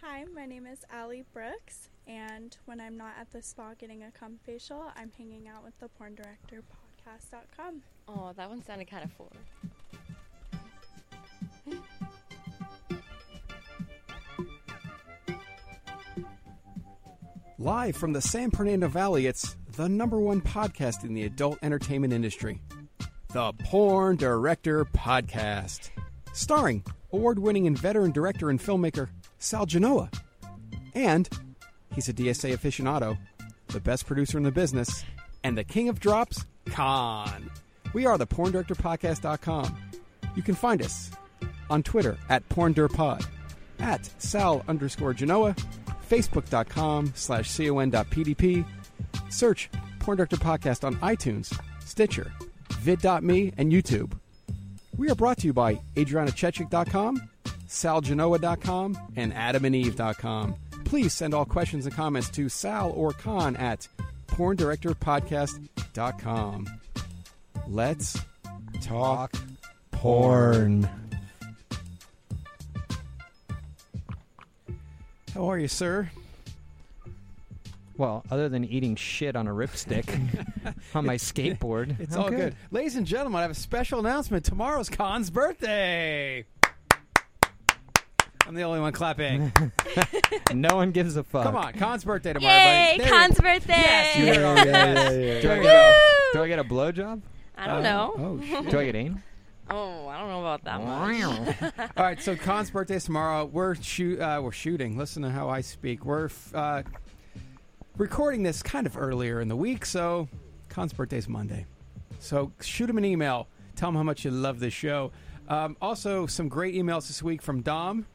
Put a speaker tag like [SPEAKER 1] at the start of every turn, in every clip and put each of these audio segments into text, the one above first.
[SPEAKER 1] Hi, my name is Allie Brooks, and when I'm not at the spa getting a cum facial, I'm hanging out with the porndirectorpodcast.com.
[SPEAKER 2] Oh, that one sounded kind of forward.
[SPEAKER 3] Live from the San Fernando Valley, it's the number one podcast in the adult entertainment industry the Porn Director Podcast. Starring award winning and veteran director and filmmaker Sal Genoa. And he's a DSA aficionado, the best producer in the business, and the king of drops, Khan. We are the PornDirectorPodcast.com. You can find us on Twitter at PornDirPod, at Sal underscore Genoa, Facebook.com slash con.pdp. Search Porn Director Podcast on iTunes, Stitcher, vid.me, and YouTube. We are brought to you by AdrianaChechik.com, SalGenoa.com, and AdamandEve.com. Please send all questions and comments to Sal or Con at PornDirectorPodcast.com. Let's talk porn. How are you, sir?
[SPEAKER 4] Well, other than eating shit on a ripstick on my skateboard,
[SPEAKER 3] It's
[SPEAKER 4] I'm
[SPEAKER 3] all good. Ladies and gentlemen, I have a special announcement. Tomorrow's Khan's birthday. I'm the only one clapping.
[SPEAKER 4] No one gives a fuck.
[SPEAKER 3] Come on, Khan's birthday tomorrow,
[SPEAKER 2] Yay,
[SPEAKER 3] buddy. There
[SPEAKER 2] Con's
[SPEAKER 3] you-
[SPEAKER 2] birthday!
[SPEAKER 3] Yes, you heard it
[SPEAKER 4] Yeah,
[SPEAKER 3] already.
[SPEAKER 4] yeah,
[SPEAKER 3] Yes.
[SPEAKER 4] yeah. Do I
[SPEAKER 3] There
[SPEAKER 4] get
[SPEAKER 3] you go.
[SPEAKER 4] a, do I get a blowjob?
[SPEAKER 2] I don't know.
[SPEAKER 3] Oh, shit.
[SPEAKER 4] Do I get in?
[SPEAKER 3] Uh,
[SPEAKER 2] Oh, I don't know about that one.
[SPEAKER 3] All right, so Khan's birthday is tomorrow. We're shoot, uh, we're shooting. Listen to how I speak. We're f- uh, recording this kind of earlier in the week, so Khan's birthday is Monday. So shoot him an email. Tell him how much you love this show. Um, also, some great emails this week from Dom,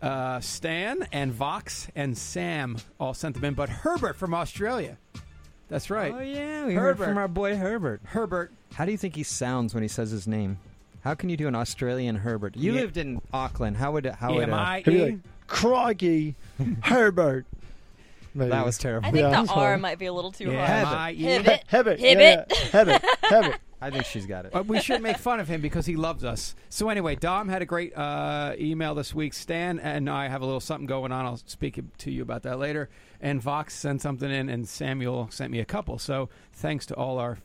[SPEAKER 3] uh, Stan, and Vox and Sam all sent them in, but Herbert from Australia. That's right.
[SPEAKER 4] Oh yeah, we
[SPEAKER 3] Herbert.
[SPEAKER 4] heard from our boy Herbert.
[SPEAKER 3] Herbert.
[SPEAKER 4] How do you think he sounds when he says his name? How can you do an Australian Herbert? You
[SPEAKER 3] Yeah.
[SPEAKER 4] lived in Auckland. How would how would uh,
[SPEAKER 3] E-M-I-E.
[SPEAKER 5] He'd be like, Crikey, Herbert. Maybe.
[SPEAKER 4] that was terrible?
[SPEAKER 2] I think
[SPEAKER 5] Yeah,
[SPEAKER 2] the
[SPEAKER 5] I'm
[SPEAKER 2] R
[SPEAKER 5] sorry.
[SPEAKER 2] might be a little too hard.
[SPEAKER 3] E-M-I-E.
[SPEAKER 2] Hibbit.
[SPEAKER 5] Herbert.
[SPEAKER 2] Hibbit.
[SPEAKER 5] Yeah, Herbert. Herbert.
[SPEAKER 4] I think she's got it.
[SPEAKER 3] Uh, we should make fun of him because he loves us. So anyway, Dom had a great uh, email this week. Stan and I have a little something going on. I'll speak to you about that later. And Vox sent something in, and Samuel sent me a couple. So thanks to all our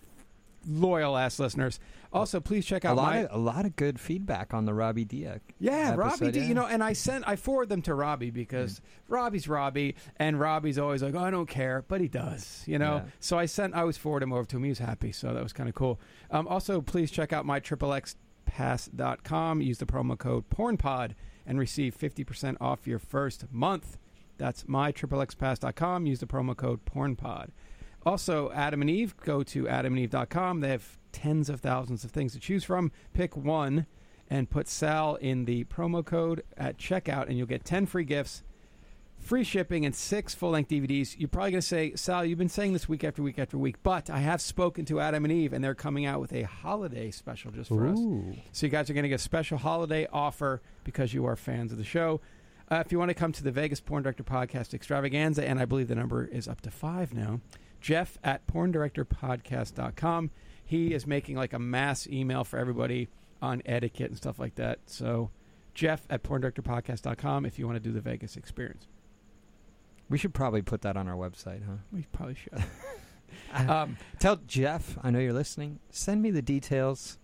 [SPEAKER 3] loyal ass listeners. Also, please check
[SPEAKER 4] A
[SPEAKER 3] out
[SPEAKER 4] lot
[SPEAKER 3] my
[SPEAKER 4] of a lot of good feedback on the Robbie Dia.
[SPEAKER 3] yeah,
[SPEAKER 4] episode,
[SPEAKER 3] Robbie. D,
[SPEAKER 4] yeah. Mm.
[SPEAKER 3] You know, and I sent I forward them to Robbie because Robbie's Robbie, and Robbie's always like, oh, I don't care, but he does. You know.
[SPEAKER 4] Yeah.
[SPEAKER 3] So I sent I always forward him over to him. He was happy, so that was kind of cool. Um, also, please check out my triplexpass.com. Use the promo code PornPod and receive fifty percent off your first month. That's my triplexpass.com. Use the promo code PornPod. Also, Adam and Eve, go to adamandeve.com. They have tens of thousands of things to choose from. Pick one and put Sal in the promo code at checkout, and you'll get 10 free gifts, free shipping, and six full length DVDs. You're probably going to say, Sal, you've been saying this week after week after week, but I have spoken to Adam and Eve, and they're coming out with a holiday special just for us.
[SPEAKER 4] Ooh.
[SPEAKER 3] So you guys are going to get a special holiday offer because you are fans of the show. Uh, if you want to come to the Vegas Porn Director Podcast Extravaganza, and I believe the number is up to five now, Jeff at porndirectorpodcast.com. He is making like a mass email for everybody on etiquette and stuff like that. So Jeff at porndirectorpodcast.com if you want to do the Vegas experience.
[SPEAKER 4] We should probably put that on our website, huh?
[SPEAKER 3] We probably should. um,
[SPEAKER 4] Tell Jeff, I know you're listening. Send me the details,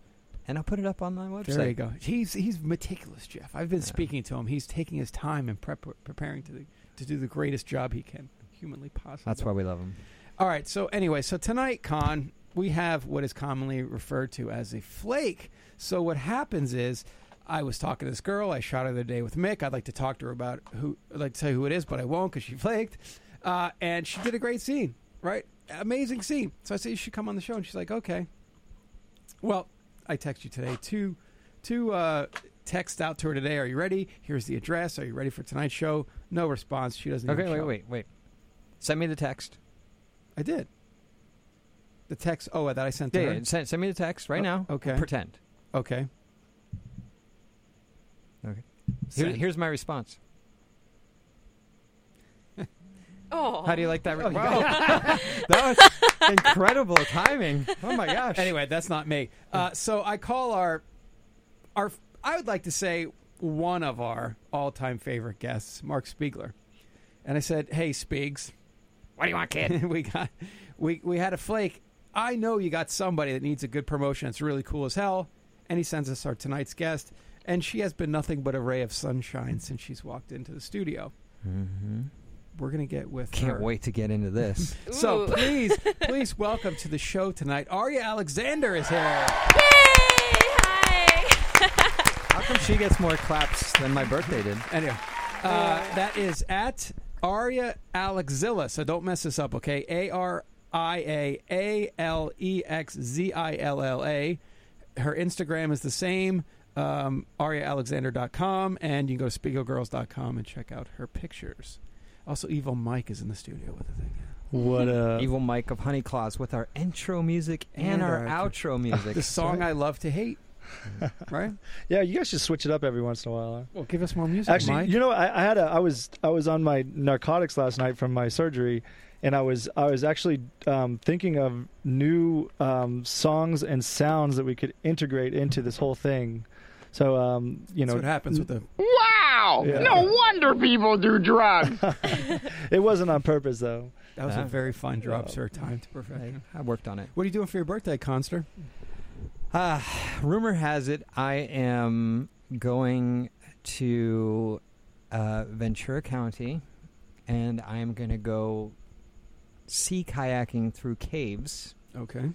[SPEAKER 4] and I'll put it up on my website.
[SPEAKER 3] there you go. He's he's meticulous, Jeff. I've been
[SPEAKER 4] Yeah.
[SPEAKER 3] speaking to him. He's taking his time and prep- preparing to the, to do the greatest job he can humanly possible.
[SPEAKER 4] That's why we love him.
[SPEAKER 3] All right. So anyway, so tonight, Con, we have what is commonly referred to as a flake. So what happens is, I was talking to this girl. I shot her the other day with Mick. I'd like to talk to her about who. I'd like to tell you who it is, but I won't because she flaked. Uh, and she did a great scene, right? Amazing scene. So I said you should come on the show, and she's like, okay. Well, I text you today two, two uh, texts out to her today. Are you ready? Here's the address. Are you ready for tonight's show? No response. She doesn't.
[SPEAKER 4] Okay,
[SPEAKER 3] even
[SPEAKER 4] wait,
[SPEAKER 3] show up.
[SPEAKER 4] wait, wait. Send me the text.
[SPEAKER 3] I did. The text. Oh, that I sent to
[SPEAKER 4] Yeah,
[SPEAKER 3] her.
[SPEAKER 4] yeah, Send, send me the text right
[SPEAKER 3] O-
[SPEAKER 4] now.
[SPEAKER 3] Oh, okay.
[SPEAKER 4] Pretend.
[SPEAKER 3] Okay.
[SPEAKER 4] Okay. Here,
[SPEAKER 3] Send.
[SPEAKER 4] here's my response.
[SPEAKER 2] Oh.
[SPEAKER 4] How do you like that? re-
[SPEAKER 3] Oh,
[SPEAKER 4] wow. that was incredible timing. Oh my gosh.
[SPEAKER 3] Anyway, that's not me. Uh, so I call our our. I would like to say one of our all-time favorite guests, Mark Spiegler, and I said, "Hey, Spiegs,
[SPEAKER 6] What do you want, kid?
[SPEAKER 3] we got we we had a flake. I know you got somebody that needs a good promotion. It's really cool as hell." And he sends us our tonight's guest, and she has been nothing but a ray of sunshine since she's walked into the studio.
[SPEAKER 4] Mm-hmm.
[SPEAKER 3] We're gonna get with
[SPEAKER 4] Can't
[SPEAKER 3] her.
[SPEAKER 4] wait to get into this.
[SPEAKER 3] So
[SPEAKER 2] Ooh.
[SPEAKER 3] please, please welcome to the show tonight. Aria Alexander is here.
[SPEAKER 2] Yay! Hi.
[SPEAKER 4] How come she gets more claps than my birthday did?
[SPEAKER 3] Anyway, uh, that is at Aria Alexilla. So don't mess this up, okay? A R I A A L E X Z I L L A. Her Instagram is the same, um, ariaalexander.com, and you can go to spiegelgirls.com and check out her pictures. Also, Evil Mike is in the studio with us.
[SPEAKER 5] What uh, up?
[SPEAKER 4] Evil Mike of Honey Claws with our intro music and,
[SPEAKER 3] And
[SPEAKER 4] our,
[SPEAKER 3] our-
[SPEAKER 4] outro music.
[SPEAKER 3] The song I love to hate, right?
[SPEAKER 5] Yeah, you guys should switch it up every once in a while.
[SPEAKER 3] Well, give us more music,
[SPEAKER 5] Actually,
[SPEAKER 3] Mike.
[SPEAKER 5] you know, I, I had a, I was, I was on my narcotics last night from my surgery, and I was, I was actually um, thinking of new um, songs and sounds that we could integrate into this whole thing. So, um, you
[SPEAKER 3] That's
[SPEAKER 5] know,
[SPEAKER 3] what happens with the
[SPEAKER 6] Wow!
[SPEAKER 5] Yeah.
[SPEAKER 6] No wonder people do drugs.
[SPEAKER 5] it wasn't on purpose though.
[SPEAKER 3] That was a
[SPEAKER 4] Ah.
[SPEAKER 3] very fine drop,
[SPEAKER 5] Yeah.
[SPEAKER 3] sir. Time to perfection.
[SPEAKER 4] I worked on it.
[SPEAKER 3] What are you doing for your birthday, Conster?
[SPEAKER 4] Uh, rumor has it I am going to uh, Ventura County and I am going to go sea kayaking through caves.
[SPEAKER 3] Okay.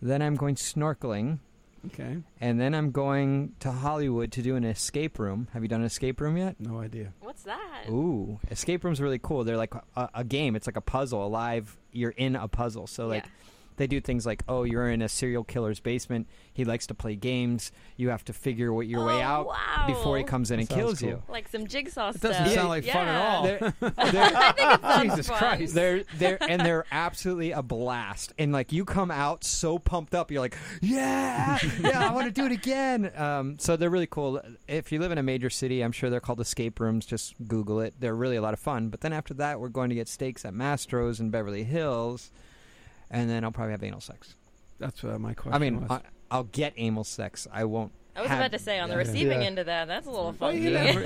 [SPEAKER 4] Then I'm going snorkeling.
[SPEAKER 3] Okay.
[SPEAKER 4] And then I'm going to Hollywood to do an escape room. Have you done an escape room yet?
[SPEAKER 3] No idea.
[SPEAKER 2] What's that?
[SPEAKER 4] Ooh, escape rooms really cool. They're like a, a game. It's like a puzzle. A live, you're in a puzzle. So like
[SPEAKER 2] Yeah.
[SPEAKER 4] they do things like, oh, you're in a serial killer's basement. He likes to play games. You have to figure what your way
[SPEAKER 2] Oh,
[SPEAKER 4] out
[SPEAKER 2] wow.
[SPEAKER 4] before he comes in and
[SPEAKER 5] Sounds
[SPEAKER 4] kills
[SPEAKER 5] cool.
[SPEAKER 4] you.
[SPEAKER 2] Like some jigsaw
[SPEAKER 3] It
[SPEAKER 2] stuff.
[SPEAKER 3] doesn't sound like fun at
[SPEAKER 2] Yeah.
[SPEAKER 3] all.
[SPEAKER 4] They're,
[SPEAKER 2] I think it sounds
[SPEAKER 3] Jesus
[SPEAKER 2] fun.
[SPEAKER 3] Christ.
[SPEAKER 4] they're they're and they're absolutely a blast. And like you come out so pumped up, you're like, yeah, yeah, I want to do it again. Um, so they're really cool. If you live in a major city, I'm sure they're called escape rooms. Just Google it. They're really a lot of fun. But then after that, we're going to get steaks at Mastro's in Beverly Hills, and then I'll probably have anal sex.
[SPEAKER 3] That's uh, my question.
[SPEAKER 4] I mean,
[SPEAKER 3] was.
[SPEAKER 4] I, I'll get anal sex. I won't.
[SPEAKER 2] I was
[SPEAKER 4] have-
[SPEAKER 2] about to say on the
[SPEAKER 4] Yeah.
[SPEAKER 2] receiving
[SPEAKER 5] Yeah.
[SPEAKER 2] end of that, that's a little
[SPEAKER 3] Well,
[SPEAKER 2] funky.
[SPEAKER 3] you never,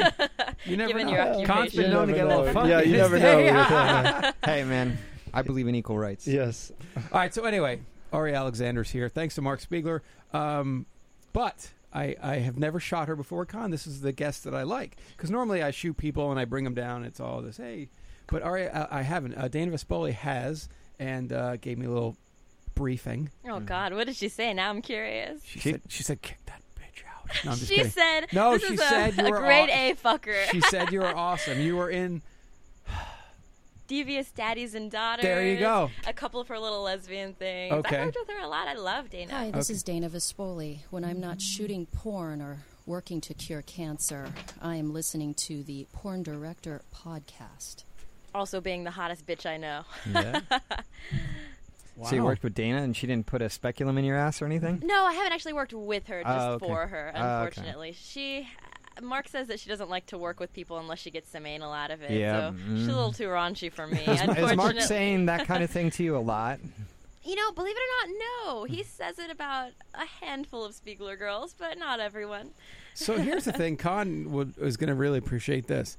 [SPEAKER 3] you never
[SPEAKER 2] Given
[SPEAKER 3] know.
[SPEAKER 2] your
[SPEAKER 3] Const's
[SPEAKER 2] occupation.
[SPEAKER 3] been known to
[SPEAKER 5] You
[SPEAKER 3] get a
[SPEAKER 5] never
[SPEAKER 3] little
[SPEAKER 5] know.
[SPEAKER 3] funky.
[SPEAKER 5] Yeah, you
[SPEAKER 3] these
[SPEAKER 5] never know
[SPEAKER 3] days.
[SPEAKER 5] with that,
[SPEAKER 4] hey man, I believe in equal rights.
[SPEAKER 5] Yes.
[SPEAKER 3] All right. So anyway, Ari Alexander's here. Thanks to Mark Spiegler. Um, but I, I have never shot her before a con. This is the guest that I like because normally I shoot people and I bring them down. It's all this hey, but Ari I, I haven't. Uh, Dana Vespoli has and uh, gave me a little briefing.
[SPEAKER 2] Oh God, what did she say? Now I'm curious.
[SPEAKER 3] She,
[SPEAKER 4] She-
[SPEAKER 3] said she said kick that bitch out. No, I'm just
[SPEAKER 2] She
[SPEAKER 3] kidding.
[SPEAKER 2] said,
[SPEAKER 3] No,
[SPEAKER 2] this
[SPEAKER 3] she
[SPEAKER 2] is
[SPEAKER 3] said you
[SPEAKER 2] a, a
[SPEAKER 3] were
[SPEAKER 2] grade
[SPEAKER 3] aw-
[SPEAKER 2] A fucker.
[SPEAKER 3] she said you were awesome. You were in.
[SPEAKER 2] Devious daddies and daughters."
[SPEAKER 3] There you go.
[SPEAKER 2] A couple for little lesbian things.
[SPEAKER 3] Okay.
[SPEAKER 2] I worked with her a lot. I love Dana.
[SPEAKER 7] Hi, this
[SPEAKER 3] Okay.
[SPEAKER 7] is Dana Vespoli. When I'm not shooting porn or working to cure cancer, I am listening to the Porn Director podcast.
[SPEAKER 2] Also being the hottest bitch I know.
[SPEAKER 4] So you
[SPEAKER 3] Wow.
[SPEAKER 4] worked with Dana, and she didn't put a speculum in your ass or anything.
[SPEAKER 2] No, I haven't actually worked with her, just
[SPEAKER 4] Oh, okay.
[SPEAKER 2] for her,
[SPEAKER 4] Oh, okay.
[SPEAKER 2] unfortunately. She. Mark says that she doesn't like to work with people unless she gets some anal out of it.
[SPEAKER 4] Yeah,
[SPEAKER 2] So
[SPEAKER 4] mm.
[SPEAKER 2] she's a little too raunchy for me.
[SPEAKER 4] Is Mark
[SPEAKER 2] unfortunately.
[SPEAKER 4] saying that kind of thing to you a lot?
[SPEAKER 2] You know, believe it or not, no. He says it about a handful of Spiegler girls, but not everyone.
[SPEAKER 3] So here's the thing: Con would, is going to really appreciate this,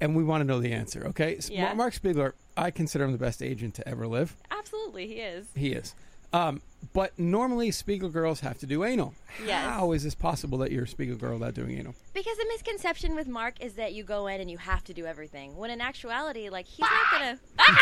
[SPEAKER 3] and we want to know the answer. Okay, S-
[SPEAKER 2] Yeah.
[SPEAKER 3] Mar- Mark Spiegler, I consider him the best agent to ever live.
[SPEAKER 2] Absolutely, he is.
[SPEAKER 3] He is. Um, but normally, Spiegel girls have to do anal.
[SPEAKER 2] Yes.
[SPEAKER 3] How is this possible that you're a Spiegel girl without doing anal?
[SPEAKER 2] Because the misconception with Mark is that you go in and you have to do everything. When in actuality, like he's not gonna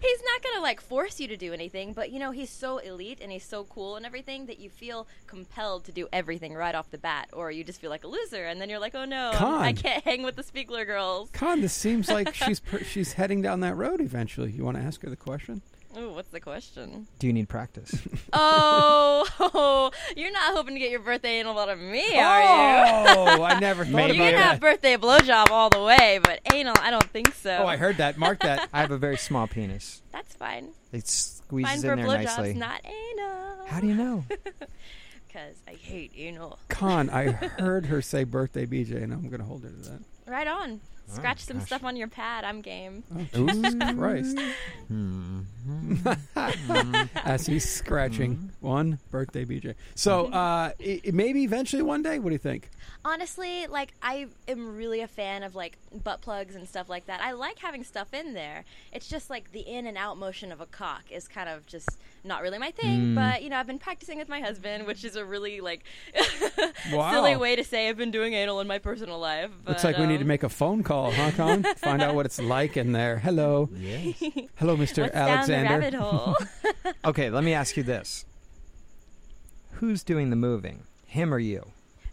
[SPEAKER 2] He's not gonna like force you to do anything, but you know, he's so elite and he's so cool and everything that you feel compelled to do everything right off the bat, or you just feel like a loser and then you're like, Oh no,
[SPEAKER 3] Con.
[SPEAKER 2] I can't hang with the Spiegler girls.
[SPEAKER 3] Con, this seems like she's per- she's heading down that road eventually. You want to ask her the question?
[SPEAKER 2] Ooh, what's the question?
[SPEAKER 4] Do you need practice?
[SPEAKER 2] oh, you're not hoping to get your birthday anal out of me, are you?
[SPEAKER 3] Oh, I never thought about
[SPEAKER 4] Maybe.
[SPEAKER 2] You can
[SPEAKER 3] that.
[SPEAKER 2] have birthday blowjob all the way, but anal, I don't think so.
[SPEAKER 3] Oh, I heard that. Mark that.
[SPEAKER 4] I have a very small penis.
[SPEAKER 2] That's fine.
[SPEAKER 4] It
[SPEAKER 2] Fine
[SPEAKER 4] squeezes
[SPEAKER 2] for
[SPEAKER 4] in there
[SPEAKER 2] blowjobs,
[SPEAKER 4] nicely.
[SPEAKER 2] not anal.
[SPEAKER 4] How do you know?
[SPEAKER 2] Because I hate anal.
[SPEAKER 3] Con, I heard her say birthday BJ, and I'm going to hold her to that.
[SPEAKER 2] Right on.
[SPEAKER 3] Oh,
[SPEAKER 2] Scratch some stuff on your pad. I'm game.
[SPEAKER 3] Jesus Christ. Mm-hmm. As he's scratching
[SPEAKER 4] Mm-hmm.
[SPEAKER 3] one birthday BJ. So uh, i i- maybe eventually one day, what do you think?
[SPEAKER 2] Honestly, like I am really a fan of like butt plugs and stuff like that. I like having stuff in there. It's just like the in and out motion of a cock is kind of just not really my
[SPEAKER 3] Hmm.
[SPEAKER 2] thing. But you know, I've been practicing with my husband, which is a really like
[SPEAKER 3] Wow.
[SPEAKER 2] silly way to say I've been doing anal in my personal life. But,
[SPEAKER 3] Looks like we need to
[SPEAKER 2] um,
[SPEAKER 3] make a phone call, huh, Colin? Find out what it's like in there. Hello. Hello, Mr.
[SPEAKER 2] what's
[SPEAKER 3] Alexander.
[SPEAKER 2] down the rabbit hole.
[SPEAKER 4] Okay, let me ask you this: Who's doing the moving? Him or you?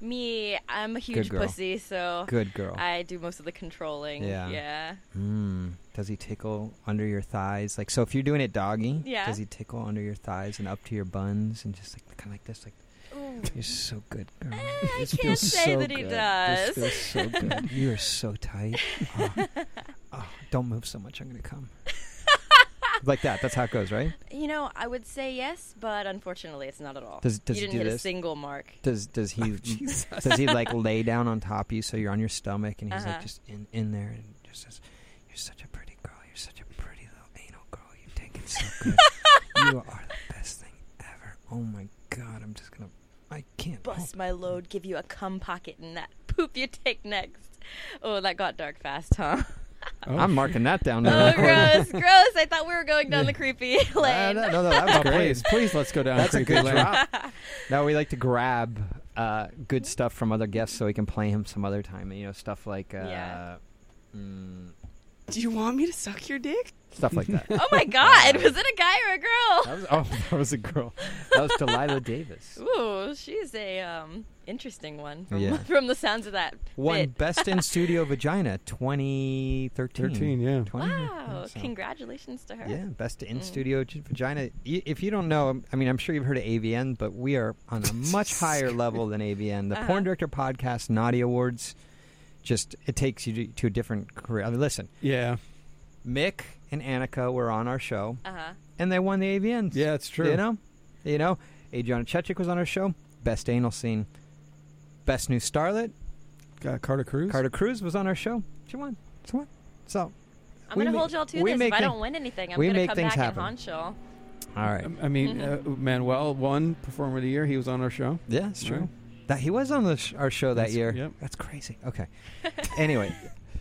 [SPEAKER 2] Me, I'm a huge
[SPEAKER 4] girl.
[SPEAKER 2] pussy, so
[SPEAKER 4] Good girl.
[SPEAKER 2] I do most of the controlling.
[SPEAKER 4] Oh. Yeah.
[SPEAKER 2] yeah.
[SPEAKER 4] Mm. Does he tickle under your thighs? Like, so if you're doing it doggy,
[SPEAKER 2] Yeah.
[SPEAKER 4] does he tickle under your thighs and up to your buns and just like kind of like this? Like, you're so good, girl.
[SPEAKER 2] Eh, I
[SPEAKER 4] This
[SPEAKER 2] can't
[SPEAKER 4] feels
[SPEAKER 2] say
[SPEAKER 4] so
[SPEAKER 2] that he
[SPEAKER 4] good.
[SPEAKER 2] does.
[SPEAKER 4] This feels so good. you are so tight. Oh. Oh, don't move so much. I'm gonna come. like that. That's how it goes, right?
[SPEAKER 2] You know, I would say yes, but unfortunately, it's not at all.
[SPEAKER 4] Does- does
[SPEAKER 2] you
[SPEAKER 4] he
[SPEAKER 2] didn't
[SPEAKER 4] do
[SPEAKER 2] hit a Oh,
[SPEAKER 4] this?
[SPEAKER 2] single mark.
[SPEAKER 4] Does does he does he like lay down on top of you so you're on your stomach and he's like
[SPEAKER 2] Uh-huh.
[SPEAKER 4] just in, in there and just says, "You're such a pretty girl. You're such a pretty little anal girl. You take it so good. you are the best thing ever. Oh my god, I'm just gonna, I can't.
[SPEAKER 2] Bust my load, give you a cum pocket, and that poop you take next. Oh, that got dark fast, huh?
[SPEAKER 3] Oh, I'm
[SPEAKER 4] marking that down.
[SPEAKER 2] Oh, gross, gross. I thought we were going down the creepy lane.
[SPEAKER 4] no, no, that
[SPEAKER 3] Oh, please, please let's go down
[SPEAKER 4] That's a
[SPEAKER 3] creepy
[SPEAKER 4] good
[SPEAKER 3] lane.
[SPEAKER 4] drop. no, we like to grab uh, good stuff from other guests so we can play him some other time. You know, stuff like uh,
[SPEAKER 2] Yeah.
[SPEAKER 4] mm,
[SPEAKER 8] Do you want me to suck your dick?
[SPEAKER 4] stuff like that.
[SPEAKER 2] Oh my god, was it a guy or a girl?
[SPEAKER 4] That was oh, that was a girl. That was Delilah Davis.
[SPEAKER 2] Ooh, she's a um interesting one from,
[SPEAKER 4] Yeah.
[SPEAKER 2] from the sounds of that.
[SPEAKER 4] Won
[SPEAKER 2] bit.
[SPEAKER 4] Best in Studio Vagina 2013.
[SPEAKER 3] 13, yeah.
[SPEAKER 4] 20,
[SPEAKER 2] Wow,
[SPEAKER 4] Mm-hmm. so.
[SPEAKER 2] congratulations to her.
[SPEAKER 4] Yeah, Best in Studio G- Vagina. Y- If you don't know, I mean, I'm sure you've heard of AVN, but we are on a much higher level than AVN. The Porn Director Podcast Naughty Awards just it takes you to, to a different career. I mean, listen,
[SPEAKER 3] Yeah.
[SPEAKER 4] Mick and Annika were on our show,
[SPEAKER 2] Uh huh.
[SPEAKER 4] and they won the AVNs.
[SPEAKER 3] Yeah, it's true.
[SPEAKER 4] You know, you know, Adriana Chechik was on our show. Best anal scene, best new starlet.
[SPEAKER 3] Got Carter Cruz.
[SPEAKER 4] Carter Cruz was on our show. She won. She won. So,
[SPEAKER 2] I'm
[SPEAKER 4] We
[SPEAKER 2] gonna
[SPEAKER 4] make-
[SPEAKER 2] hold y'all to
[SPEAKER 4] we
[SPEAKER 2] this.
[SPEAKER 4] make
[SPEAKER 2] If I
[SPEAKER 4] thi-
[SPEAKER 2] don't win anything, I'm
[SPEAKER 4] we
[SPEAKER 2] gonna
[SPEAKER 4] make
[SPEAKER 2] come
[SPEAKER 4] things
[SPEAKER 2] back
[SPEAKER 4] happen.
[SPEAKER 2] and haunt y'all.
[SPEAKER 4] all right.
[SPEAKER 3] I mean, uh,
[SPEAKER 4] Mm-hmm.
[SPEAKER 3] Manuel won Performer of the Year. He was on our show.
[SPEAKER 4] Yeah, it's true.
[SPEAKER 3] Right.
[SPEAKER 4] That he was on the sh- our show that
[SPEAKER 3] That's-
[SPEAKER 4] year.
[SPEAKER 3] yep.
[SPEAKER 4] That's crazy. Okay. anyway,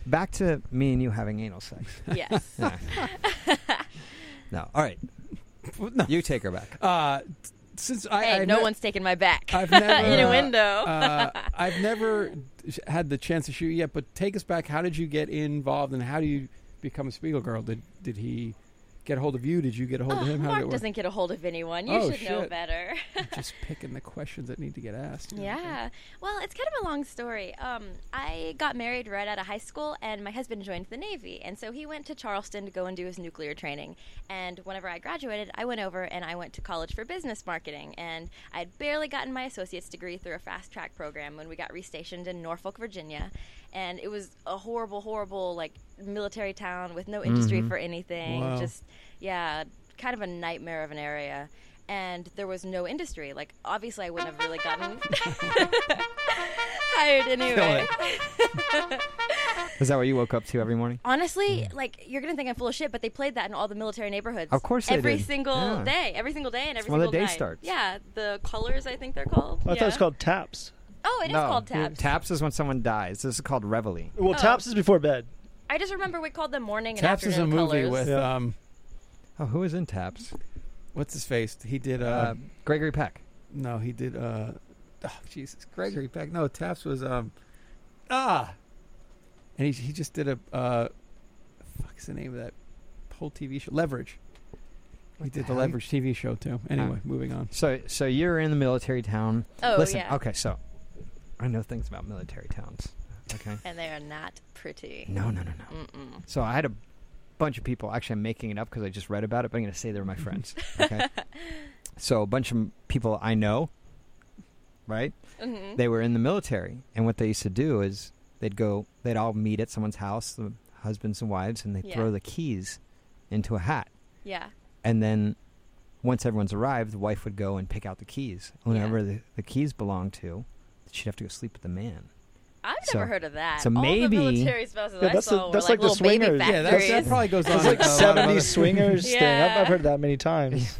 [SPEAKER 4] back to me and you having anal sex.
[SPEAKER 2] Yes.
[SPEAKER 4] No. All right.
[SPEAKER 3] No.
[SPEAKER 4] You take her back.
[SPEAKER 3] Uh, t- since I,
[SPEAKER 2] Hey,
[SPEAKER 3] I've
[SPEAKER 2] no
[SPEAKER 3] ne-
[SPEAKER 2] one's taking my back.
[SPEAKER 3] I've never
[SPEAKER 2] In a
[SPEAKER 3] uh,
[SPEAKER 2] window.
[SPEAKER 3] uh, I've never sh- had the chance to shoot yet. But take us back. How did you get involved, and how do you become a Spiegel girl? Did did he get a hold of you? Did you get a hold of him?
[SPEAKER 2] Uh,
[SPEAKER 3] How
[SPEAKER 2] Mark
[SPEAKER 3] did it
[SPEAKER 2] doesn't get a hold of anyone. You
[SPEAKER 3] Oh,
[SPEAKER 2] should know
[SPEAKER 3] shit.
[SPEAKER 2] better.
[SPEAKER 3] work? Just picking the questions that need to get asked.
[SPEAKER 2] yeah. Well, it's kind of a long story. Um, I got married right out of high school, and my husband joined the Navy. And so he went to Charleston to go and do his nuclear training. And whenever I graduated, I went over and I went to college for business marketing. And I had barely gotten my associate's degree through a fast track program when we got restationed in Norfolk, Virginia. And it was a horrible, horrible, like, military town with no industry for anything.
[SPEAKER 3] Wow.
[SPEAKER 2] Just yeah, kind of a nightmare of an area. And there was no industry. Like, obviously, I wouldn't have really gotten hired anyway.
[SPEAKER 4] Is that what you woke up to every morning?
[SPEAKER 2] Honestly, like, you're going to think I'm full of shit, but they played that in all the military neighborhoods.
[SPEAKER 4] Of course they
[SPEAKER 2] Every
[SPEAKER 4] did.
[SPEAKER 2] single
[SPEAKER 4] Yeah.
[SPEAKER 2] day. Every single day and every
[SPEAKER 4] when the
[SPEAKER 2] single
[SPEAKER 4] day
[SPEAKER 2] night.
[SPEAKER 4] starts.
[SPEAKER 2] Yeah, the colors, I think they're called.
[SPEAKER 5] I thought it was
[SPEAKER 2] Yeah.
[SPEAKER 5] called taps.
[SPEAKER 2] Oh, it is called tabs.
[SPEAKER 4] Taps is when someone dies. This is called reveille.
[SPEAKER 5] Well, taps is before bed.
[SPEAKER 2] I just remember we called them morning and
[SPEAKER 3] Taps is a
[SPEAKER 2] afternoon
[SPEAKER 3] movie
[SPEAKER 2] colors.
[SPEAKER 3] with
[SPEAKER 5] Yeah.
[SPEAKER 3] um,
[SPEAKER 4] Oh, who is in Taps?
[SPEAKER 3] what's his face? He did uh,
[SPEAKER 4] Uh, Gregory Peck.
[SPEAKER 3] no, he did uh, oh, Jesus Gregory back. No, Taps was um, ah, and he he just did a uh, fuck's the name of that whole TV show Leverage. He did the
[SPEAKER 4] hell?
[SPEAKER 3] Leverage TV show too. Anyway,
[SPEAKER 9] Ah.
[SPEAKER 3] moving on.
[SPEAKER 4] So, so you're in the military town.
[SPEAKER 2] Oh,
[SPEAKER 4] Listen.
[SPEAKER 2] yeah.
[SPEAKER 4] Okay, so I know things about military towns. Okay.
[SPEAKER 2] And they are not pretty.
[SPEAKER 4] No, no, no, no. So I had a bunch of people. Actually, I'm making it up because I just read about it, but I'm going to say they're my friends. Okay. so a bunch of people I know, right?
[SPEAKER 2] Mhm.
[SPEAKER 4] They were in the military, and what they used to do is they'd go, they'd all meet at someone's house, the husbands and wives, and they would
[SPEAKER 2] Yeah.
[SPEAKER 4] throw the keys into a hat,
[SPEAKER 2] Yeah.
[SPEAKER 4] and then once everyone's arrived, the wife would go and pick out the keys. Whenever the, the keys belonged to, she'd have to go sleep with the man.
[SPEAKER 2] I've
[SPEAKER 4] So-
[SPEAKER 2] never heard of that.
[SPEAKER 4] so
[SPEAKER 2] All
[SPEAKER 4] maybe-
[SPEAKER 2] the military spouses
[SPEAKER 5] Yeah,
[SPEAKER 2] I
[SPEAKER 5] that's the-
[SPEAKER 2] saw were
[SPEAKER 5] that's
[SPEAKER 2] like,
[SPEAKER 5] like the
[SPEAKER 2] little baby
[SPEAKER 5] swingers.
[SPEAKER 9] Yeah, that's,
[SPEAKER 2] factories.
[SPEAKER 9] that probably goes on.
[SPEAKER 5] It's like
[SPEAKER 9] a lot of other-
[SPEAKER 5] 70s swingers thing. I've, I've heard that many times.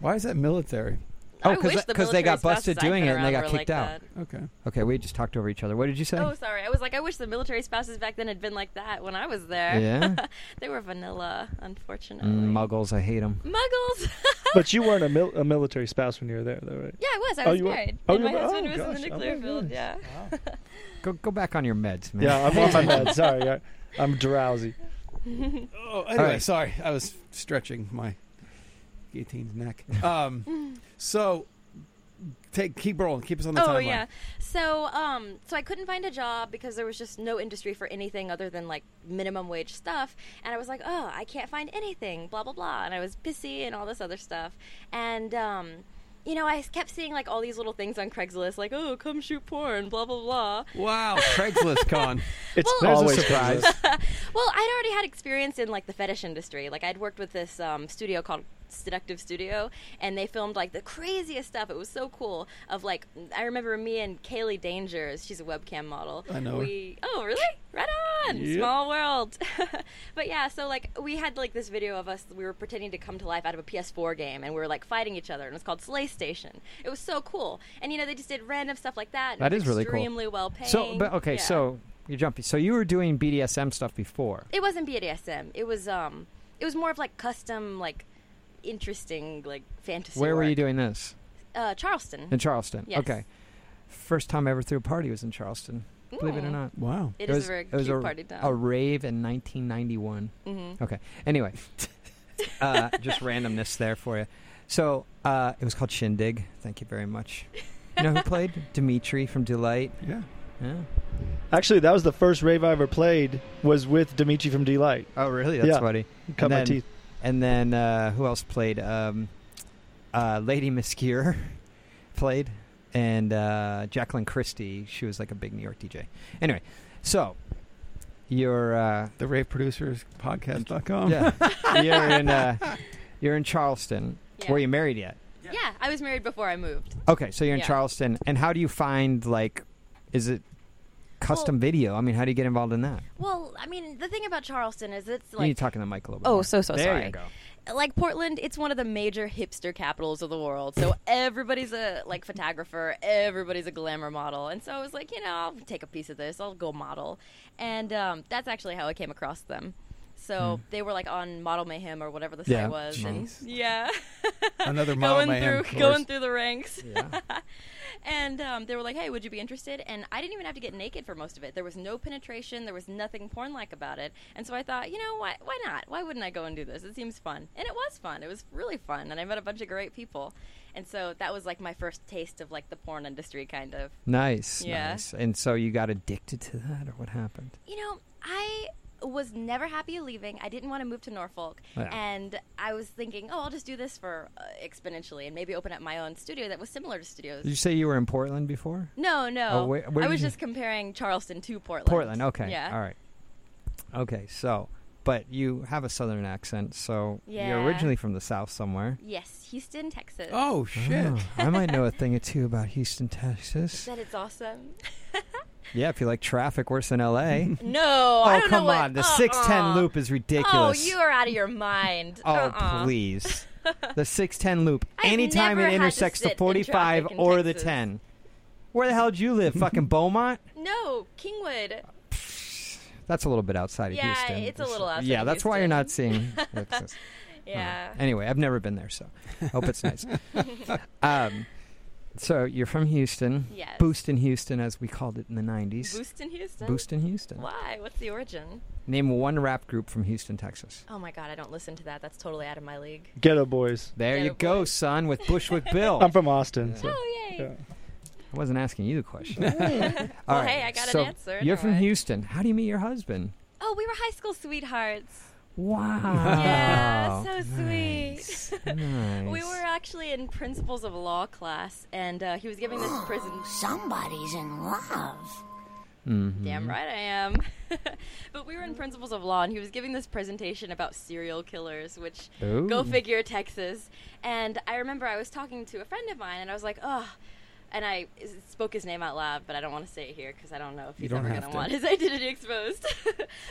[SPEAKER 9] Why is that military?
[SPEAKER 2] Mm-hmm. I
[SPEAKER 4] Oh, 'cause
[SPEAKER 2] wish
[SPEAKER 4] that-
[SPEAKER 2] the
[SPEAKER 4] 'cause they got
[SPEAKER 2] military spouses
[SPEAKER 4] busted
[SPEAKER 2] I've been
[SPEAKER 4] doing it and they
[SPEAKER 2] around
[SPEAKER 4] got
[SPEAKER 2] were
[SPEAKER 4] kicked
[SPEAKER 2] like
[SPEAKER 4] out.
[SPEAKER 2] that.
[SPEAKER 9] Okay.
[SPEAKER 4] Okay, we just talked over each other. What did you say?
[SPEAKER 2] Oh, sorry. I was like, I wish the military spouses back then had been like that when I was there.
[SPEAKER 4] Yeah. Mm,
[SPEAKER 2] they were vanilla, unfortunately.
[SPEAKER 4] Muggles, I hate them.
[SPEAKER 2] Muggles.
[SPEAKER 5] But you weren't a, mil- a military spouse when you were there, though, right?
[SPEAKER 2] yeah, I was. I
[SPEAKER 5] Oh,
[SPEAKER 2] was
[SPEAKER 5] you were-
[SPEAKER 2] married.
[SPEAKER 5] oh,
[SPEAKER 2] and
[SPEAKER 5] you
[SPEAKER 2] my
[SPEAKER 5] were-
[SPEAKER 2] husband
[SPEAKER 5] oh,
[SPEAKER 2] was in the
[SPEAKER 5] gosh. Oh, my
[SPEAKER 2] nuclear field.
[SPEAKER 5] goodness.
[SPEAKER 2] Yeah.
[SPEAKER 4] Go go back on your meds, man.
[SPEAKER 5] Yeah, I'm on my bed. Sorry, I, I'm drowsy.
[SPEAKER 9] Oh, anyway,
[SPEAKER 4] All right.
[SPEAKER 9] sorry. I was stretching my guillotine's neck. Um, so take keep rolling. Keep us on the
[SPEAKER 2] oh
[SPEAKER 9] timeline.
[SPEAKER 2] yeah so um so i couldn't find a job because there was just no industry for anything other than like minimum wage stuff and i was like oh i can't find anything blah blah blah and i was pissy and all this other stuff and um you know i kept seeing like all these little things on craigslist like oh come shoot porn blah blah blah
[SPEAKER 9] Wow, Craigslist con.
[SPEAKER 5] It's
[SPEAKER 2] Well-
[SPEAKER 5] always
[SPEAKER 2] well, I'd already had experience in like the fetish industry. Like I'd worked with this um, studio called Seductive Studio, and they filmed like the craziest stuff. It was so cool. Of like, I remember me and Kaylee Dangers. She's a webcam model.
[SPEAKER 9] I know her.
[SPEAKER 2] We oh really right on
[SPEAKER 9] Yep.
[SPEAKER 2] small world. but yeah, so like we had like this video of us. We were pretending to come to life out of a PS4 game, and we were like fighting each other. And it was called Slay Station. It was so cool. And you know they just did random stuff like that. and
[SPEAKER 4] That
[SPEAKER 2] it was
[SPEAKER 4] is really cool.
[SPEAKER 2] extremely well paid.
[SPEAKER 4] So, but okay,
[SPEAKER 2] Yeah.
[SPEAKER 4] so you're jumpy. So you were doing BDSM stuff before.
[SPEAKER 2] It wasn't BDSM. It was um, it was more of like custom, like interesting, like fantasy.
[SPEAKER 4] Where were you
[SPEAKER 2] work.
[SPEAKER 4] doing this?
[SPEAKER 2] Uh, Charleston.
[SPEAKER 4] In Charleston.
[SPEAKER 2] Yes.
[SPEAKER 4] Okay. First time I ever threw a party was in Charleston. Believe it or
[SPEAKER 2] Mm.
[SPEAKER 4] not.
[SPEAKER 9] Wow.
[SPEAKER 2] it is a very cute party town.
[SPEAKER 4] A rave in 1991.
[SPEAKER 2] Mhm.
[SPEAKER 4] Okay. Anyway, uh, just randomness there for you. So uh, it was called Shindig. Thank you very much. You know who played? Dimitri from Delight.
[SPEAKER 9] Yeah.
[SPEAKER 4] Yeah.
[SPEAKER 5] Actually, that was the first rave I ever played. Was with Dimitri from D Light.
[SPEAKER 4] Oh, really? That's
[SPEAKER 5] Yeah.
[SPEAKER 4] funny.
[SPEAKER 5] Cut my
[SPEAKER 4] then-
[SPEAKER 5] teeth.
[SPEAKER 4] And then uh, who else played? Um, uh, Lady Miscure played, and uh, Jacqueline Christie. She was like a big New York DJ. Anyway, so you're uh,
[SPEAKER 9] The Rave Producers
[SPEAKER 3] Oh.
[SPEAKER 9] Podcast.com.
[SPEAKER 4] yeah, you're in uh, you're in Charleston.
[SPEAKER 2] Yeah.
[SPEAKER 4] Were you married yet?
[SPEAKER 2] yeah, I was married before I moved.
[SPEAKER 4] Okay, so you're in
[SPEAKER 2] Yeah.
[SPEAKER 4] Charleston. And how do you find like, is it custom video? I mean, how do you get involved in that?
[SPEAKER 2] Well, I mean, the thing about Charleston is it's
[SPEAKER 4] you need
[SPEAKER 2] like.
[SPEAKER 4] to talk to the mic a little bit.
[SPEAKER 2] Oh,
[SPEAKER 4] more.
[SPEAKER 2] so, so
[SPEAKER 4] there
[SPEAKER 2] sorry.
[SPEAKER 4] you go.
[SPEAKER 2] like Portland, it's one of the major hipster capitals of the world. So everybody's a like photographer, everybody's a glamour model, and so I was like, you know, I'll take a piece of this. I'll go model, and um, that's actually how I came across them. So they were like on Model Mayhem or whatever the site
[SPEAKER 4] Yeah.
[SPEAKER 2] was, and
[SPEAKER 9] Jeez.
[SPEAKER 2] yeah,
[SPEAKER 9] Another model
[SPEAKER 2] going
[SPEAKER 9] mayhem.
[SPEAKER 2] through
[SPEAKER 9] course.
[SPEAKER 2] going through the ranks.
[SPEAKER 4] Yeah.
[SPEAKER 2] And um, they were like, "Hey, would you be interested?" And I didn't even have to get naked for most of it. There was no penetration. There was nothing porn-like about it. And so I thought, you know, why why not? Why wouldn't I go and do this? It seems fun, and it was fun. It was really fun, and I met a bunch of great people. And so that was like my first taste of like the porn industry, kind of.
[SPEAKER 4] Nice.
[SPEAKER 2] Yeah.
[SPEAKER 4] Nice. And so you got addicted to that, or what happened?
[SPEAKER 2] You know, I was never happy leaving. I didn't want to move to Norfolk,
[SPEAKER 4] Yeah.
[SPEAKER 2] and I was thinking, oh, I'll just do this for uh, exponentially, and maybe open up my own studio that was similar to studios.
[SPEAKER 4] Did you say you were in Portland before?
[SPEAKER 2] No, no.
[SPEAKER 4] Oh, where- where
[SPEAKER 2] I
[SPEAKER 4] did
[SPEAKER 2] was
[SPEAKER 4] you-
[SPEAKER 2] just comparing Charleston to Portland.
[SPEAKER 4] Portland. Okay.
[SPEAKER 2] Yeah.
[SPEAKER 4] All right. Okay. So, but you have a southern accent, so
[SPEAKER 2] Yeah.
[SPEAKER 4] you're originally from the south somewhere.
[SPEAKER 2] Yes, Houston, Texas.
[SPEAKER 9] Oh shit.
[SPEAKER 4] Oh, I might know a thing or two about Houston, Texas.
[SPEAKER 2] That it's awesome.
[SPEAKER 4] Yeah, if you like traffic worse than L.A.
[SPEAKER 2] No, I
[SPEAKER 4] oh,
[SPEAKER 2] don't know
[SPEAKER 4] come
[SPEAKER 2] what-
[SPEAKER 4] on. The
[SPEAKER 2] uh-uh.
[SPEAKER 4] 610 loop is ridiculous.
[SPEAKER 2] Oh, you are out of your mind.
[SPEAKER 4] Oh,
[SPEAKER 2] Uh-uh.
[SPEAKER 4] please. The 610 loop.
[SPEAKER 2] I've
[SPEAKER 4] Anytime
[SPEAKER 2] never
[SPEAKER 4] it
[SPEAKER 2] had to
[SPEAKER 4] intersects
[SPEAKER 2] sit
[SPEAKER 4] the
[SPEAKER 2] in
[SPEAKER 4] 45
[SPEAKER 2] traffic in
[SPEAKER 4] or the
[SPEAKER 2] Texas.
[SPEAKER 4] 10. Where the hell did you live? Fucking Beaumont?
[SPEAKER 2] No, Kingwood.
[SPEAKER 4] Uh, That's a little bit outside of
[SPEAKER 2] Yeah,
[SPEAKER 4] Houston.
[SPEAKER 2] it's a little outside
[SPEAKER 4] Yeah,
[SPEAKER 2] of
[SPEAKER 4] that's why you're
[SPEAKER 2] Houston.
[SPEAKER 4] not seeing Texas.
[SPEAKER 2] Yeah.
[SPEAKER 4] Anyway, I've never been there, so hope it's nice. um, so you're from Houston.
[SPEAKER 2] Yes.
[SPEAKER 4] Boostin' Houston, as we called it in the 90s.
[SPEAKER 2] Houston, Houston.
[SPEAKER 4] Boostin' Houston.
[SPEAKER 2] Why? What's the origin?
[SPEAKER 4] Name one rap group from Houston, Texas.
[SPEAKER 2] Oh my God, I don't listen to that. That's totally out of my league.
[SPEAKER 5] Ghetto Boys.
[SPEAKER 4] There
[SPEAKER 2] Get
[SPEAKER 4] you
[SPEAKER 2] a
[SPEAKER 4] go,
[SPEAKER 2] boy.
[SPEAKER 4] son, with Bushwick Bill.
[SPEAKER 5] I'm from Austin. So.
[SPEAKER 2] Oh yay!
[SPEAKER 5] Yeah.
[SPEAKER 4] I wasn't asking you the question. All
[SPEAKER 2] Well,
[SPEAKER 4] right,
[SPEAKER 2] hey, I got an
[SPEAKER 4] so
[SPEAKER 2] answer,
[SPEAKER 4] You're
[SPEAKER 2] don't
[SPEAKER 4] from
[SPEAKER 2] I?
[SPEAKER 4] Houston. How do you meet your husband?
[SPEAKER 2] Oh, we were high school sweethearts.
[SPEAKER 4] Wow.
[SPEAKER 2] Yeah, so sweet.
[SPEAKER 4] nice.
[SPEAKER 2] We were actually in principles of law class, and uh, he was giving this prison.
[SPEAKER 10] Somebody's in love.
[SPEAKER 4] Mm-hmm.
[SPEAKER 3] Mm-hmm.
[SPEAKER 2] Damn right I am. but we were in principles of law, and he was giving this presentation about serial killers, which
[SPEAKER 4] Ooh.
[SPEAKER 2] go figure, Texas. And I remember I was talking to a friend of mine, and I was like, oh. and I s- spoke his name out loud, but I don't want to say it here because I don't know if
[SPEAKER 3] You
[SPEAKER 2] he's
[SPEAKER 3] don't
[SPEAKER 2] ever
[SPEAKER 3] have
[SPEAKER 2] going to
[SPEAKER 3] to.
[SPEAKER 2] want his identity exposed.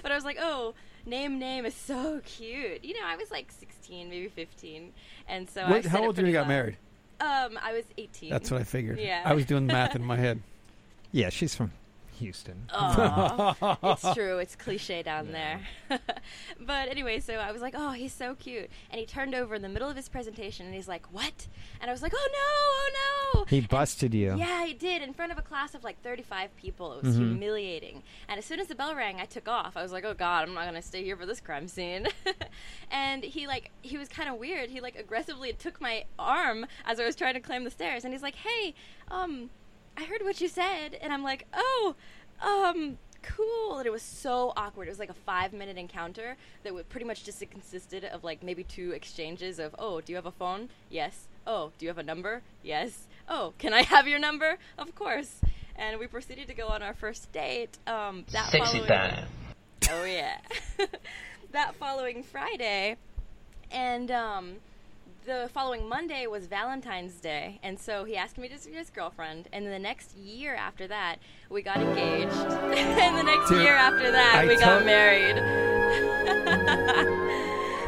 [SPEAKER 2] but I was like, oh, name name is so cute. You know, I was like 16, maybe 15, and so I
[SPEAKER 3] What,
[SPEAKER 2] said
[SPEAKER 3] how
[SPEAKER 2] it
[SPEAKER 3] old were you
[SPEAKER 2] pretty
[SPEAKER 3] when you got
[SPEAKER 2] loud.
[SPEAKER 3] married?
[SPEAKER 2] Um, I was 18.
[SPEAKER 3] That's what I figured.
[SPEAKER 2] Yeah.
[SPEAKER 3] I was doing the math in my head.
[SPEAKER 4] Yeah, she's from Houston.
[SPEAKER 2] Aw. it's true. It's cliche down there. but anyway, so I was like, oh, he's so cute. And he turned over in the middle of his presentation and he's like, what? And I was like, oh no, oh no.
[SPEAKER 4] He busted you.
[SPEAKER 2] Yeah, he did in front of a class of like 35 people. It was
[SPEAKER 4] Mhm.
[SPEAKER 2] humiliating. And as soon as the bell rang, I took off. I was like, "Oh God, I'm not gonna stay here for this crime scene." and he like he was kind of weird. He like aggressively took my arm as I was trying to climb the stairs, and he's like, "Hey, um, I heard what you said," and I'm like, "Oh, um." Cool, and it was so awkward. It was like a five-minute encounter that would pretty much just consisted of like maybe two exchanges of, "Oh, do you have a phone? Yes. Oh, do you have a number? Yes. Oh, can I have your number? Of course." And we proceeded to go on our first date. Um, that following- Oh yeah. that following Friday, and um, the following Monday was Valentine's Day, and so he asked me to be his girlfriend. And the next year after that, we got engaged. and the next
[SPEAKER 3] Dude,
[SPEAKER 2] year after that,
[SPEAKER 3] I
[SPEAKER 2] we got
[SPEAKER 3] tot-
[SPEAKER 2] married.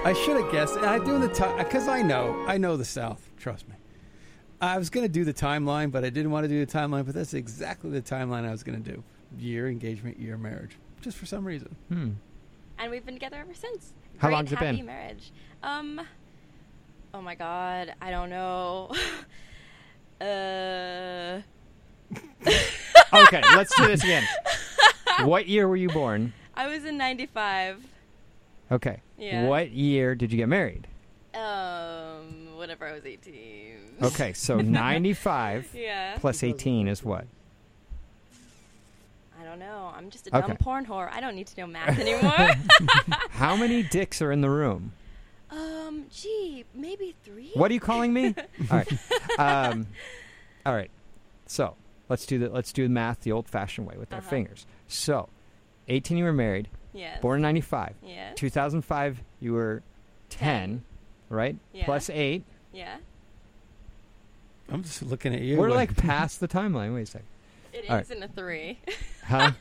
[SPEAKER 3] I should have guessed. I doing the time because I know I know the South. Trust me. I was going to do the timeline, but I didn't want to do the timeline. But that's exactly the timeline I was going to do: year engagement, year marriage. Just for some reason,
[SPEAKER 4] Hmm.
[SPEAKER 2] And we've been together ever since.
[SPEAKER 4] How
[SPEAKER 2] Great,
[SPEAKER 4] long's it
[SPEAKER 2] happy
[SPEAKER 4] been?
[SPEAKER 2] marriage. Um. Oh my God, I don't know. uh.
[SPEAKER 4] Okay, let's do this again. What year were you born?
[SPEAKER 2] I was in '95.
[SPEAKER 4] Okay.
[SPEAKER 2] Yeah.
[SPEAKER 4] What year did you get married?
[SPEAKER 2] Um, whenever I was 18.
[SPEAKER 4] Okay, so 95
[SPEAKER 2] Yeah.
[SPEAKER 4] plus 18 is what?
[SPEAKER 2] I don't know. I'm just a dumb
[SPEAKER 4] Okay.
[SPEAKER 2] porn whore. I don't need to know math anymore.
[SPEAKER 4] How many dicks are in the room?
[SPEAKER 2] um, gee, maybe three?
[SPEAKER 4] What are you calling me? all right. Um, all right. So let's do the let's do the math the old-fashioned way with our
[SPEAKER 2] Uh-huh.
[SPEAKER 4] fingers. So, 18, you were married.
[SPEAKER 2] Yes.
[SPEAKER 4] Born in 95.
[SPEAKER 2] Yes.
[SPEAKER 4] 2005, you were 10, right?
[SPEAKER 2] Yeah.
[SPEAKER 4] Plus eight.
[SPEAKER 2] Yeah.
[SPEAKER 3] I'm just looking at you.
[SPEAKER 4] We're like past the timeline. Wait a second.
[SPEAKER 2] It
[SPEAKER 4] All
[SPEAKER 2] ends in a three.
[SPEAKER 4] Huh?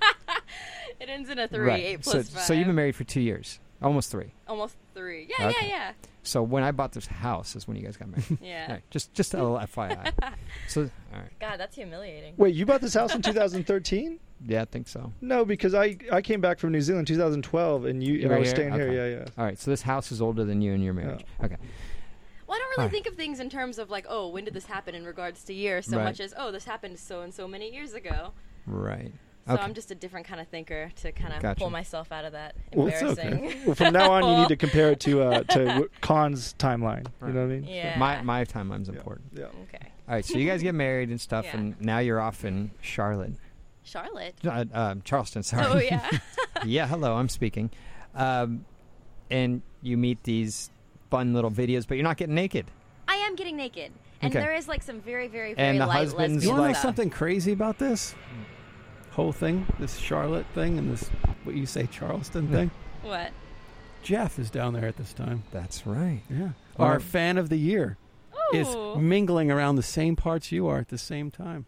[SPEAKER 2] it ends in a three.
[SPEAKER 4] Right.
[SPEAKER 2] Eight
[SPEAKER 4] so,
[SPEAKER 2] plus five.
[SPEAKER 4] so you've been married for two years, almost three.
[SPEAKER 2] Almost three. Yeah,
[SPEAKER 4] Okay.
[SPEAKER 2] yeah,
[SPEAKER 4] So when I bought this house is when you guys got married.
[SPEAKER 2] yeah. Yeah.
[SPEAKER 4] All right, just just a little FYI. So all right,
[SPEAKER 2] God, that's humiliating.
[SPEAKER 5] Wait, you bought this house in 2013?
[SPEAKER 4] yeah, I think so.
[SPEAKER 5] No, because I I came back from New Zealand 2012, and you
[SPEAKER 4] You
[SPEAKER 5] and
[SPEAKER 4] were
[SPEAKER 5] I was
[SPEAKER 4] here?
[SPEAKER 5] staying here.
[SPEAKER 4] Okay.
[SPEAKER 5] Yeah, yeah.
[SPEAKER 4] All right, so this house is older than you and your marriage. Okay,
[SPEAKER 2] Well, I don't really
[SPEAKER 4] Alright.
[SPEAKER 2] think of things in terms of like, oh, when did this happen in regards to years so
[SPEAKER 4] Right.
[SPEAKER 2] much as, oh, this happened so and so many years ago.
[SPEAKER 4] right.
[SPEAKER 2] So
[SPEAKER 4] okay.
[SPEAKER 2] I'm just a different kind of thinker to kind of
[SPEAKER 4] Gotcha.
[SPEAKER 2] pull myself out of that
[SPEAKER 5] Well, it's
[SPEAKER 2] embarrassing.
[SPEAKER 5] Well, from now on, you need to compare it to uh, to w- Khan's timeline. You know what I mean?
[SPEAKER 2] yeah.
[SPEAKER 4] my my timeline's important.
[SPEAKER 5] Yeah.
[SPEAKER 2] okay.
[SPEAKER 4] All right, so you guys get married and stuff,
[SPEAKER 2] Yeah.
[SPEAKER 4] and now you're off in Charlotte,
[SPEAKER 2] Charlotte.
[SPEAKER 4] uh, um, Charleston. Sorry.
[SPEAKER 2] Oh yeah.
[SPEAKER 4] yeah, hello, I'm speaking. Um, and you meet these fun little videos, but you're not getting naked.
[SPEAKER 2] I am getting naked, and
[SPEAKER 4] Okay.
[SPEAKER 2] there is like some very, very, very
[SPEAKER 4] And the
[SPEAKER 2] light
[SPEAKER 4] husband's
[SPEAKER 3] you
[SPEAKER 2] lesbian
[SPEAKER 3] want to know
[SPEAKER 2] stuff.
[SPEAKER 3] something crazy about this whole thing? This Charlotte thing and this what you say Charleston thing.
[SPEAKER 2] What?
[SPEAKER 3] Jeff is down there at this time.
[SPEAKER 4] That's right.
[SPEAKER 3] Yeah,
[SPEAKER 4] Well,
[SPEAKER 3] our
[SPEAKER 4] I'm-
[SPEAKER 3] fan of the year
[SPEAKER 2] Ooh.
[SPEAKER 3] is mingling around the same parts you are at the same time.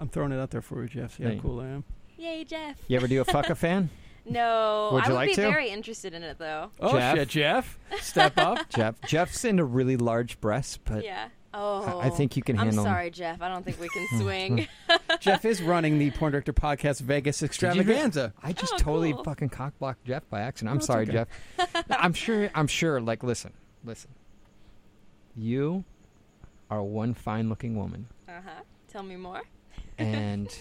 [SPEAKER 3] I'm throwing it out there for you, Jeff. See how
[SPEAKER 4] Thank you.
[SPEAKER 3] cool I am.
[SPEAKER 2] Yay, Jeff.
[SPEAKER 4] You ever do a fuck a fan?
[SPEAKER 2] No,
[SPEAKER 4] Would
[SPEAKER 2] I
[SPEAKER 4] you
[SPEAKER 2] would
[SPEAKER 4] like
[SPEAKER 2] be
[SPEAKER 4] to?
[SPEAKER 2] very interested in it though.
[SPEAKER 3] Oh
[SPEAKER 4] Jeff?
[SPEAKER 3] shit, Jeff, step up.
[SPEAKER 4] Jeff. Jeff's into really large breasts, but
[SPEAKER 2] yeah. Oh.
[SPEAKER 4] I think you can
[SPEAKER 2] I'm
[SPEAKER 4] handle 'em.
[SPEAKER 2] sorry, Jeff. I don't think we can swing.
[SPEAKER 3] Jeff is running the Porn Director Podcast Vegas
[SPEAKER 4] Did you
[SPEAKER 3] Extravaganza.
[SPEAKER 4] just- I just
[SPEAKER 2] Oh,
[SPEAKER 4] totally
[SPEAKER 2] cool.
[SPEAKER 4] fucking cockblocked Jeff by accident. I'm
[SPEAKER 3] it's
[SPEAKER 4] sorry,
[SPEAKER 3] okay.
[SPEAKER 4] Jeff. I'm sure. I'm sure. Like, listen, listen. You are one fine-looking woman,
[SPEAKER 2] uh huh. Tell me more.
[SPEAKER 4] and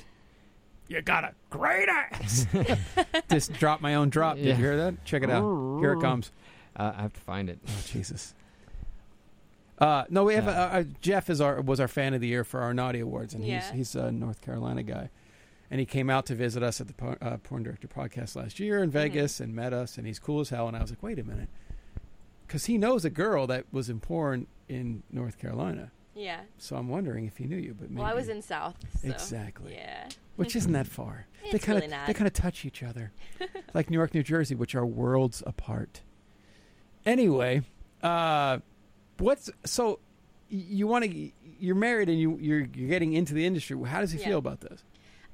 [SPEAKER 3] You got a great ass. just drop my own drop. Did
[SPEAKER 4] Yeah.
[SPEAKER 3] you hear that? Check it out. Here it comes.
[SPEAKER 4] uh, I have to find it.
[SPEAKER 3] Oh, Jesus. Uh, no, we have
[SPEAKER 4] Yeah.
[SPEAKER 3] uh, uh, Jeff is our was our fan of the year for our Naughty Awards, and
[SPEAKER 2] Yeah.
[SPEAKER 3] he's he's a North Carolina guy, and he came out to visit us at the Por- uh, Porn Director Podcast last year in
[SPEAKER 2] Mm-hmm.
[SPEAKER 3] Vegas and met us, and he's cool as hell. And I was like, wait a minute, because he knows a girl that was in porn in North Carolina,
[SPEAKER 2] Yeah.
[SPEAKER 3] so I'm wondering if he knew you. But maybe.
[SPEAKER 2] Well, I was in South. So.
[SPEAKER 3] exactly,
[SPEAKER 2] Yeah.
[SPEAKER 3] which isn't that far. they
[SPEAKER 2] It's
[SPEAKER 3] kind of
[SPEAKER 2] really not.
[SPEAKER 3] they kind of touch each other, like New York, New Jersey, which are worlds apart. Anyway, uh, what's so y- you want to you're married and you you're, you're getting into the industry. How does he
[SPEAKER 2] Yeah.
[SPEAKER 3] feel about this?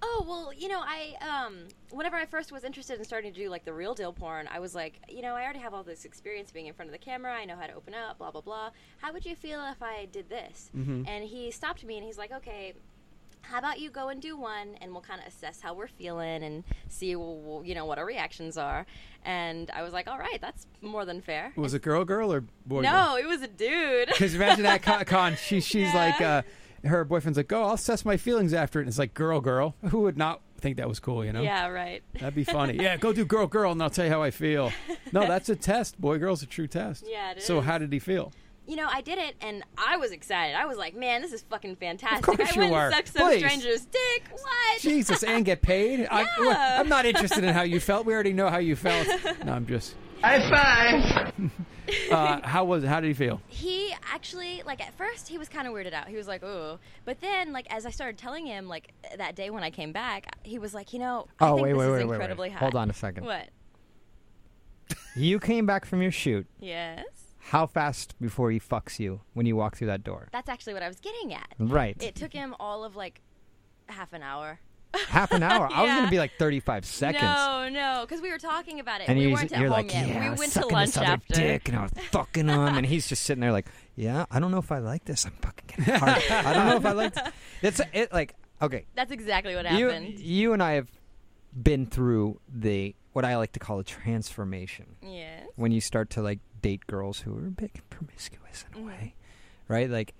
[SPEAKER 2] Oh well, you know, I um, whenever I first was interested in starting to do like the real deal porn, I was like, you know, I already have all this experience being in front of the camera. I know how to open up, blah blah blah. How would you feel if I did this? And he stopped me and he's like, okay. How about you go and do one, and we'll kind of assess how we're feeling and see, well, you know, what our reactions are. And I was like, all right, that's more than fair.
[SPEAKER 3] Was it girl, girl, or boy?
[SPEAKER 2] No, it was a dude.
[SPEAKER 3] Because imagine that con. con she, she's like, uh, her boyfriend's like, oh, I'll assess my feelings after it. And it's like, girl, girl. Who would not think that was cool, you know?
[SPEAKER 2] Yeah, right.
[SPEAKER 3] That'd be funny. yeah, go do girl, girl, and I'll tell you how I feel. No, that's a test. Boy, girl's a true test.
[SPEAKER 2] Yeah, it
[SPEAKER 3] So
[SPEAKER 2] is.
[SPEAKER 3] how did he feel?
[SPEAKER 2] you know, I did it, and I was excited. I was like, man, this is fucking fantastic.
[SPEAKER 3] Of course
[SPEAKER 2] I
[SPEAKER 3] you
[SPEAKER 2] went
[SPEAKER 3] are.
[SPEAKER 2] and sucked some
[SPEAKER 3] Please.
[SPEAKER 2] stranger's dick. What?
[SPEAKER 3] Jesus, and get paid? I,
[SPEAKER 2] No.
[SPEAKER 3] am not interested in how you felt. We already know how you felt. No, I'm just.
[SPEAKER 11] High five.
[SPEAKER 3] Uh, how was? How did he feel?
[SPEAKER 2] He actually, like, at first, he was kind of weirded out. He was like, ooh. But then, like, as I started telling him, like, that day when I came back, he was like, you know, I
[SPEAKER 4] oh
[SPEAKER 2] think
[SPEAKER 4] wait,
[SPEAKER 2] this
[SPEAKER 4] wait,
[SPEAKER 2] is
[SPEAKER 4] wait, wait,
[SPEAKER 2] incredibly
[SPEAKER 4] wait.
[SPEAKER 2] hot.
[SPEAKER 4] Hold on a second.
[SPEAKER 2] What?
[SPEAKER 4] You came back from your shoot.
[SPEAKER 2] Yes?
[SPEAKER 4] How fast before he fucks you when you walk through that door?
[SPEAKER 2] That's actually what I was getting at.
[SPEAKER 4] Right.
[SPEAKER 2] It took him all of, like, half an hour.
[SPEAKER 4] Half an hour. I was
[SPEAKER 2] Yeah.
[SPEAKER 4] gonna be like 35 seconds.
[SPEAKER 2] No, no, because we were talking about it.
[SPEAKER 4] And
[SPEAKER 2] we
[SPEAKER 4] you,
[SPEAKER 2] weren't at
[SPEAKER 4] you're
[SPEAKER 2] home
[SPEAKER 4] like,
[SPEAKER 2] yet.
[SPEAKER 4] yeah, I
[SPEAKER 2] we
[SPEAKER 4] was
[SPEAKER 2] went to
[SPEAKER 4] sucking
[SPEAKER 2] lunch
[SPEAKER 4] this other
[SPEAKER 2] after.
[SPEAKER 4] dick, and I was fucking him, and he's just sitting there like, yeah, I don't know if I like this. I'm fucking getting hard. I don't know if I like. This. It's it like okay.
[SPEAKER 2] That's exactly what
[SPEAKER 4] you,
[SPEAKER 2] happened.
[SPEAKER 4] you and I have been through the what I like to call a transformation
[SPEAKER 2] Yes.
[SPEAKER 4] when you start to like date girls who are big and promiscuous in a
[SPEAKER 2] Mm-hmm.
[SPEAKER 4] way, right? Like,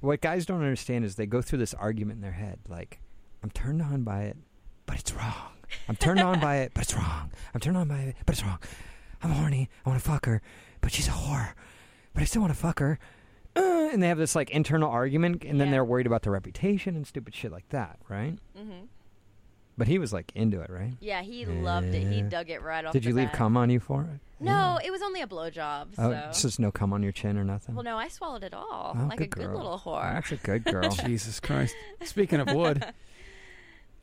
[SPEAKER 4] what guys don't understand is they go through this argument in their head, like, I'm turned on by it, but it's wrong. I'm turned on by it, but it's wrong. I'm turned on by it, but it's wrong. I'm horny. I want to fuck her, but she's a whore. But I still want to fuck her. Uh, and they have this like internal argument, and then
[SPEAKER 2] Yeah.
[SPEAKER 4] they're worried about their reputation and stupid shit like that, right?
[SPEAKER 2] Mhm.
[SPEAKER 4] But he was like into it, right?
[SPEAKER 2] Yeah, he loved it. He
[SPEAKER 4] Yeah.
[SPEAKER 2] dug it right off.
[SPEAKER 4] Did
[SPEAKER 2] the
[SPEAKER 4] you leave
[SPEAKER 2] bat.
[SPEAKER 4] cum on you for it?
[SPEAKER 2] No, it was only a blowjob. So.
[SPEAKER 4] Oh, so there's no cum on your chin or nothing?
[SPEAKER 2] well, no, I swallowed it all
[SPEAKER 4] Oh,
[SPEAKER 2] like a good
[SPEAKER 4] girl.
[SPEAKER 2] little whore.
[SPEAKER 4] That's a good girl.
[SPEAKER 3] Jesus Christ. Speaking of wood.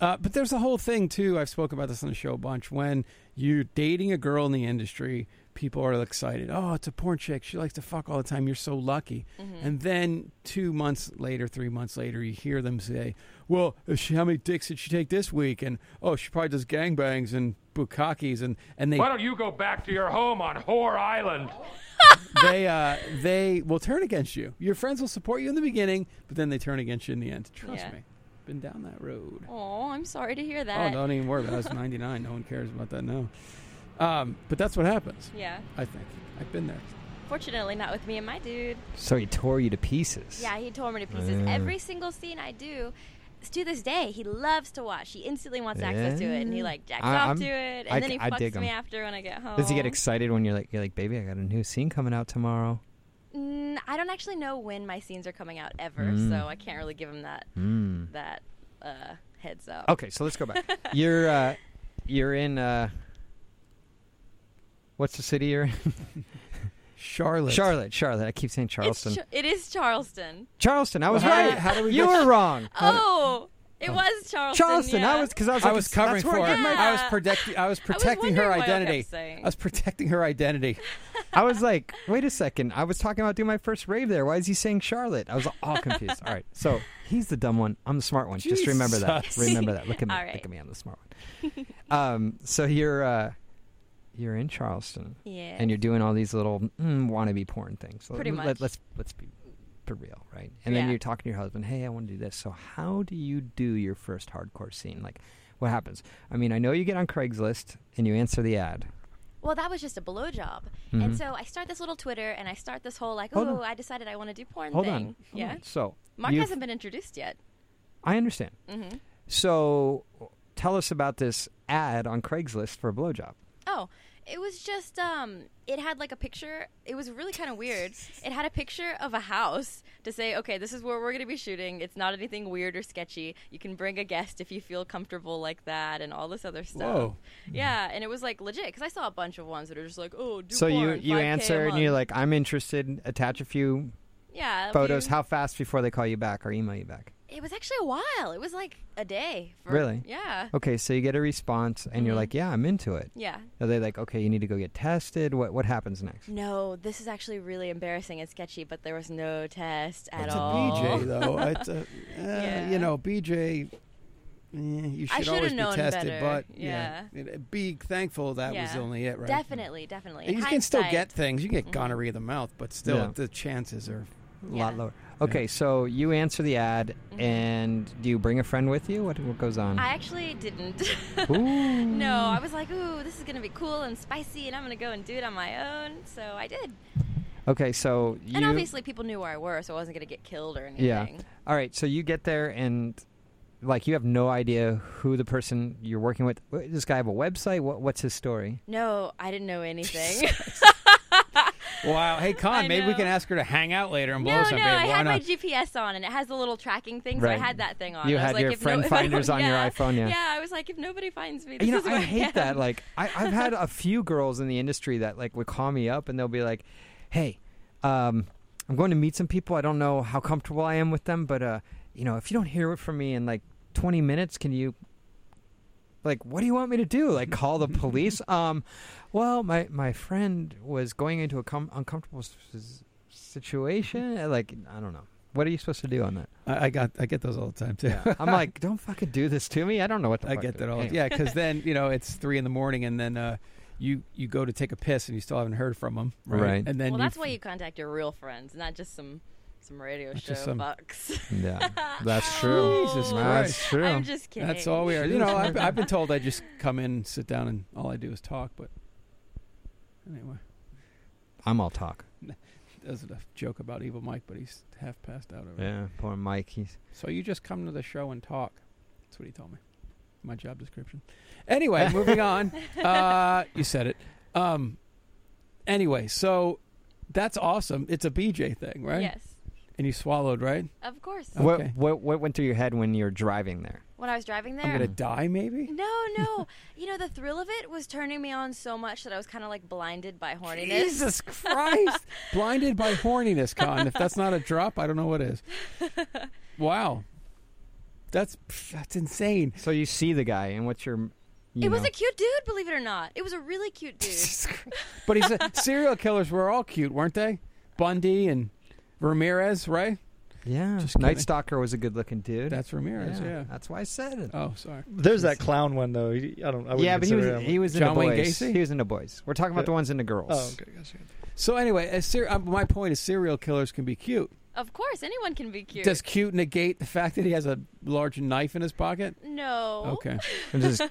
[SPEAKER 3] Uh, but there's a whole thing too. I've spoken about this on the show a bunch. When you're dating a girl in the industry, people are excited. Oh, it's a porn chick. She likes to fuck all the time. You're so lucky.
[SPEAKER 2] Mm. Mm-hmm.
[SPEAKER 3] And then two months later, three months later, you hear them say, "Well, is she, how many dicks did she take this week?" And oh, she probably does gangbangs and bukakis and and they
[SPEAKER 6] Why don't you go back to your home on Whore Island?
[SPEAKER 3] they uh, they will turn against you. Your friends will support you in the beginning, but then they turn against you in the end. Trust
[SPEAKER 2] Yeah.
[SPEAKER 3] me, been down that road.
[SPEAKER 2] Oh, I'm sorry to hear
[SPEAKER 3] Oh,
[SPEAKER 2] that.
[SPEAKER 3] don't even worry about it. I was 99. No one cares about that now. Um, but that's what happens,
[SPEAKER 2] Yeah.
[SPEAKER 3] I think. I've been there.
[SPEAKER 2] Fortunately, not with me and my dude.
[SPEAKER 4] so he tore you to pieces.
[SPEAKER 2] Yeah, he tore me to pieces.
[SPEAKER 4] Yeah.
[SPEAKER 2] Every single scene I do. To this day, he loves to watch. He instantly wants access to it, and he like jacks
[SPEAKER 4] I-
[SPEAKER 2] off
[SPEAKER 4] I'm-
[SPEAKER 2] to it, and
[SPEAKER 4] I
[SPEAKER 2] then
[SPEAKER 4] c-
[SPEAKER 2] he
[SPEAKER 4] I
[SPEAKER 2] fucks
[SPEAKER 4] dig
[SPEAKER 2] me
[SPEAKER 4] him.
[SPEAKER 2] after when I get home.
[SPEAKER 4] Does he get excited when you're like you're like, baby, I got a new scene coming out tomorrow?
[SPEAKER 2] Mm, I don't actually know when my scenes are coming out ever,
[SPEAKER 4] Mm.
[SPEAKER 2] so I can't really give him that that uh, heads up.
[SPEAKER 4] Hmm. Okay, so let's go back. you're uh, you're in uh, what's the city you're in?
[SPEAKER 3] Charlotte.
[SPEAKER 4] Charlotte, Charlotte. I keep saying
[SPEAKER 2] It's
[SPEAKER 4] Charleston.
[SPEAKER 2] Ch- it is Charleston.
[SPEAKER 4] Charleston. I was
[SPEAKER 3] Well, how
[SPEAKER 4] right.
[SPEAKER 3] do- how do we
[SPEAKER 4] you
[SPEAKER 3] get-
[SPEAKER 4] were wrong.
[SPEAKER 2] Oh, it was Charleston.
[SPEAKER 4] Charleston.
[SPEAKER 2] yeah.
[SPEAKER 4] I was because I was
[SPEAKER 3] I
[SPEAKER 4] like,
[SPEAKER 3] was
[SPEAKER 4] "That's
[SPEAKER 3] covering
[SPEAKER 4] where
[SPEAKER 3] for
[SPEAKER 4] I
[SPEAKER 3] her.
[SPEAKER 4] get my-
[SPEAKER 3] I was protecting. I was protecting her
[SPEAKER 2] wondering why I kept
[SPEAKER 3] identity.
[SPEAKER 2] saying.
[SPEAKER 3] was protecting her identity.
[SPEAKER 4] I was like, wait a second. I was talking about doing my first rave there. Why is he saying Charlotte? I was all confused. All right. So he's the dumb one. I'm the smart one. Just remember that.
[SPEAKER 3] Jesus.
[SPEAKER 4] Remember that. Look at me.
[SPEAKER 2] All
[SPEAKER 4] Look
[SPEAKER 2] right.
[SPEAKER 4] at me. I'm the smart one. um, so you're uh, you're in Charleston.
[SPEAKER 2] Yeah.
[SPEAKER 4] And you're doing all these little mm, wannabe porn things. So
[SPEAKER 2] Pretty
[SPEAKER 4] let,
[SPEAKER 2] much.
[SPEAKER 4] Let's let's be for real, right? And then
[SPEAKER 2] Yeah.
[SPEAKER 4] you're talking to your husband. Hey, I want to do this. So how do you do your first hardcore scene? Like, what happens? I mean, I know you get on Craigslist and you answer the ad.
[SPEAKER 2] Well, that was just a blowjob, and so I start this little Twitter, and I start this whole like,
[SPEAKER 4] Mm-hmm. Hold on.
[SPEAKER 2] oh, I decided I want to do porn
[SPEAKER 4] Hold
[SPEAKER 2] thing.
[SPEAKER 4] on. Hold
[SPEAKER 2] yeah.
[SPEAKER 4] on. So
[SPEAKER 2] Mark
[SPEAKER 4] you've-
[SPEAKER 2] hasn't been introduced yet. Mm-hmm.
[SPEAKER 4] I understand. So, tell us about this ad on Craigslist for a blowjob.
[SPEAKER 2] Oh, it was just um, it had like a picture. It was really kind of weird. It had a picture of a house to say, okay, this is where we're going to be shooting. It's not anything weird or sketchy. You can bring a guest if you feel comfortable like that, and all this other stuff.
[SPEAKER 3] Whoa.
[SPEAKER 2] Yeah, and it was like legit because I saw a bunch of ones that are just like, oh, do
[SPEAKER 4] So you
[SPEAKER 2] porn,
[SPEAKER 4] you
[SPEAKER 2] 5K a
[SPEAKER 4] answer and you're
[SPEAKER 2] month.
[SPEAKER 4] like, I'm interested. Attach a few
[SPEAKER 2] yeah a
[SPEAKER 4] photos.
[SPEAKER 2] few-
[SPEAKER 4] How fast before they call you back or email you back?
[SPEAKER 2] It it was actually a while. It was like a day. For,
[SPEAKER 4] Really?
[SPEAKER 2] Yeah.
[SPEAKER 4] Okay, so you get a response, and
[SPEAKER 2] Mm-hmm.
[SPEAKER 4] you're like, "Yeah, I'm into it."
[SPEAKER 2] Yeah.
[SPEAKER 4] Are they like, "Okay, you need to go get tested"? What What happens next?
[SPEAKER 2] No, this is actually really embarrassing and sketchy, but there was no test at
[SPEAKER 3] It's a
[SPEAKER 2] all.
[SPEAKER 3] BJ though. It's a, uh,
[SPEAKER 2] Yeah.
[SPEAKER 3] you know BJ. eh, you
[SPEAKER 2] I
[SPEAKER 3] should
[SPEAKER 2] shoulda
[SPEAKER 3] always be
[SPEAKER 2] known
[SPEAKER 3] tested,
[SPEAKER 2] better.
[SPEAKER 3] but
[SPEAKER 2] Yeah.
[SPEAKER 3] It- be thankful that was
[SPEAKER 2] Yeah.
[SPEAKER 3] only it, right?
[SPEAKER 2] Definitely, definitely.
[SPEAKER 3] And
[SPEAKER 2] In
[SPEAKER 3] you can still
[SPEAKER 2] hindsight- Mm-hmm.
[SPEAKER 3] get things. You can get gonorrhea of the mouth, but still,
[SPEAKER 4] Yeah.
[SPEAKER 3] the chances are
[SPEAKER 4] A lot lower. Okay, so you answer the ad, and do you bring a friend with you? What What goes on?
[SPEAKER 2] Mm-hmm. I actually didn't.
[SPEAKER 4] Ooh.
[SPEAKER 2] no, I was like, ooh, this is going to be cool and spicy, and I'm going to go and do it on my own. So I did.
[SPEAKER 4] Okay, so you.
[SPEAKER 2] And obviously, people knew where I were, so I wasn't going to get killed or anything.
[SPEAKER 4] Yeah. All right. So you get there and like you have no idea who the person you're working with. Wh- Does this guy have a website? What, what's his story?
[SPEAKER 2] No, I didn't know anything.
[SPEAKER 3] Wow. Hey,
[SPEAKER 2] I
[SPEAKER 3] Con, maybe we
[SPEAKER 2] know.
[SPEAKER 3] can ask her to hang out later and blow
[SPEAKER 2] no, no,
[SPEAKER 3] something.
[SPEAKER 2] I
[SPEAKER 3] Why
[SPEAKER 2] had my
[SPEAKER 3] not?
[SPEAKER 2] GPS on, and it has the little tracking thing, so I
[SPEAKER 4] Right.
[SPEAKER 2] had that thing on.
[SPEAKER 4] You
[SPEAKER 2] Uh, I was
[SPEAKER 4] had
[SPEAKER 2] like,
[SPEAKER 4] your
[SPEAKER 2] if
[SPEAKER 4] friend
[SPEAKER 2] no, if I don't-
[SPEAKER 4] finders on your iPhone, yeah.
[SPEAKER 2] Yeah, I was like, if nobody finds me, this
[SPEAKER 4] you know,
[SPEAKER 2] is where
[SPEAKER 4] I hate
[SPEAKER 2] am.
[SPEAKER 4] that. Like, I, I've had a few girls in the industry that like would call me up and they'll be like, "Hey, um, I'm going to meet some people. I don't know how comfortable I am with them, but uh, you know, if you don't hear it from me in like 20 minutes, can you?" Like, what do you want me to do? Like, call the police? um, well, my my friend was going into a com- uncomfortable s- s- situation. and, Like, I don't know. What are you supposed to do on that?
[SPEAKER 3] I, I got I get those all the time too.
[SPEAKER 4] I'm like, don't fucking do this to me. I don't know what the
[SPEAKER 3] I
[SPEAKER 4] fuck
[SPEAKER 3] get
[SPEAKER 4] to-
[SPEAKER 3] that all.
[SPEAKER 4] Anyway.
[SPEAKER 3] Yeah, because then you know it's three in the morning, and then uh, you you go to take a piss, and you still haven't heard from them, right?
[SPEAKER 4] Right.
[SPEAKER 3] And then
[SPEAKER 2] well,
[SPEAKER 3] you
[SPEAKER 2] that's why you contact your real friends, not just some some radio show
[SPEAKER 3] just some-
[SPEAKER 2] bucks.
[SPEAKER 4] Yeah, that's true.
[SPEAKER 3] Jesus
[SPEAKER 4] that's
[SPEAKER 3] Christ.
[SPEAKER 4] true.
[SPEAKER 2] Oh, I'm just kidding.
[SPEAKER 3] That's all we are. You know, I've, I've been told I just come in, sit down, and all I do is talk. But anyway,
[SPEAKER 4] I'm all talk.
[SPEAKER 3] that was a joke about Evil Mike, but he's half passed out over. there.
[SPEAKER 4] Yeah, poor Mike. He's
[SPEAKER 3] So you just come to the show and talk. That's what he told me. My job description. Anyway, moving on. Uh, you said it. Um, anyway, so that's awesome. It's a BJ thing, right?
[SPEAKER 2] Yes,
[SPEAKER 3] And you swallowed, right?
[SPEAKER 2] of course.
[SPEAKER 3] Okay.
[SPEAKER 4] what, what what went through your head when you're driving there?
[SPEAKER 2] When I was driving there,
[SPEAKER 3] I'm gonna die, maybe.
[SPEAKER 2] No, no. you know, the thrill of it was turning me on so much that I was kind of like blinded by horniness.
[SPEAKER 3] Jesus Christ! Blinded by horniness, Con. If that's not a drop, I don't know what is. Wow, that's pff, that's insane.
[SPEAKER 4] So you see the guy, and what's your? You
[SPEAKER 2] it was
[SPEAKER 4] know-
[SPEAKER 2] a cute dude, believe it or not. It was a really cute dude.
[SPEAKER 3] But he's a, serial killers were all cute, weren't they? Bundy and Ramirez, right?
[SPEAKER 4] yeah.
[SPEAKER 3] Just
[SPEAKER 4] Night
[SPEAKER 3] kidding.
[SPEAKER 4] Stalker was a good-looking dude.
[SPEAKER 3] That's Ramirez. Yeah.
[SPEAKER 4] That's why I said it.
[SPEAKER 3] Oh, sorry.
[SPEAKER 5] There's that clown one though. He- I don't. I wouldn't
[SPEAKER 4] yeah, but he was
[SPEAKER 5] consider him.
[SPEAKER 4] he was in
[SPEAKER 3] John
[SPEAKER 4] the
[SPEAKER 3] Wayne
[SPEAKER 4] boys.
[SPEAKER 3] Gacy?
[SPEAKER 4] He was in the boys. We're talking about
[SPEAKER 5] Yeah.
[SPEAKER 4] the ones in the girls.
[SPEAKER 5] Oh, okay, gotcha.
[SPEAKER 3] So anyway, a ser- uh, my point is serial killers can be cute.
[SPEAKER 2] of course, anyone can be cute.
[SPEAKER 3] Does cute negate the fact that he has a large knife in his pocket?
[SPEAKER 2] no.
[SPEAKER 3] Okay.
[SPEAKER 4] And Does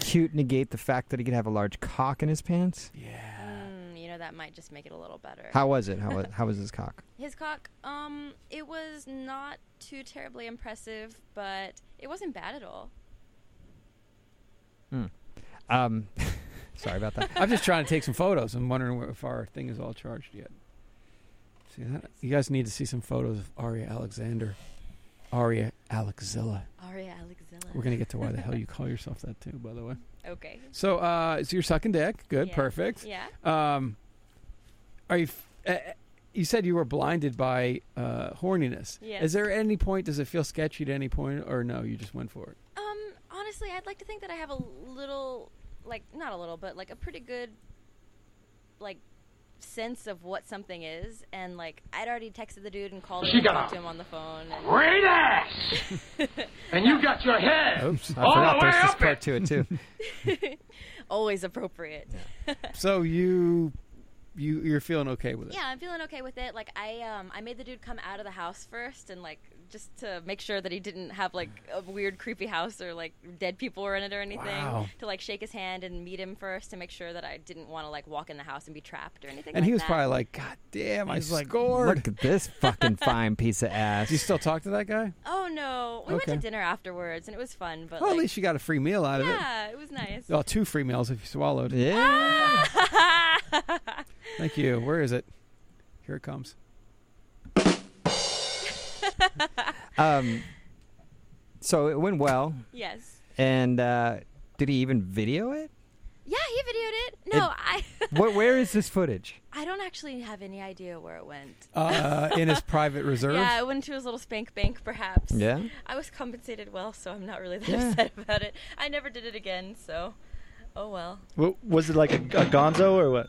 [SPEAKER 4] cute negate the fact that he could have a large cock in his pants?
[SPEAKER 3] Yeah.
[SPEAKER 2] Mm, you know, that might just make it a little better.
[SPEAKER 4] How was it? How was how was his cock?
[SPEAKER 2] His cock, um, it was not too terribly impressive, but it wasn't bad at all.
[SPEAKER 4] Um, sorry about that.
[SPEAKER 3] I'm just trying to take some photos. I'm wondering where- if our thing is all charged yet. See that? You guys need to see some photos of Aria Alexander, Aria Alexilla.
[SPEAKER 2] Aria Alexilla.
[SPEAKER 3] We're gonna get to why the hell you call yourself that too, by the way.
[SPEAKER 2] Okay.
[SPEAKER 3] So, uh, so you're sucking dick. Good,
[SPEAKER 2] Yeah.
[SPEAKER 3] perfect.
[SPEAKER 2] Yeah.
[SPEAKER 3] Um, are you? F- uh, you said you were blinded by uh, horniness.
[SPEAKER 2] Yes.
[SPEAKER 3] Is there any point? Does it feel sketchy to any point, or no? You just went for it.
[SPEAKER 2] Um, honestly, I'd like to think that I have a little, like, not a little, but like a pretty good, like, sense of what something is. And like, I'd already texted the dude and called him
[SPEAKER 6] She
[SPEAKER 2] and
[SPEAKER 6] got
[SPEAKER 2] talked
[SPEAKER 6] a-
[SPEAKER 2] to him on the phone. And
[SPEAKER 6] Great ass! and you got your head
[SPEAKER 4] Oops, I
[SPEAKER 6] all
[SPEAKER 4] forgot
[SPEAKER 6] the way
[SPEAKER 4] there's this
[SPEAKER 6] up
[SPEAKER 4] part
[SPEAKER 6] it.
[SPEAKER 4] to Oh, it too.
[SPEAKER 2] always appropriate.
[SPEAKER 3] So you, you, you're feeling okay with it.
[SPEAKER 2] Yeah, I'm feeling okay with it. Like, I um, I made the dude come out of the house first and like. Just to make sure that he didn't have like a weird, creepy house or like dead people were in it or anything,
[SPEAKER 3] Wow.
[SPEAKER 2] to like shake his hand and meet him first to make sure that I didn't want to like walk in the house and be trapped or anything.
[SPEAKER 3] And he
[SPEAKER 2] like
[SPEAKER 3] was
[SPEAKER 2] that.
[SPEAKER 3] probably like, "God damn, I
[SPEAKER 4] He's like,
[SPEAKER 3] scored."
[SPEAKER 4] Look at this fucking fine piece of ass.
[SPEAKER 3] Do you still talk to that guy?
[SPEAKER 2] Oh no, we
[SPEAKER 3] Okay.
[SPEAKER 2] went to dinner afterwards and it was fun, but
[SPEAKER 3] Well, at
[SPEAKER 2] like,
[SPEAKER 3] least you got a free meal out of
[SPEAKER 2] yeah, it was nice.
[SPEAKER 3] it. Well, two free meals if you swallowed.
[SPEAKER 4] Yeah.
[SPEAKER 3] Thank you. Where is it? Here it comes.
[SPEAKER 2] Ah!
[SPEAKER 4] um, so it went well,
[SPEAKER 2] yes.
[SPEAKER 4] and uh, did he even video it?
[SPEAKER 2] Yeah, he videoed it. No, I.
[SPEAKER 4] Wh- where is this footage?
[SPEAKER 2] I don't actually have any idea where it went.
[SPEAKER 9] Uh, in his private reserve?
[SPEAKER 2] Yeah, it went to his little spank bank, perhaps.
[SPEAKER 9] Yeah.
[SPEAKER 2] I was compensated well, so I'm not really that
[SPEAKER 5] Yeah.
[SPEAKER 2] upset about it. I never did it again, so oh well.
[SPEAKER 5] What, was it like a, a gonzo or what?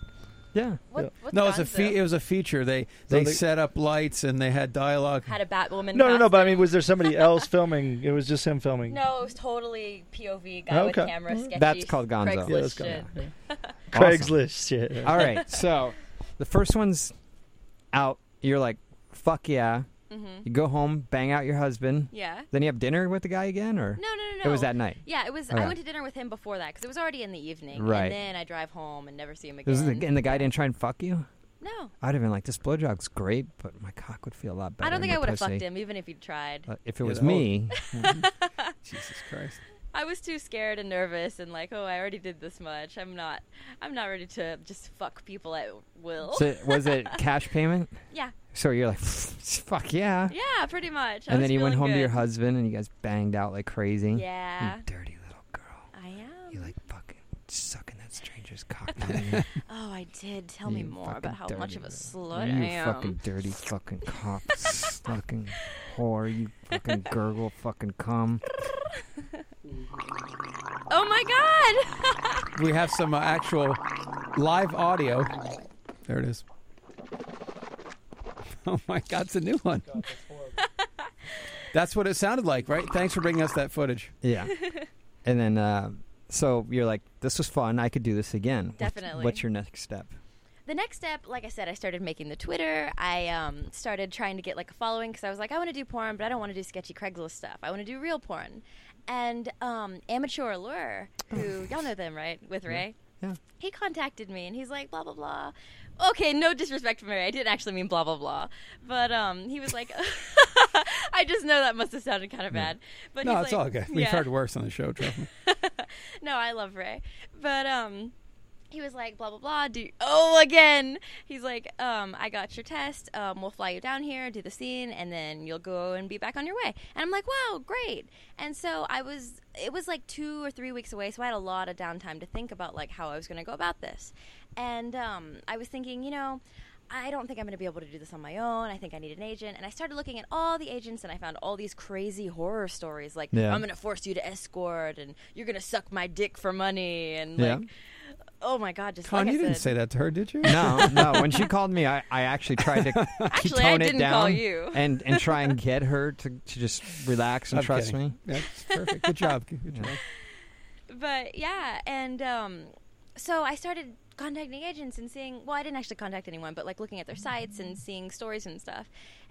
[SPEAKER 4] Yeah.
[SPEAKER 2] What- what's
[SPEAKER 9] no, it was a
[SPEAKER 2] Gonzo?
[SPEAKER 9] fe- it was a feature. They
[SPEAKER 5] So
[SPEAKER 9] they,
[SPEAKER 5] they-
[SPEAKER 9] set up lights and they had dialogue.
[SPEAKER 2] Had a Batwoman.
[SPEAKER 5] No, no, no.
[SPEAKER 2] costume.
[SPEAKER 5] But I mean, was there somebody else filming? It was just him filming.
[SPEAKER 2] No, it was totally POV guy with
[SPEAKER 5] Okay.
[SPEAKER 2] camera sketchy.
[SPEAKER 4] That's called Gonzo.
[SPEAKER 2] Craigslist
[SPEAKER 5] Yeah, that's
[SPEAKER 2] shit.
[SPEAKER 5] Gonzo,
[SPEAKER 4] Craigslist
[SPEAKER 5] shit.
[SPEAKER 4] All right, so the first one's out. You're like, fuck yeah.
[SPEAKER 2] Mhm.
[SPEAKER 4] You go home, bang out your husband.
[SPEAKER 2] Yeah.
[SPEAKER 4] Then you have dinner with the guy again, or
[SPEAKER 2] No, no, no, no.
[SPEAKER 4] It was that night.
[SPEAKER 2] Yeah, it was.
[SPEAKER 4] Okay.
[SPEAKER 2] I went to dinner with him before that because it was already in the evening.
[SPEAKER 4] Oh, Right.
[SPEAKER 2] And then I drive home and never see him
[SPEAKER 4] This is
[SPEAKER 2] again.
[SPEAKER 4] the, and the guy didn't try and fuck you.
[SPEAKER 2] No.
[SPEAKER 4] I'd have been like, this blowjob's great, but my cock would feel a lot better.
[SPEAKER 2] I don't think
[SPEAKER 4] in
[SPEAKER 2] I
[SPEAKER 4] the
[SPEAKER 2] would have fucked
[SPEAKER 4] pussy."
[SPEAKER 2] him even if he'd tried.
[SPEAKER 4] Uh, if it
[SPEAKER 9] Yeah,
[SPEAKER 4] was
[SPEAKER 9] that- oh.
[SPEAKER 4] me,
[SPEAKER 9] Jesus Christ.
[SPEAKER 2] I was too scared and nervous and like, oh, I already did this much. I'm not. I'm not ready to just fuck people at will.
[SPEAKER 4] so was it cash payment?
[SPEAKER 2] Yeah.
[SPEAKER 4] So you're like, fuck yeah.
[SPEAKER 2] yeah, pretty much. I was
[SPEAKER 4] and then you went
[SPEAKER 2] feeling
[SPEAKER 4] home to your
[SPEAKER 2] good.
[SPEAKER 4] husband, Hmm. and you guys banged out like crazy.
[SPEAKER 2] Yeah.
[SPEAKER 4] You dirty little
[SPEAKER 2] I am.
[SPEAKER 4] You like fucking sucking that stranger's cock. didn't you?
[SPEAKER 2] Oh, I did. Tell me
[SPEAKER 4] You
[SPEAKER 2] more
[SPEAKER 4] fucking
[SPEAKER 2] about how much
[SPEAKER 4] dirty
[SPEAKER 2] of a
[SPEAKER 4] little-
[SPEAKER 2] slut
[SPEAKER 4] you
[SPEAKER 2] I am.
[SPEAKER 4] fucking dirty fucking cock. fucking whore. You fucking gurgle fucking cum.
[SPEAKER 2] Oh my god!
[SPEAKER 9] We have some uh, actual live audio. There it is. Oh my God, it's a new one. That's what it sounded like, right? Thanks for bringing us that footage.
[SPEAKER 4] Yeah. and then, uh, so you're like, this was fun. I could do this again. What's-
[SPEAKER 2] Definitely.
[SPEAKER 4] What's your next step?
[SPEAKER 2] the next step, like I said, I started making the Twitter. I um, started trying to get like a following because I was like, I want to do porn, but I don't want to do sketchy Craigslist stuff. I want to do real porn. And um, Amateur Allure,
[SPEAKER 9] Oh.
[SPEAKER 2] who y'all know them, right? With Ray.
[SPEAKER 4] Yeah.
[SPEAKER 2] He contacted me and he's like, blah, blah, blah. Okay, no disrespect for Ray. I didn't actually mean blah, blah, blah. But um, he was like, I just know that must have sounded kind of bad. But
[SPEAKER 9] no,
[SPEAKER 2] he's
[SPEAKER 9] it's
[SPEAKER 2] like-
[SPEAKER 9] all good. We've
[SPEAKER 2] Yeah
[SPEAKER 9] heard worse on the show, trust me.
[SPEAKER 2] no, I love Ray. But um he was like blah blah blah do oh again he's like um i got your test um we'll fly you down here do the scene and then you'll go and be back on your way and i'm like wow great and so i was it was like two or three weeks away so i had a lot of downtime to think about like how i was going to go about this and um i was thinking you know I don't think I'm going to be able to do this on my own. I think I need an agent. And I started looking at all the agents and I found all these crazy horror stories like,
[SPEAKER 4] Yeah.
[SPEAKER 2] I'm going to force you to escort and you're going to suck my dick for money. And
[SPEAKER 4] Yeah.
[SPEAKER 2] like, oh my God, just
[SPEAKER 9] Con,
[SPEAKER 2] like
[SPEAKER 9] you
[SPEAKER 2] I
[SPEAKER 9] didn't
[SPEAKER 2] said.
[SPEAKER 9] say that to her, did you?
[SPEAKER 4] No, no. When she called me, I, I actually tried to k-
[SPEAKER 2] Actually, I
[SPEAKER 4] tone it
[SPEAKER 2] didn't
[SPEAKER 4] down
[SPEAKER 2] call you.
[SPEAKER 4] and and try and get her to, to just relax and
[SPEAKER 9] I'm
[SPEAKER 4] trust
[SPEAKER 9] kidding.
[SPEAKER 4] me.
[SPEAKER 9] That's perfect. Good job. Good job.
[SPEAKER 2] but yeah, and um, so I started contacting agents and seeing. Well, I didn't actually contact anyone, but like looking at their sites and seeing stories and stuff.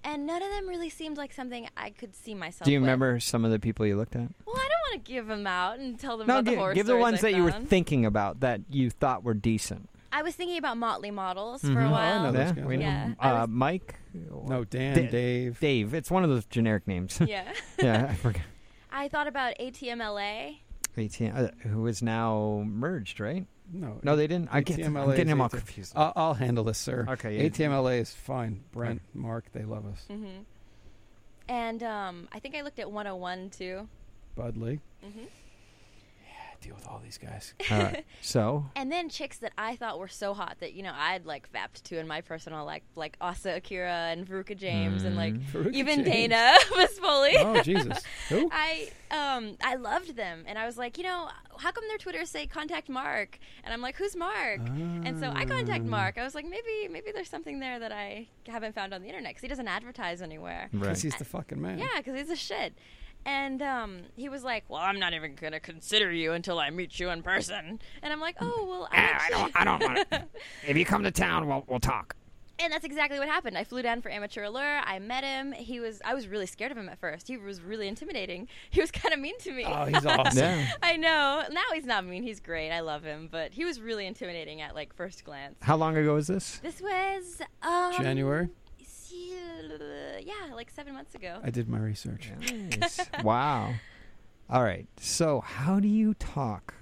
[SPEAKER 2] And none of them really seemed like something I could see myself.
[SPEAKER 4] Do you
[SPEAKER 2] with.
[SPEAKER 4] remember some of the people you looked at?
[SPEAKER 2] Well, I don't want to give them out and tell them
[SPEAKER 4] no,
[SPEAKER 2] about
[SPEAKER 4] gi-
[SPEAKER 2] the horror
[SPEAKER 4] give the
[SPEAKER 2] stories
[SPEAKER 4] ones
[SPEAKER 2] I
[SPEAKER 4] that you were
[SPEAKER 2] found.
[SPEAKER 4] thinking about that you thought were decent.
[SPEAKER 2] I was thinking about Motley Models for
[SPEAKER 4] Mhm.
[SPEAKER 2] a
[SPEAKER 4] Oh,
[SPEAKER 2] while.
[SPEAKER 9] know those
[SPEAKER 4] yeah,
[SPEAKER 9] guys.
[SPEAKER 4] we know.
[SPEAKER 2] Yeah, I
[SPEAKER 4] Uh, Mike.
[SPEAKER 9] No, Dan,
[SPEAKER 4] Da-
[SPEAKER 9] Dave.
[SPEAKER 4] Dave. It's one of those generic names.
[SPEAKER 2] yeah.
[SPEAKER 4] yeah, I forgot.
[SPEAKER 2] I thought about ATMLA.
[SPEAKER 4] 18, uh, who is now merged, right?
[SPEAKER 9] No,
[SPEAKER 4] No, they didn't. I get, I'm
[SPEAKER 9] ATMLA
[SPEAKER 4] getting
[SPEAKER 9] is
[SPEAKER 4] him all
[SPEAKER 9] AT-
[SPEAKER 4] confused.
[SPEAKER 9] I'll, I'll handle this, sir.
[SPEAKER 4] Okay, yeah.
[SPEAKER 9] ATMLA is fine. Brent, Mark, they love us.
[SPEAKER 2] hmm And um, I think I looked at 101 too.
[SPEAKER 9] Budley.
[SPEAKER 2] Mhm.
[SPEAKER 9] Yeah, I deal with all these guys.
[SPEAKER 4] all right. Uh, So,
[SPEAKER 2] And then chicks that I thought were so hot that you know I'd like fapped to in my personal like like Asa Akira and Veruca James and like
[SPEAKER 9] Mm. Veruca
[SPEAKER 2] even
[SPEAKER 9] James.
[SPEAKER 2] Dana Vespoli.
[SPEAKER 9] Oh, Jesus. Who?
[SPEAKER 2] I um I loved them and I was like you know how come their Twitter say contact Mark and I'm like who's Mark and so I
[SPEAKER 9] Ah.
[SPEAKER 2] contact Mark I was like maybe maybe there's something there that I haven't found on the internet because he doesn't advertise anywhere
[SPEAKER 9] Because
[SPEAKER 4] Right.
[SPEAKER 9] he's the fucking man.
[SPEAKER 2] yeah, because he's a shit. And um, he was like, "Well, I'm not even gonna consider you until I meet you in person." And I'm like, "Oh, well, I'm
[SPEAKER 12] I
[SPEAKER 2] actually-"
[SPEAKER 12] don't. I don't want to. If you come to town, we'll we'll talk.
[SPEAKER 2] And that's exactly what happened. I flew down for Amateur Allure. I met him. He was. I was really scared of him at first. He was really intimidating. He was kind of mean to me.
[SPEAKER 9] Oh, he's awesome.
[SPEAKER 4] yeah.
[SPEAKER 2] I know. Now he's not mean. He's great. I love him. But he was really intimidating at like first glance.
[SPEAKER 4] How long ago is this?
[SPEAKER 2] This was um,
[SPEAKER 9] January.
[SPEAKER 2] Yeah, like seven months ago.
[SPEAKER 9] I did my research.
[SPEAKER 4] Nice. wow. All right. So, how do you talk?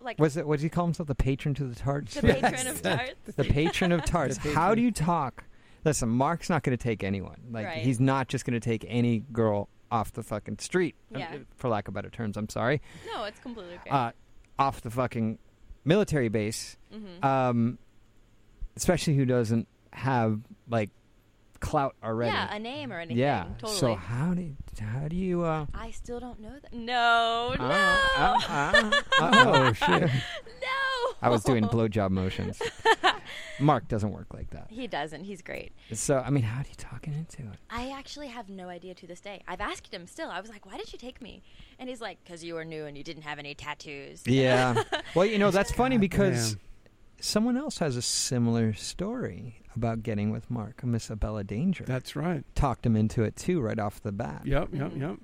[SPEAKER 2] Like
[SPEAKER 4] Was it? What did he call himself? The patron to the tarts.
[SPEAKER 2] the patron of darts.
[SPEAKER 4] The patron of tarts.
[SPEAKER 9] The
[SPEAKER 4] How
[SPEAKER 9] patron.
[SPEAKER 4] do you talk? Listen, Mark's not going to take anyone. Like
[SPEAKER 2] Right.
[SPEAKER 4] he's not just going to take any girl off the fucking street, uh,
[SPEAKER 2] Yeah.
[SPEAKER 4] for lack of better terms. I'm sorry.
[SPEAKER 2] No, it's completely okay.
[SPEAKER 4] Uh, off the fucking military base,
[SPEAKER 2] Mhm.
[SPEAKER 4] um, especially who doesn't have like clout already.
[SPEAKER 2] Yeah, a name or anything.
[SPEAKER 4] Yeah.
[SPEAKER 2] totally.
[SPEAKER 4] So how do how do you? Uh,
[SPEAKER 2] I still don't know that. No, no,
[SPEAKER 4] uh, uh, uh, oh shit!
[SPEAKER 2] no.
[SPEAKER 4] I was doing blowjob motions. Mark doesn't work like that.
[SPEAKER 2] He doesn't. He's great.
[SPEAKER 4] So I mean, how do you talking into it?
[SPEAKER 2] I actually have no idea to this day. I've asked him still. I was like, "Why did you take me?" And he's like, "Cause you were new and you didn't have any tattoos."
[SPEAKER 4] Yeah. well, you know, that's funny because
[SPEAKER 3] damn.
[SPEAKER 4] someone else has a similar story about getting with Mark, Miss Abella Danger.
[SPEAKER 3] That's right.
[SPEAKER 4] Talked him into it too, right off the bat.
[SPEAKER 3] Yep, yep, yep.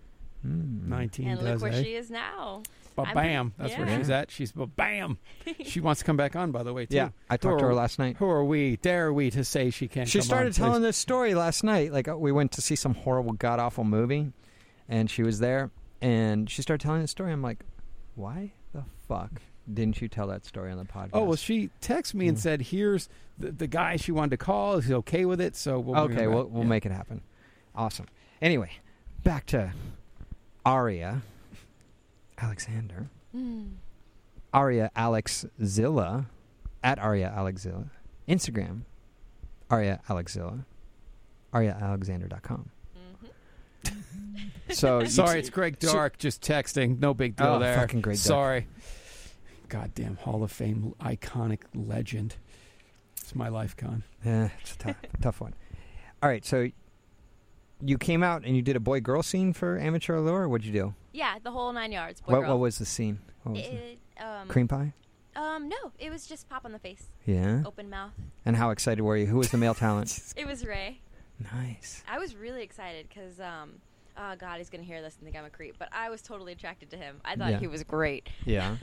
[SPEAKER 3] 19
[SPEAKER 4] Mm.
[SPEAKER 2] Mm-hmm. and look
[SPEAKER 3] does,
[SPEAKER 2] where
[SPEAKER 3] eh?
[SPEAKER 2] she is now.
[SPEAKER 3] Ba
[SPEAKER 2] I'm-
[SPEAKER 3] bam. That's where
[SPEAKER 2] yeah.
[SPEAKER 3] she's at. She's ba bam. She wants to come back on, by the way, too.
[SPEAKER 4] Yeah. I talked
[SPEAKER 3] Who
[SPEAKER 4] to her
[SPEAKER 3] are-
[SPEAKER 4] last night.
[SPEAKER 3] Who are we? Dare we to say she can't?
[SPEAKER 4] She
[SPEAKER 3] come
[SPEAKER 4] started
[SPEAKER 3] on, please?
[SPEAKER 4] telling this story last night. Like, uh, we went to see some horrible, god awful movie, and she was there, and she started telling the story. I'm like, why the fuck didn't you tell that story on the podcast?
[SPEAKER 3] Oh well, she texted me and
[SPEAKER 4] Yeah.
[SPEAKER 3] said, "Here's the, the guy she wanted to call. He's okay with it, so we'll bring
[SPEAKER 4] okay,
[SPEAKER 3] him back."
[SPEAKER 4] we'll, we'll
[SPEAKER 3] Yeah.
[SPEAKER 4] make it happen. Awesome. Anyway, back to Aria Alexander.
[SPEAKER 2] Mm.
[SPEAKER 4] Aria Alexzilla at Aria Alexzilla. Instagram, Aria Alexzilla, AriaAlexander.com. so you-
[SPEAKER 3] Sorry, it's Greg Dark just texting. No big deal
[SPEAKER 4] Oh,
[SPEAKER 3] there.
[SPEAKER 4] fucking Greg Dark.
[SPEAKER 3] Sorry. Goddamn Hall of Fame iconic legend. It's my life con.
[SPEAKER 4] Yeah, it's a tough, tough one. All right, so you came out and you did a boy girl scene for Amateur Allure. What'd you do?
[SPEAKER 2] Yeah, the whole nine yards. Boy,
[SPEAKER 4] What,
[SPEAKER 2] girl.
[SPEAKER 4] what was the scene? What was it?
[SPEAKER 2] It, um,
[SPEAKER 4] Cream pie?
[SPEAKER 2] Um, no, it was just pop on the face,
[SPEAKER 4] Yeah.
[SPEAKER 2] open mouth.
[SPEAKER 4] And how excited were you? Who was the male talent?
[SPEAKER 2] It was Ray.
[SPEAKER 4] nice.
[SPEAKER 2] I was really excited because, um, oh God, he's gonna hear this and think I'm a creep. But I was totally attracted to him. I thought
[SPEAKER 4] Yeah.
[SPEAKER 2] he was great.
[SPEAKER 4] Yeah.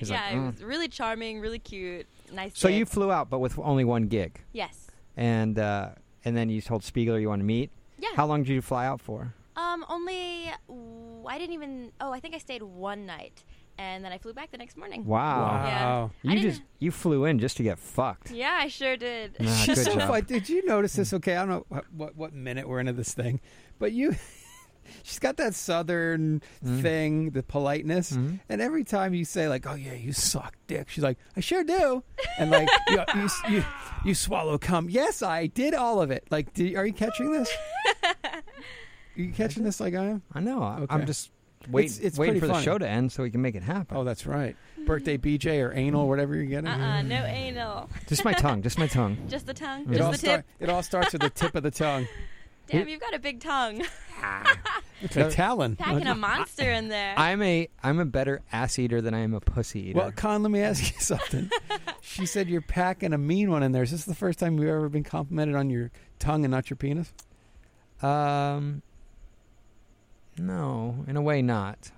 [SPEAKER 4] He's
[SPEAKER 2] yeah,
[SPEAKER 4] like,
[SPEAKER 2] he
[SPEAKER 4] "Mm."
[SPEAKER 2] was really charming, really cute, nice.
[SPEAKER 4] So
[SPEAKER 2] kid.
[SPEAKER 4] you flew out, but with only one gig,
[SPEAKER 2] yes,
[SPEAKER 4] and uh, and then you told Spiegler you want to meet.
[SPEAKER 2] yeah.
[SPEAKER 4] How long did you fly out for?
[SPEAKER 2] um, only w- I didn't even. Oh, I think I stayed one night, and then I flew back the next morning.
[SPEAKER 4] Wow.
[SPEAKER 2] Yeah. I
[SPEAKER 4] You
[SPEAKER 2] didn't-
[SPEAKER 4] just you flew in just to get fucked.
[SPEAKER 2] Yeah, I sure did.
[SPEAKER 4] Nah,
[SPEAKER 3] She's
[SPEAKER 4] good
[SPEAKER 3] so
[SPEAKER 4] job.
[SPEAKER 3] fun. Did you notice this? Okay, I don't know what, what what minute we're into this thing, but you, she's got that southern thing, the politeness,
[SPEAKER 4] Mhm.
[SPEAKER 3] and every time you say like, "Oh yeah, you suck dick," she's like, "I sure do," and like, you, you, you you swallow cum. Yes, I did all of it. Like, do, are you catching this? Are you catching this like I am?
[SPEAKER 4] I know. I,
[SPEAKER 3] Okay.
[SPEAKER 4] I'm just waiting,
[SPEAKER 3] It's- it's
[SPEAKER 4] waiting
[SPEAKER 3] pretty
[SPEAKER 4] for the
[SPEAKER 3] funny.
[SPEAKER 4] show to end so we can make it happen.
[SPEAKER 3] Oh, that's right.
[SPEAKER 2] Mm-hmm.
[SPEAKER 3] Birthday BJ or anal, whatever you're getting.
[SPEAKER 2] Uh uh no anal,
[SPEAKER 4] Just my tongue. Just my tongue.
[SPEAKER 2] just the tongue,
[SPEAKER 3] It
[SPEAKER 2] just
[SPEAKER 3] all
[SPEAKER 2] the tip.
[SPEAKER 3] start, It all starts with the tip of the tongue.
[SPEAKER 2] Damn, you've got a big tongue.
[SPEAKER 3] The talon.
[SPEAKER 2] Packing a monster in there.
[SPEAKER 4] I'm a I'm a better ass eater than I am a pussy eater.
[SPEAKER 3] Well, Con, let me ask you something. she said you're packing a mean one in there. Is this the first time you've ever been complimented on your tongue and not your penis?
[SPEAKER 4] um, no, in a way, not.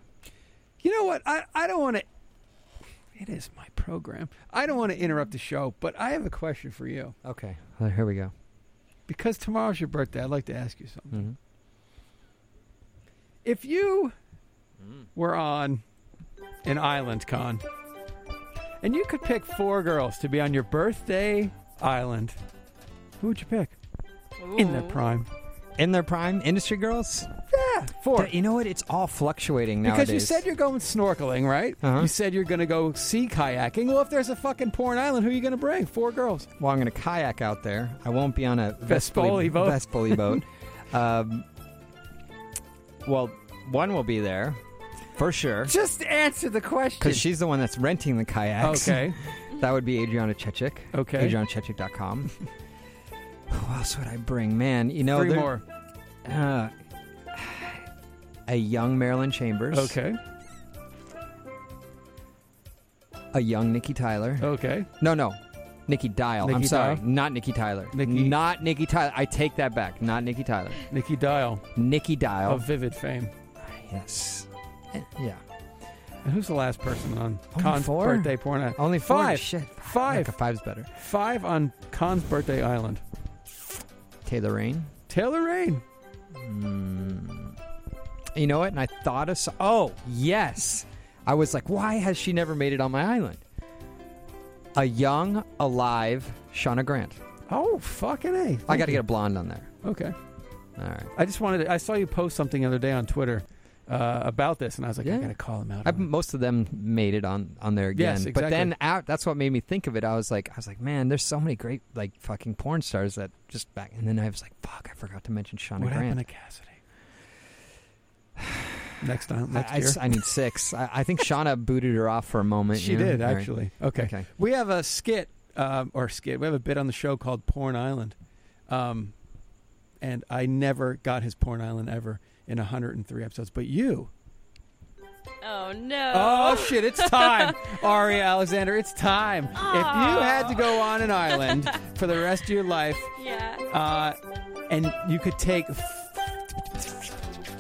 [SPEAKER 3] You know what? I, I don't want to. It is my program. I don't want to interrupt the show, but I have a question for you.
[SPEAKER 4] Okay, well, here we go.
[SPEAKER 3] Because tomorrow's your birthday, I'd like to ask you something.
[SPEAKER 4] Mhm.
[SPEAKER 3] If you
[SPEAKER 4] Mm.
[SPEAKER 3] were on an island, Con, and you could pick four girls to be on your birthday island, who would you pick in their
[SPEAKER 2] Ooh.
[SPEAKER 3] prime?
[SPEAKER 4] In their prime, industry girls.
[SPEAKER 3] Yeah, four.
[SPEAKER 4] Th- You know what? It's all fluctuating nowadays.
[SPEAKER 3] Because you said you're going snorkeling, right?
[SPEAKER 4] Uh-huh.
[SPEAKER 3] You said you're going to go sea kayaking. Well, if there's a fucking porn island, who are you going to bring? Four girls.
[SPEAKER 4] well, I'm going to kayak out there. I won't be on a
[SPEAKER 3] Vespoli boat.
[SPEAKER 4] Vespoli boat. um, well, one will be there for sure
[SPEAKER 3] Just answer the question.
[SPEAKER 4] because she's the one that's renting the kayaks.
[SPEAKER 3] okay.
[SPEAKER 4] that would be Adriana Chechik.
[SPEAKER 3] Okay.
[SPEAKER 4] AdrianaChechik.com. Who else would I bring, man? You know,
[SPEAKER 3] Three
[SPEAKER 4] there-
[SPEAKER 3] more.
[SPEAKER 4] Uh, a young Marilyn Chambers.
[SPEAKER 3] Okay.
[SPEAKER 4] A young Nikki Tyler.
[SPEAKER 3] Okay.
[SPEAKER 4] No, no. Nikki Dial. I'm
[SPEAKER 3] Nikki
[SPEAKER 4] sorry.
[SPEAKER 3] Dial?
[SPEAKER 4] Not Nikki Tyler.
[SPEAKER 3] Nikki-
[SPEAKER 4] Not Nikki Tyler. I take that back. Not Nikki Tyler.
[SPEAKER 3] Nikki Dial
[SPEAKER 4] Nikki Dial.
[SPEAKER 3] of Vivid Fame.
[SPEAKER 4] Yes. Eh, Yeah.
[SPEAKER 3] And who's the last person on
[SPEAKER 4] Only
[SPEAKER 3] Con's
[SPEAKER 4] four? Oh,
[SPEAKER 3] birthday porn island?
[SPEAKER 4] Only four.
[SPEAKER 3] Five.
[SPEAKER 4] Shit.
[SPEAKER 3] Five.
[SPEAKER 4] Like a five's better.
[SPEAKER 3] Five on Con's birthday island.
[SPEAKER 4] Taylor Rain.
[SPEAKER 3] Taylor Rain.
[SPEAKER 4] Mm. You know what? And I thought of. So- oh, yes. I was like, why has she never made it on my island? A young, alive Shauna Grant.
[SPEAKER 3] Oh, fucking A.
[SPEAKER 4] I got to get a blonde on there.
[SPEAKER 3] Okay.
[SPEAKER 4] All right.
[SPEAKER 3] I just wanted to, I saw you post something the other day on Twitter uh, about this, and I was like, I gotta call him out.
[SPEAKER 4] I, most of them made it on on there again.
[SPEAKER 3] Yes,
[SPEAKER 4] But
[SPEAKER 3] exactly.
[SPEAKER 4] then out, that's what made me think of it. I was like, I was like, man, there's so many great like fucking porn stars that just back. And then I was like, fuck, I forgot to mention Shauna
[SPEAKER 3] What
[SPEAKER 4] Grant.
[SPEAKER 3] happened to Cassidy? next time, next
[SPEAKER 4] I, I
[SPEAKER 3] year.
[SPEAKER 4] s- I need six. I, I think Shauna booted her off for a moment.
[SPEAKER 3] She
[SPEAKER 4] you know?
[SPEAKER 3] did
[SPEAKER 4] All right.
[SPEAKER 3] actually. Okay. We have a skit um, or skit. We have a bit on the show called Porn Island, um, and I never got his Porn Island ever in 103 episodes. But you,
[SPEAKER 2] Oh no!
[SPEAKER 3] oh shit, it's time, Ari Alexander, it's time. If you had to go on an island for the rest of your life,
[SPEAKER 2] Yeah.
[SPEAKER 3] uh, and you could take
[SPEAKER 4] She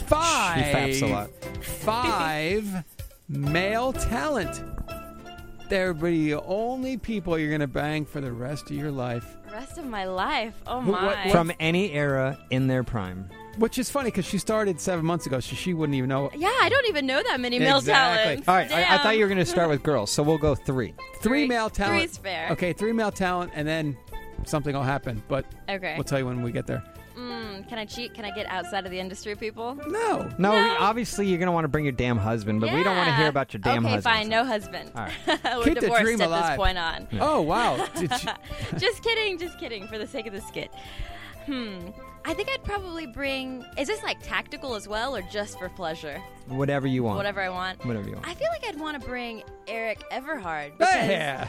[SPEAKER 3] five,
[SPEAKER 4] faps a lot.
[SPEAKER 3] five male talent. They're the only people you're gonna bang for the rest of your life.
[SPEAKER 2] Rest of my life. Oh
[SPEAKER 3] Who-
[SPEAKER 2] my.
[SPEAKER 3] what- what-
[SPEAKER 4] From any era in their prime.
[SPEAKER 3] Which is funny because she started seven months ago, so she wouldn't even know.
[SPEAKER 2] yeah, I don't even know that many male talents.
[SPEAKER 4] All right, I, I
[SPEAKER 2] Damn.
[SPEAKER 4] thought you were going to start with girls, so we'll go three.
[SPEAKER 3] Three male talent.
[SPEAKER 2] three's fair.
[SPEAKER 3] Okay, three male talent, and then something will happen. But
[SPEAKER 2] Okay.
[SPEAKER 3] we'll tell you when we get there.
[SPEAKER 2] Mm, can I cheat? Can I get outside of the industry, people?
[SPEAKER 3] No.
[SPEAKER 4] No, we- obviously you're going to want to bring your damn husband, but we don't want to hear about your damn
[SPEAKER 2] okay,
[SPEAKER 4] husband.
[SPEAKER 2] fine. No husband.
[SPEAKER 4] All right.
[SPEAKER 2] We're
[SPEAKER 4] Keep the
[SPEAKER 2] divorced
[SPEAKER 4] dream
[SPEAKER 2] at
[SPEAKER 4] alive.
[SPEAKER 2] this point on.
[SPEAKER 4] Yeah. Oh, wow. Did
[SPEAKER 2] just kidding. Just kidding. For the sake of the skit. Hmm. I think I'd probably bring. Is this like tactical as well, or just for pleasure?
[SPEAKER 4] Whatever you want.
[SPEAKER 2] Whatever I want.
[SPEAKER 4] Whatever you want.
[SPEAKER 2] I feel like I'd want to bring Eric Everhard because,
[SPEAKER 3] Yeah.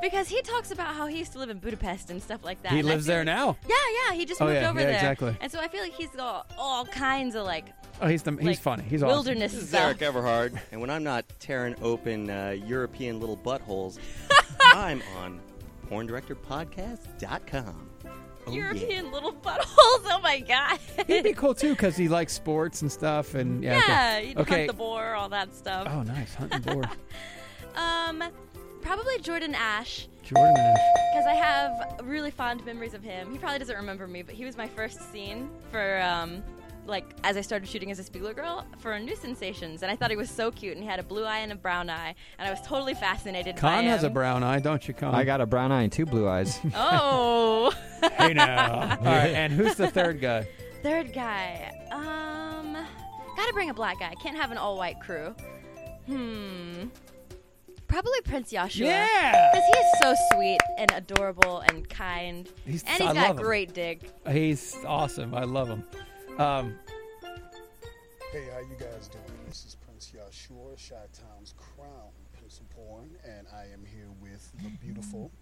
[SPEAKER 2] because he talks about how he used to live in Budapest and stuff like that.
[SPEAKER 3] He
[SPEAKER 2] and I
[SPEAKER 3] lives
[SPEAKER 2] feel
[SPEAKER 3] there
[SPEAKER 2] like-
[SPEAKER 3] now.
[SPEAKER 2] Yeah, yeah. He just
[SPEAKER 3] Oh,
[SPEAKER 2] moved
[SPEAKER 3] yeah,
[SPEAKER 2] over
[SPEAKER 3] yeah,
[SPEAKER 2] there.
[SPEAKER 3] exactly.
[SPEAKER 2] And so I feel like he's got all kinds of like
[SPEAKER 3] Oh, he's the, he's funny. He's awesome.
[SPEAKER 2] wilderness
[SPEAKER 13] This is
[SPEAKER 2] stuff.
[SPEAKER 13] Eric Everhard, and when I'm not tearing open uh, European little buttholes, I'm on PornDirectorPodcast.com. Oh, yeah.
[SPEAKER 2] European little buttholes. Oh my god.
[SPEAKER 3] He'd be cool too because he likes sports and stuff. And yeah.
[SPEAKER 2] Yeah,
[SPEAKER 3] okay.
[SPEAKER 2] you'd
[SPEAKER 3] okay.
[SPEAKER 2] hunt the boar, all that stuff.
[SPEAKER 3] Oh, nice hunting boar.
[SPEAKER 2] Um, probably Jordan Ash
[SPEAKER 3] Oh. Jordan Ash.
[SPEAKER 2] because I have really fond memories of him. He probably doesn't remember me, but he was my first scene for um, like as I started shooting as a Spiegler girl for New Sensations, and I thought he was so cute, and he had a blue eye and a brown eye, and I was totally fascinated. by
[SPEAKER 3] Con has a
[SPEAKER 2] him.
[SPEAKER 3] brown eye, don't you, Con?
[SPEAKER 4] I got a brown eye and two blue eyes.
[SPEAKER 2] Oh,
[SPEAKER 3] hey now. All right, and who's the third guy?
[SPEAKER 2] third guy. Um, gotta bring a black guy. Can't have an all-white crew. Hmm. Probably Prince Yashua.
[SPEAKER 3] Yeah!
[SPEAKER 2] Because he's so sweet and adorable and kind.
[SPEAKER 3] He's-
[SPEAKER 2] and he's
[SPEAKER 3] I
[SPEAKER 2] got a
[SPEAKER 3] love him.
[SPEAKER 2] great dig.
[SPEAKER 3] He's awesome. I love him. Um,
[SPEAKER 14] Hey, how you guys doing? This is Prince Yashur, Chi-Town's crown prince of porn, and I am here with the beautiful.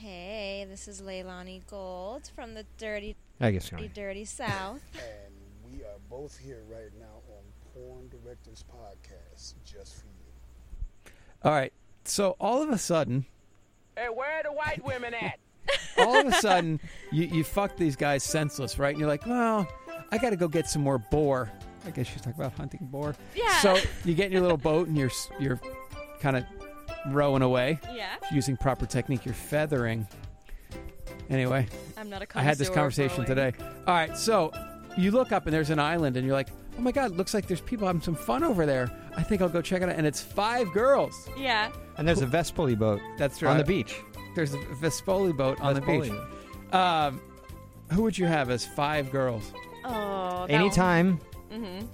[SPEAKER 15] Hey, this is Leilani Gold from the Dirty,
[SPEAKER 4] I guess you're
[SPEAKER 15] dirty,
[SPEAKER 4] right.
[SPEAKER 15] dirty South.
[SPEAKER 14] And we are both here right now on Porn Directors Podcast, just for you.
[SPEAKER 3] all right. So all of a sudden,
[SPEAKER 12] Hey, where are the white women at?
[SPEAKER 3] all of a sudden, you, you fuck these guys senseless, right? And you're like, well, I got to go get some more boar. I guess she's talking about hunting boar.
[SPEAKER 12] Yeah.
[SPEAKER 3] So you get in your little boat and you're s- you're kind of rowing away.
[SPEAKER 2] Yeah.
[SPEAKER 3] Using proper technique, you're feathering. Anyway,
[SPEAKER 2] I'm not a
[SPEAKER 3] I had this
[SPEAKER 2] connoisseur
[SPEAKER 3] conversation
[SPEAKER 2] of
[SPEAKER 3] today. All right, so you look up and there's an island, and you're like, oh my god, looks like there's people having some fun over there. I think I'll go check it out. And it's five girls.
[SPEAKER 2] Yeah.
[SPEAKER 4] And there's a Vespoli boat.
[SPEAKER 3] That's
[SPEAKER 4] On
[SPEAKER 3] right.
[SPEAKER 4] the beach.
[SPEAKER 3] There's a Vespoli boat on the
[SPEAKER 4] Vespoli.
[SPEAKER 3] beach. Um, who would you have as five girls?
[SPEAKER 2] Oh,
[SPEAKER 4] Anytime.
[SPEAKER 2] Mm-hmm.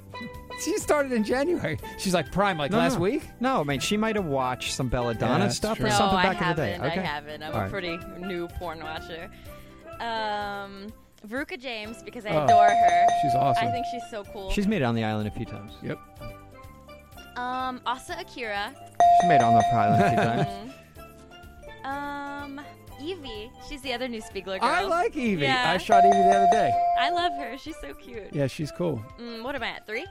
[SPEAKER 3] She started in January. She's like prime, like
[SPEAKER 4] No,
[SPEAKER 3] last
[SPEAKER 4] no.
[SPEAKER 3] week.
[SPEAKER 4] No, I mean she might have watched some
[SPEAKER 3] Yeah,
[SPEAKER 4] Belladonna
[SPEAKER 3] that's
[SPEAKER 4] stuff
[SPEAKER 3] true.
[SPEAKER 4] or
[SPEAKER 3] No,
[SPEAKER 4] something
[SPEAKER 2] I
[SPEAKER 4] back
[SPEAKER 2] haven't.
[SPEAKER 4] in the day.
[SPEAKER 2] I haven't. I'm
[SPEAKER 4] All
[SPEAKER 2] a
[SPEAKER 4] right.
[SPEAKER 2] pretty new porn watcher. Um, Veruca James because I
[SPEAKER 4] Oh,
[SPEAKER 2] adore her.
[SPEAKER 4] she's awesome.
[SPEAKER 2] I think she's so cool.
[SPEAKER 4] She's made it on the island a few times.
[SPEAKER 3] Yep.
[SPEAKER 2] um, Asa Akira.
[SPEAKER 4] She's made it on the island a few times.
[SPEAKER 2] Um, Evie. She's the other new Spiegler girl.
[SPEAKER 3] I like Evie.
[SPEAKER 2] Yeah.
[SPEAKER 3] I shot Evie the other day.
[SPEAKER 2] I love her. She's so cute.
[SPEAKER 3] Yeah, she's cool.
[SPEAKER 2] Mm, what am I at? Three?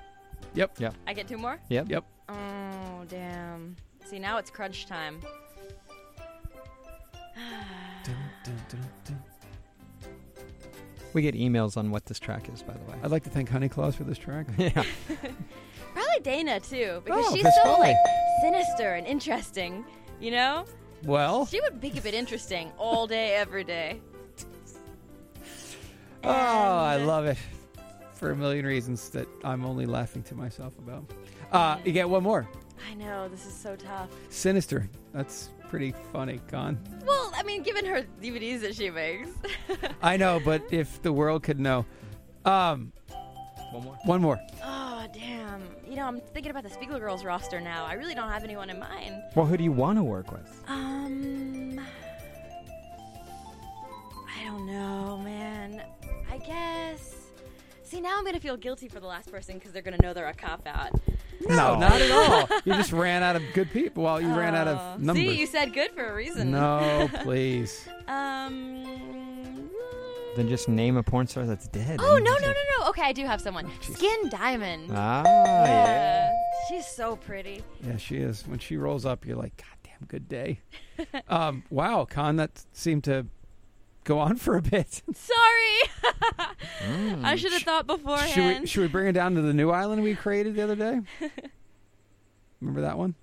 [SPEAKER 3] Yep. Yep.
[SPEAKER 2] I get two more?
[SPEAKER 3] Yep. Yep.
[SPEAKER 2] Oh, damn. See, now it's crunch time.
[SPEAKER 4] We get emails on what this track is, by the way.
[SPEAKER 3] I'd like to thank Honey Claus for this track.
[SPEAKER 4] yeah.
[SPEAKER 2] Probably Dana, too, because
[SPEAKER 4] Oh,
[SPEAKER 2] she's
[SPEAKER 4] Miss
[SPEAKER 2] so,
[SPEAKER 4] Foley.
[SPEAKER 2] like, sinister and interesting, you know?
[SPEAKER 3] Well,
[SPEAKER 2] She would make it interesting all day, every day.
[SPEAKER 3] oh, I love it for a million reasons that I'm only laughing to myself about. Uh, you get one more.
[SPEAKER 2] I know, this is so tough.
[SPEAKER 3] Sinister. That's pretty funny, Con.
[SPEAKER 2] Well, I mean, given her DVDs that she makes.
[SPEAKER 3] I know, but if the world could know. Um,
[SPEAKER 4] one more.
[SPEAKER 3] One more.
[SPEAKER 2] Oh, damn. You know, I'm thinking about the Spiegel Girls roster now. I really don't have anyone in mind.
[SPEAKER 4] Well, who do you want to work with?
[SPEAKER 2] Um, I don't know, man. I guess. See, now I'm gonna feel guilty for the last person because they're gonna know they're a cop out.
[SPEAKER 3] No, not at all. You just ran out of good people. Well, you ran out
[SPEAKER 2] Oh.
[SPEAKER 3] of numbers.
[SPEAKER 2] See, you said good for a reason.
[SPEAKER 3] No, please.
[SPEAKER 2] um.
[SPEAKER 4] Then just name a porn star that's dead.
[SPEAKER 2] Oh no no no no. Okay, I do have someone. Skin Diamond.
[SPEAKER 4] Oh, Ah,
[SPEAKER 2] yeah. She's so pretty.
[SPEAKER 3] Yeah, she is. When she rolls up, you're like, God damn, good day. um, wow, Con, that seemed to go on for a bit.
[SPEAKER 2] Sorry.
[SPEAKER 3] Mm.
[SPEAKER 2] I should have thought
[SPEAKER 3] Should
[SPEAKER 2] beforehand.
[SPEAKER 3] we, should we bring her down to the new island we created the other day? Remember that one?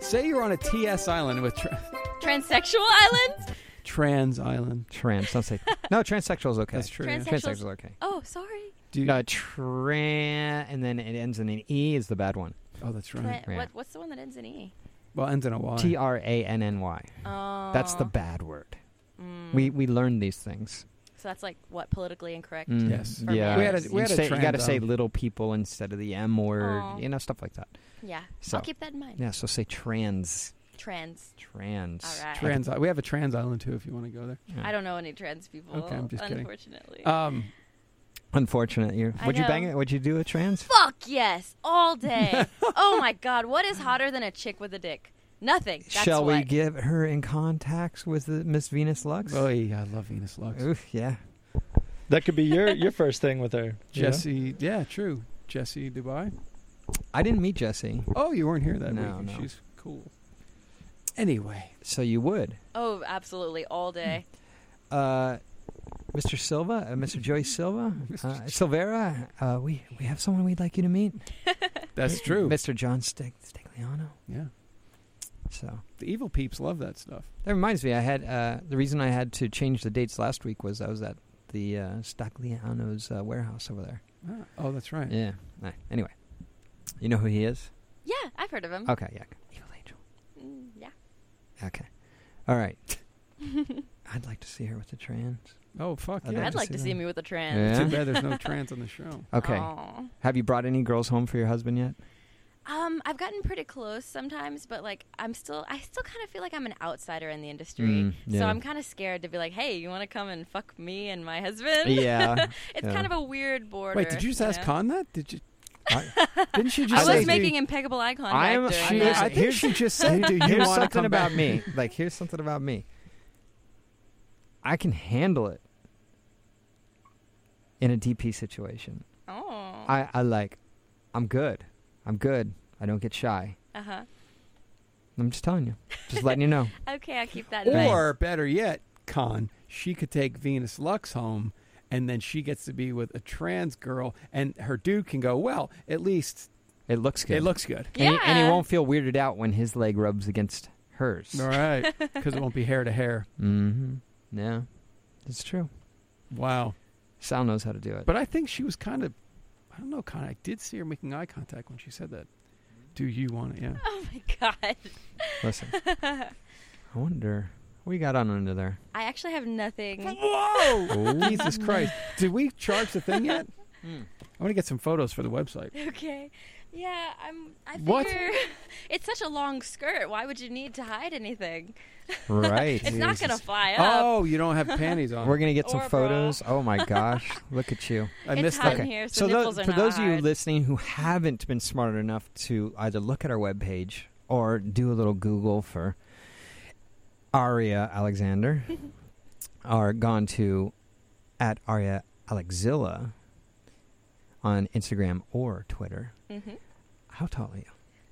[SPEAKER 3] Say you're on a TS island with tra-
[SPEAKER 2] Transsexual Island?
[SPEAKER 3] trans island.
[SPEAKER 4] Trans. Don't say. no, transsexual is okay.
[SPEAKER 3] That's true.
[SPEAKER 2] Transsexual.
[SPEAKER 4] Transsexual is okay.
[SPEAKER 2] Oh, sorry.
[SPEAKER 3] Do you,
[SPEAKER 4] no, tran, and then it ends in an e is the bad one.
[SPEAKER 3] Oh, that's
[SPEAKER 4] Mm,
[SPEAKER 2] Tran- What, what's the one that ends in E?
[SPEAKER 3] Well, ends in a Y.
[SPEAKER 4] T R A N N Y. That's the
[SPEAKER 2] Oh.
[SPEAKER 4] bad word.
[SPEAKER 2] Mm.
[SPEAKER 4] We we learn these things.
[SPEAKER 2] So that's like what politically incorrect.
[SPEAKER 4] Mm.
[SPEAKER 3] Yes.
[SPEAKER 4] Yeah.
[SPEAKER 3] We had a- we
[SPEAKER 4] you
[SPEAKER 3] had a
[SPEAKER 4] say- you
[SPEAKER 3] trend
[SPEAKER 4] gotta say
[SPEAKER 3] on-
[SPEAKER 4] little people instead of the M word.
[SPEAKER 2] um, Aw.
[SPEAKER 4] You know stuff like that.
[SPEAKER 2] Yeah.
[SPEAKER 4] So-
[SPEAKER 2] I'll keep that in mind.
[SPEAKER 4] Yeah. So say trans.
[SPEAKER 2] Trans.
[SPEAKER 4] Trans.
[SPEAKER 2] All right.
[SPEAKER 3] Trans. We have a trans island too if you want to go there.
[SPEAKER 2] I don't know any trans people.
[SPEAKER 3] Okay, I'm just kidding.
[SPEAKER 2] unfortunately.
[SPEAKER 3] Um,
[SPEAKER 4] Unfortunate. You
[SPEAKER 2] I
[SPEAKER 4] would you
[SPEAKER 2] know.
[SPEAKER 4] bang it? Would you do a trans?
[SPEAKER 2] Fuck yes, all day. oh my god, what is hotter than a chick with a dick? Nothing. That's
[SPEAKER 4] Shall
[SPEAKER 2] what.
[SPEAKER 4] we get her in contact with the Miss Venus Lux?
[SPEAKER 3] Oh, yeah, I love Venus Lux.
[SPEAKER 4] Oof, yeah.
[SPEAKER 5] That could be your your first thing with her, you know?
[SPEAKER 3] Jesse. Yeah, true. Jesse Dubai.
[SPEAKER 4] I didn't meet Jesse.
[SPEAKER 3] Oh, you weren't here that
[SPEAKER 4] No,
[SPEAKER 3] week.
[SPEAKER 4] no.
[SPEAKER 3] She's cool. Anyway,
[SPEAKER 4] So you would.
[SPEAKER 2] Oh, absolutely, all day.
[SPEAKER 4] Uh, Mr. Silva, uh, Mr. Joey Silva, uh, Silvera, uh, we, we have someone we'd like you to meet.
[SPEAKER 3] that's true.
[SPEAKER 4] Mr. John Stig- Stigliano.
[SPEAKER 3] Yeah,
[SPEAKER 4] So
[SPEAKER 3] the evil peeps love that stuff.
[SPEAKER 4] that reminds me, I had uh, the reason I had to change the dates last week was I was at the uh, Stigliano's uh, warehouse over there.
[SPEAKER 3] Ah, Oh, that's right.
[SPEAKER 4] Yeah. Uh, Anyway, you know who he is?
[SPEAKER 2] Yeah, I've heard of
[SPEAKER 3] Mm-hmm.
[SPEAKER 2] him.
[SPEAKER 4] Okay, yeah. Evil Angel.
[SPEAKER 2] Mm, yeah.
[SPEAKER 4] Okay. All right. I'd like to see her with the trans.
[SPEAKER 3] Oh fuck
[SPEAKER 4] I'd
[SPEAKER 3] yeah!
[SPEAKER 2] I'd like to see
[SPEAKER 4] them.
[SPEAKER 2] me with a trans.
[SPEAKER 4] Yeah.
[SPEAKER 3] Too bad there's no trans on the show.
[SPEAKER 4] Okay.
[SPEAKER 2] Aw.
[SPEAKER 4] Have you brought any girls home for your husband yet?
[SPEAKER 2] Um, I've gotten pretty close sometimes, but like I'm still, I still kind of feel like I'm an outsider in the industry.
[SPEAKER 4] Mm, yeah.
[SPEAKER 2] So I'm kind of scared to be like, "Hey, you want to come and fuck me and my husband?"
[SPEAKER 4] Yeah,
[SPEAKER 2] it's
[SPEAKER 4] yeah.
[SPEAKER 2] kind of a weird border.
[SPEAKER 3] Wait, did you just ask
[SPEAKER 2] know?
[SPEAKER 3] Con that? Did you?
[SPEAKER 4] I-
[SPEAKER 3] Didn't she just?
[SPEAKER 2] I
[SPEAKER 3] say
[SPEAKER 2] was making impeccable eye contact.
[SPEAKER 4] I'm.
[SPEAKER 2] during
[SPEAKER 4] She,
[SPEAKER 2] that.
[SPEAKER 3] I think
[SPEAKER 4] here's
[SPEAKER 3] she just said, "Do you
[SPEAKER 4] here's
[SPEAKER 3] wanna
[SPEAKER 4] something
[SPEAKER 3] come
[SPEAKER 4] about
[SPEAKER 3] back?"
[SPEAKER 4] me? Like here's something about me. I can handle it in a DP situation.
[SPEAKER 2] Oh.
[SPEAKER 4] I, I like. I'm good. I'm good. I don't get shy.
[SPEAKER 2] Uh huh.
[SPEAKER 4] I'm just telling you. Just letting you know.
[SPEAKER 2] Okay, I'll keep that in mind.
[SPEAKER 3] Or better yet, Con, she could take Venus Lux home, and then she gets to be with a trans girl, and her dude can go. Well, at least
[SPEAKER 4] It looks good.
[SPEAKER 3] it looks good.
[SPEAKER 4] And, he, and he
[SPEAKER 2] Yeah.
[SPEAKER 4] won't feel weirded out when his leg rubs against hers.
[SPEAKER 3] All right, because it won't be hair to hair.
[SPEAKER 4] Mm-hmm. Yeah, it's true.
[SPEAKER 3] Wow.
[SPEAKER 4] Sal knows how to do it.
[SPEAKER 3] But I think she was kind of, I don't know, kind of. I did see her making eye contact when she said that. Do you want it? Yeah.
[SPEAKER 2] Oh my god.
[SPEAKER 4] Listen, I wonder what you got on under there.
[SPEAKER 2] I actually have nothing.
[SPEAKER 3] Whoa!
[SPEAKER 4] Ooh.
[SPEAKER 3] Jesus Christ! Did we charge the thing yet?
[SPEAKER 4] Mm.
[SPEAKER 3] I want to get some photos for the website.
[SPEAKER 2] Okay. Yeah, I'm. I figure
[SPEAKER 3] What?
[SPEAKER 2] it's such a long skirt. Why would you need to hide anything?
[SPEAKER 4] Right.
[SPEAKER 2] it's not gonna
[SPEAKER 4] Jesus.
[SPEAKER 2] fly up.
[SPEAKER 3] Oh, you don't have panties on.
[SPEAKER 4] We're gonna get some
[SPEAKER 2] Or bra.
[SPEAKER 4] photos. Oh my gosh, look at you!
[SPEAKER 3] I
[SPEAKER 2] It's
[SPEAKER 3] missed
[SPEAKER 2] hot
[SPEAKER 3] that.
[SPEAKER 2] in here, so,
[SPEAKER 4] so tho-
[SPEAKER 2] nipples are
[SPEAKER 4] for
[SPEAKER 2] not
[SPEAKER 4] those of you
[SPEAKER 2] hard.
[SPEAKER 4] listening who haven't been smart enough to either look at our webpage or do a little Google for Aria Alexander, are gone to at Aria Alexilla on Instagram or Twitter.
[SPEAKER 2] Mhm.
[SPEAKER 4] How tall are you?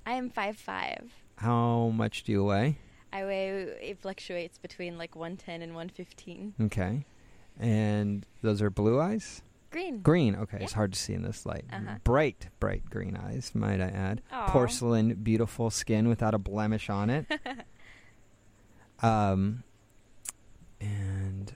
[SPEAKER 2] I am five five.
[SPEAKER 4] How much do you weigh?
[SPEAKER 2] I weigh it fluctuates between like one ten and one fifteen.
[SPEAKER 4] Okay. And those are blue eyes?
[SPEAKER 2] Green.
[SPEAKER 4] Green. Okay. It's
[SPEAKER 2] Yeah.
[SPEAKER 4] hard to see in this light.
[SPEAKER 2] Uh-huh.
[SPEAKER 4] Bright, bright green eyes, might I add.
[SPEAKER 2] Aw.
[SPEAKER 4] Porcelain, beautiful skin without a blemish on it. um, and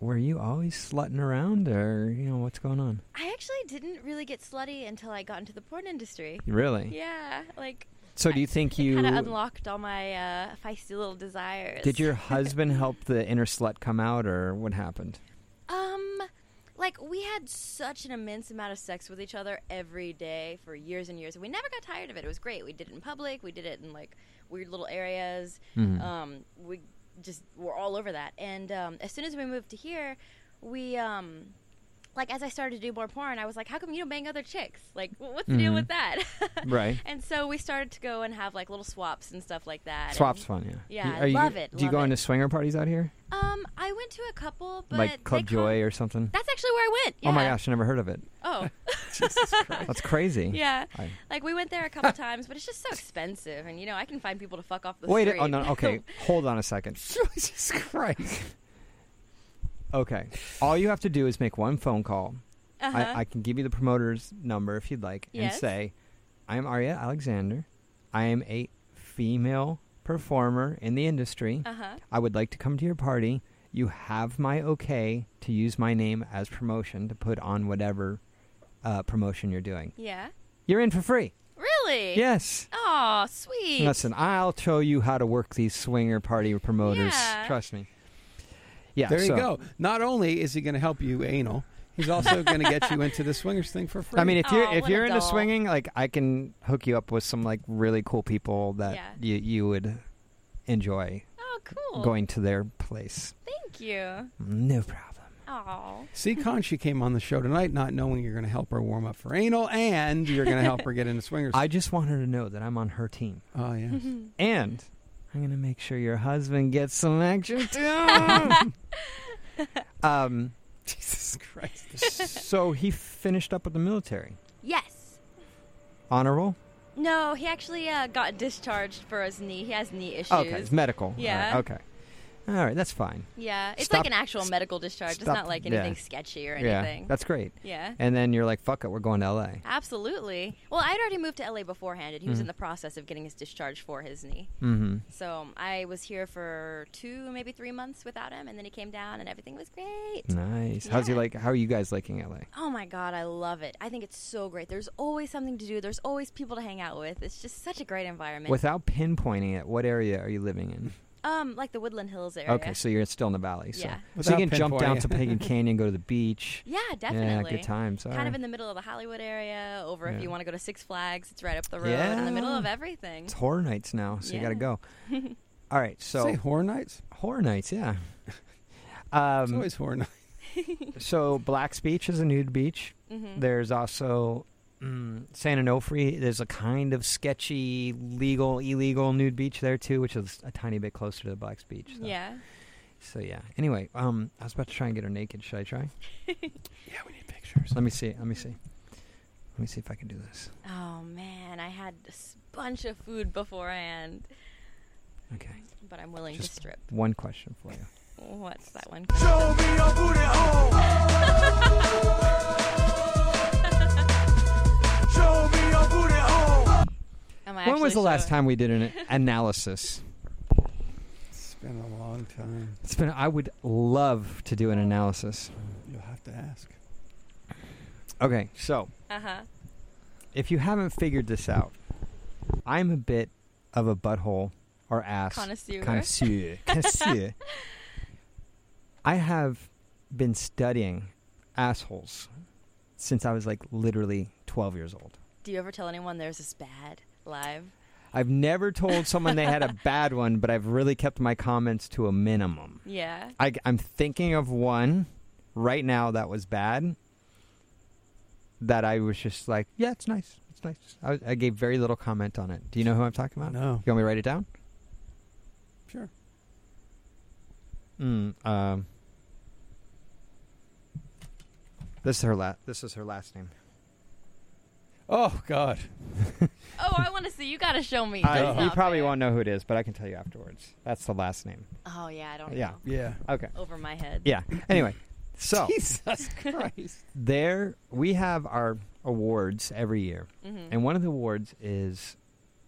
[SPEAKER 4] were you always slutting around or, you know, what's going on?
[SPEAKER 2] I actually didn't really get slutty until I got into the porn industry.
[SPEAKER 4] Really?
[SPEAKER 2] Yeah, like
[SPEAKER 4] So do you think you.
[SPEAKER 2] kind of unlocked all my uh, feisty little desires.
[SPEAKER 4] Did your husband help the inner slut come out or what happened?
[SPEAKER 2] Um, Like we had such an immense amount of sex with each other every day for years and years. We never got tired of it. It was great. We did it in public. We did it in like weird little areas.
[SPEAKER 4] Mm-hmm.
[SPEAKER 16] Mhm.
[SPEAKER 2] Um, we just were all over that. And um, as soon as we moved to here, we um, like as I started to do more porn, I was like, how come you don't bang other chicks? Like, wh- what's the deal
[SPEAKER 4] Mhm.
[SPEAKER 2] with that?
[SPEAKER 4] Right.
[SPEAKER 2] And so we started to go and have like little swaps and stuff like that.
[SPEAKER 4] Swap's
[SPEAKER 2] And-
[SPEAKER 4] fun, yeah.
[SPEAKER 2] Yeah,
[SPEAKER 4] You-
[SPEAKER 2] I
[SPEAKER 4] you-
[SPEAKER 2] love it.
[SPEAKER 4] Do you
[SPEAKER 2] love
[SPEAKER 4] go
[SPEAKER 2] it.
[SPEAKER 4] into swinger parties out here?
[SPEAKER 2] Um, I went to a couple, but
[SPEAKER 4] like Club
[SPEAKER 2] they call-
[SPEAKER 4] Joy or something?
[SPEAKER 2] That's actually where I went.
[SPEAKER 4] Oh my
[SPEAKER 2] yeah.
[SPEAKER 4] gosh, I never heard of it.
[SPEAKER 2] Oh.
[SPEAKER 4] That's crazy.
[SPEAKER 2] Yeah,
[SPEAKER 4] I-
[SPEAKER 2] like we went there a couple times, but it's just so expensive, and you know I can find people to fuck off the
[SPEAKER 4] Wait,
[SPEAKER 2] street.
[SPEAKER 4] oh no, okay, hold on a second.
[SPEAKER 3] Jesus Christ.
[SPEAKER 4] Okay. All you have to do is make one phone call.
[SPEAKER 2] Uh-huh.
[SPEAKER 4] I, I can give you the promoter's number if you'd like
[SPEAKER 2] Yes.
[SPEAKER 4] and say, I am Aria Alexander. I am a female performer in the industry.
[SPEAKER 2] Uh-huh.
[SPEAKER 4] I would like to come to your party. You have my okay to use my name as promotion to put on whatever uh, promotion you're doing.
[SPEAKER 2] yeah,
[SPEAKER 4] You're in for free.
[SPEAKER 2] really?
[SPEAKER 4] Yes.
[SPEAKER 2] Oh, sweet.
[SPEAKER 4] Listen, I'll show you how to work these swinger party promoters.
[SPEAKER 2] Yeah.
[SPEAKER 4] Trust me. Yeah.
[SPEAKER 3] There
[SPEAKER 4] so-
[SPEAKER 3] you go. Not only is he going to help you anal, he's also going to get you into the swingers thing for free.
[SPEAKER 4] I mean, if you're if
[SPEAKER 3] what
[SPEAKER 4] you're
[SPEAKER 3] a
[SPEAKER 4] into
[SPEAKER 3] doll.
[SPEAKER 4] swinging, like I can hook you up with some like really cool people that
[SPEAKER 2] Yeah.
[SPEAKER 4] you you would enjoy.
[SPEAKER 2] Oh, cool.
[SPEAKER 4] Going to their place.
[SPEAKER 2] Thank you.
[SPEAKER 4] No problem.
[SPEAKER 2] Oh,
[SPEAKER 3] See, Con, she came on the show tonight not knowing you're going to help her warm up for anal and you're going to help her get into swingers.
[SPEAKER 4] I just want her to know that I'm on her team.
[SPEAKER 3] Oh yeah.
[SPEAKER 2] Mm-hmm.
[SPEAKER 4] and I'm gonna make sure your husband gets some action too. um,
[SPEAKER 3] Jesus Christ.
[SPEAKER 4] so he finished up with the military.
[SPEAKER 2] yes.
[SPEAKER 4] Honor roll.
[SPEAKER 2] No, he actually uh, got discharged for his knee. He has knee issues.
[SPEAKER 4] Okay, it's medical. All right,
[SPEAKER 2] Yeah.
[SPEAKER 4] okay. All right, that's fine.
[SPEAKER 2] Yeah, it's
[SPEAKER 4] Stop-
[SPEAKER 2] like an actual medical discharge. it's
[SPEAKER 4] stop-
[SPEAKER 2] not like
[SPEAKER 4] yeah.
[SPEAKER 2] anything sketchy or
[SPEAKER 4] Yeah,
[SPEAKER 2] anything.
[SPEAKER 4] that's great.
[SPEAKER 2] Yeah.
[SPEAKER 4] And then you're like, fuck it, we're going to LA.
[SPEAKER 2] Absolutely. Well, I'd already moved to LA beforehand, and he was
[SPEAKER 4] Mhm.
[SPEAKER 2] in the process of getting his discharge for his knee.
[SPEAKER 4] Mhm.
[SPEAKER 2] So um, I was here for two, maybe three months without him, and then he came down, and everything was great.
[SPEAKER 4] Nice. How's he
[SPEAKER 2] Yeah.
[SPEAKER 4] like? How are you guys liking LA?
[SPEAKER 2] Oh my God, I love it. I think it's so great. There's always something to do, there's always people to hang out with. It's just such a great environment.
[SPEAKER 4] Without pinpointing it, what area are you living in?
[SPEAKER 2] Um, like the Woodland Hills area.
[SPEAKER 4] Okay, so you're still in the valley. So,
[SPEAKER 2] Yeah.
[SPEAKER 4] so
[SPEAKER 3] Without
[SPEAKER 4] you can jump down
[SPEAKER 3] pinpointing
[SPEAKER 4] to
[SPEAKER 3] it.
[SPEAKER 4] Pagan Canyon, go to the beach.
[SPEAKER 2] Yeah, definitely.
[SPEAKER 4] Yeah, good times. All
[SPEAKER 2] kind of
[SPEAKER 4] right.
[SPEAKER 2] in the middle of the Hollywood area. Over
[SPEAKER 4] Yeah.
[SPEAKER 2] if you want to go to Six Flags, it's right up the road in the
[SPEAKER 4] Yeah.
[SPEAKER 2] middle of everything.
[SPEAKER 4] It's horror nights now, so you got to
[SPEAKER 2] Yeah.
[SPEAKER 4] go. All right, so
[SPEAKER 3] Say horror nights?
[SPEAKER 4] Horror nights, yeah. Um,
[SPEAKER 3] It's always horror night.
[SPEAKER 4] so Black's Beach is a nude beach.
[SPEAKER 2] Mm-hmm.
[SPEAKER 3] Mhm.
[SPEAKER 4] There's also mm, San Onofre. There's a kind of sketchy, legal, illegal nude beach there too, which is a tiny bit closer to the Black's Beach. So.
[SPEAKER 2] Yeah.
[SPEAKER 4] So yeah. Anyway, um, I was about to try and get her naked. Should I try? Pictures. Let me see. Let me see. Let me see if I can do this.
[SPEAKER 2] Oh man, I had a s- bunch of food beforehand.
[SPEAKER 4] Okay.
[SPEAKER 2] But I'm willing to strip.
[SPEAKER 4] One question for you.
[SPEAKER 2] What's that one?
[SPEAKER 12] Show me your booty hole. Show me your booty hole.
[SPEAKER 2] Am I
[SPEAKER 4] when was the
[SPEAKER 2] actually
[SPEAKER 4] last
[SPEAKER 2] showing-
[SPEAKER 4] time we did an analysis?
[SPEAKER 3] It's been a long time.
[SPEAKER 4] It's been. I would love to do an analysis.
[SPEAKER 3] You'll have to ask.
[SPEAKER 4] Okay, so
[SPEAKER 2] Uh huh.
[SPEAKER 4] if you haven't figured this out, I'm a bit of a butthole or ass
[SPEAKER 2] Connoisseur.
[SPEAKER 4] Connoisseur. connoisseur. I have been studying assholes since I was like literally 12 years old.
[SPEAKER 2] Do you ever tell anyone there's this bad live?
[SPEAKER 4] I've never told someone they had a bad one, but I've really kept my comments to a minimum.
[SPEAKER 2] Yeah.
[SPEAKER 4] I, am thinking of one right now that was bad. That I was just like, yeah, it's nice. It's nice. I, I gave very little comment on it. Do you know who I'm talking about?
[SPEAKER 3] No.
[SPEAKER 4] You want me to write it down?
[SPEAKER 3] Sure.
[SPEAKER 4] Mm, um, this is her last. This is her last name.
[SPEAKER 3] Oh God.
[SPEAKER 2] Oh, I want to see. You got to show me.
[SPEAKER 4] I-
[SPEAKER 2] That's
[SPEAKER 4] you
[SPEAKER 2] not
[SPEAKER 4] probably won't know who it is, but I can tell you afterwards. That's the last name.
[SPEAKER 2] Oh yeah, I don't
[SPEAKER 4] Yeah.
[SPEAKER 2] know.
[SPEAKER 4] Yeah. Okay.
[SPEAKER 2] Over my head.
[SPEAKER 4] Yeah. Anyway, so
[SPEAKER 3] Jesus Christ.
[SPEAKER 4] there we have our awards every year,
[SPEAKER 2] Mhm.
[SPEAKER 4] and one of the awards is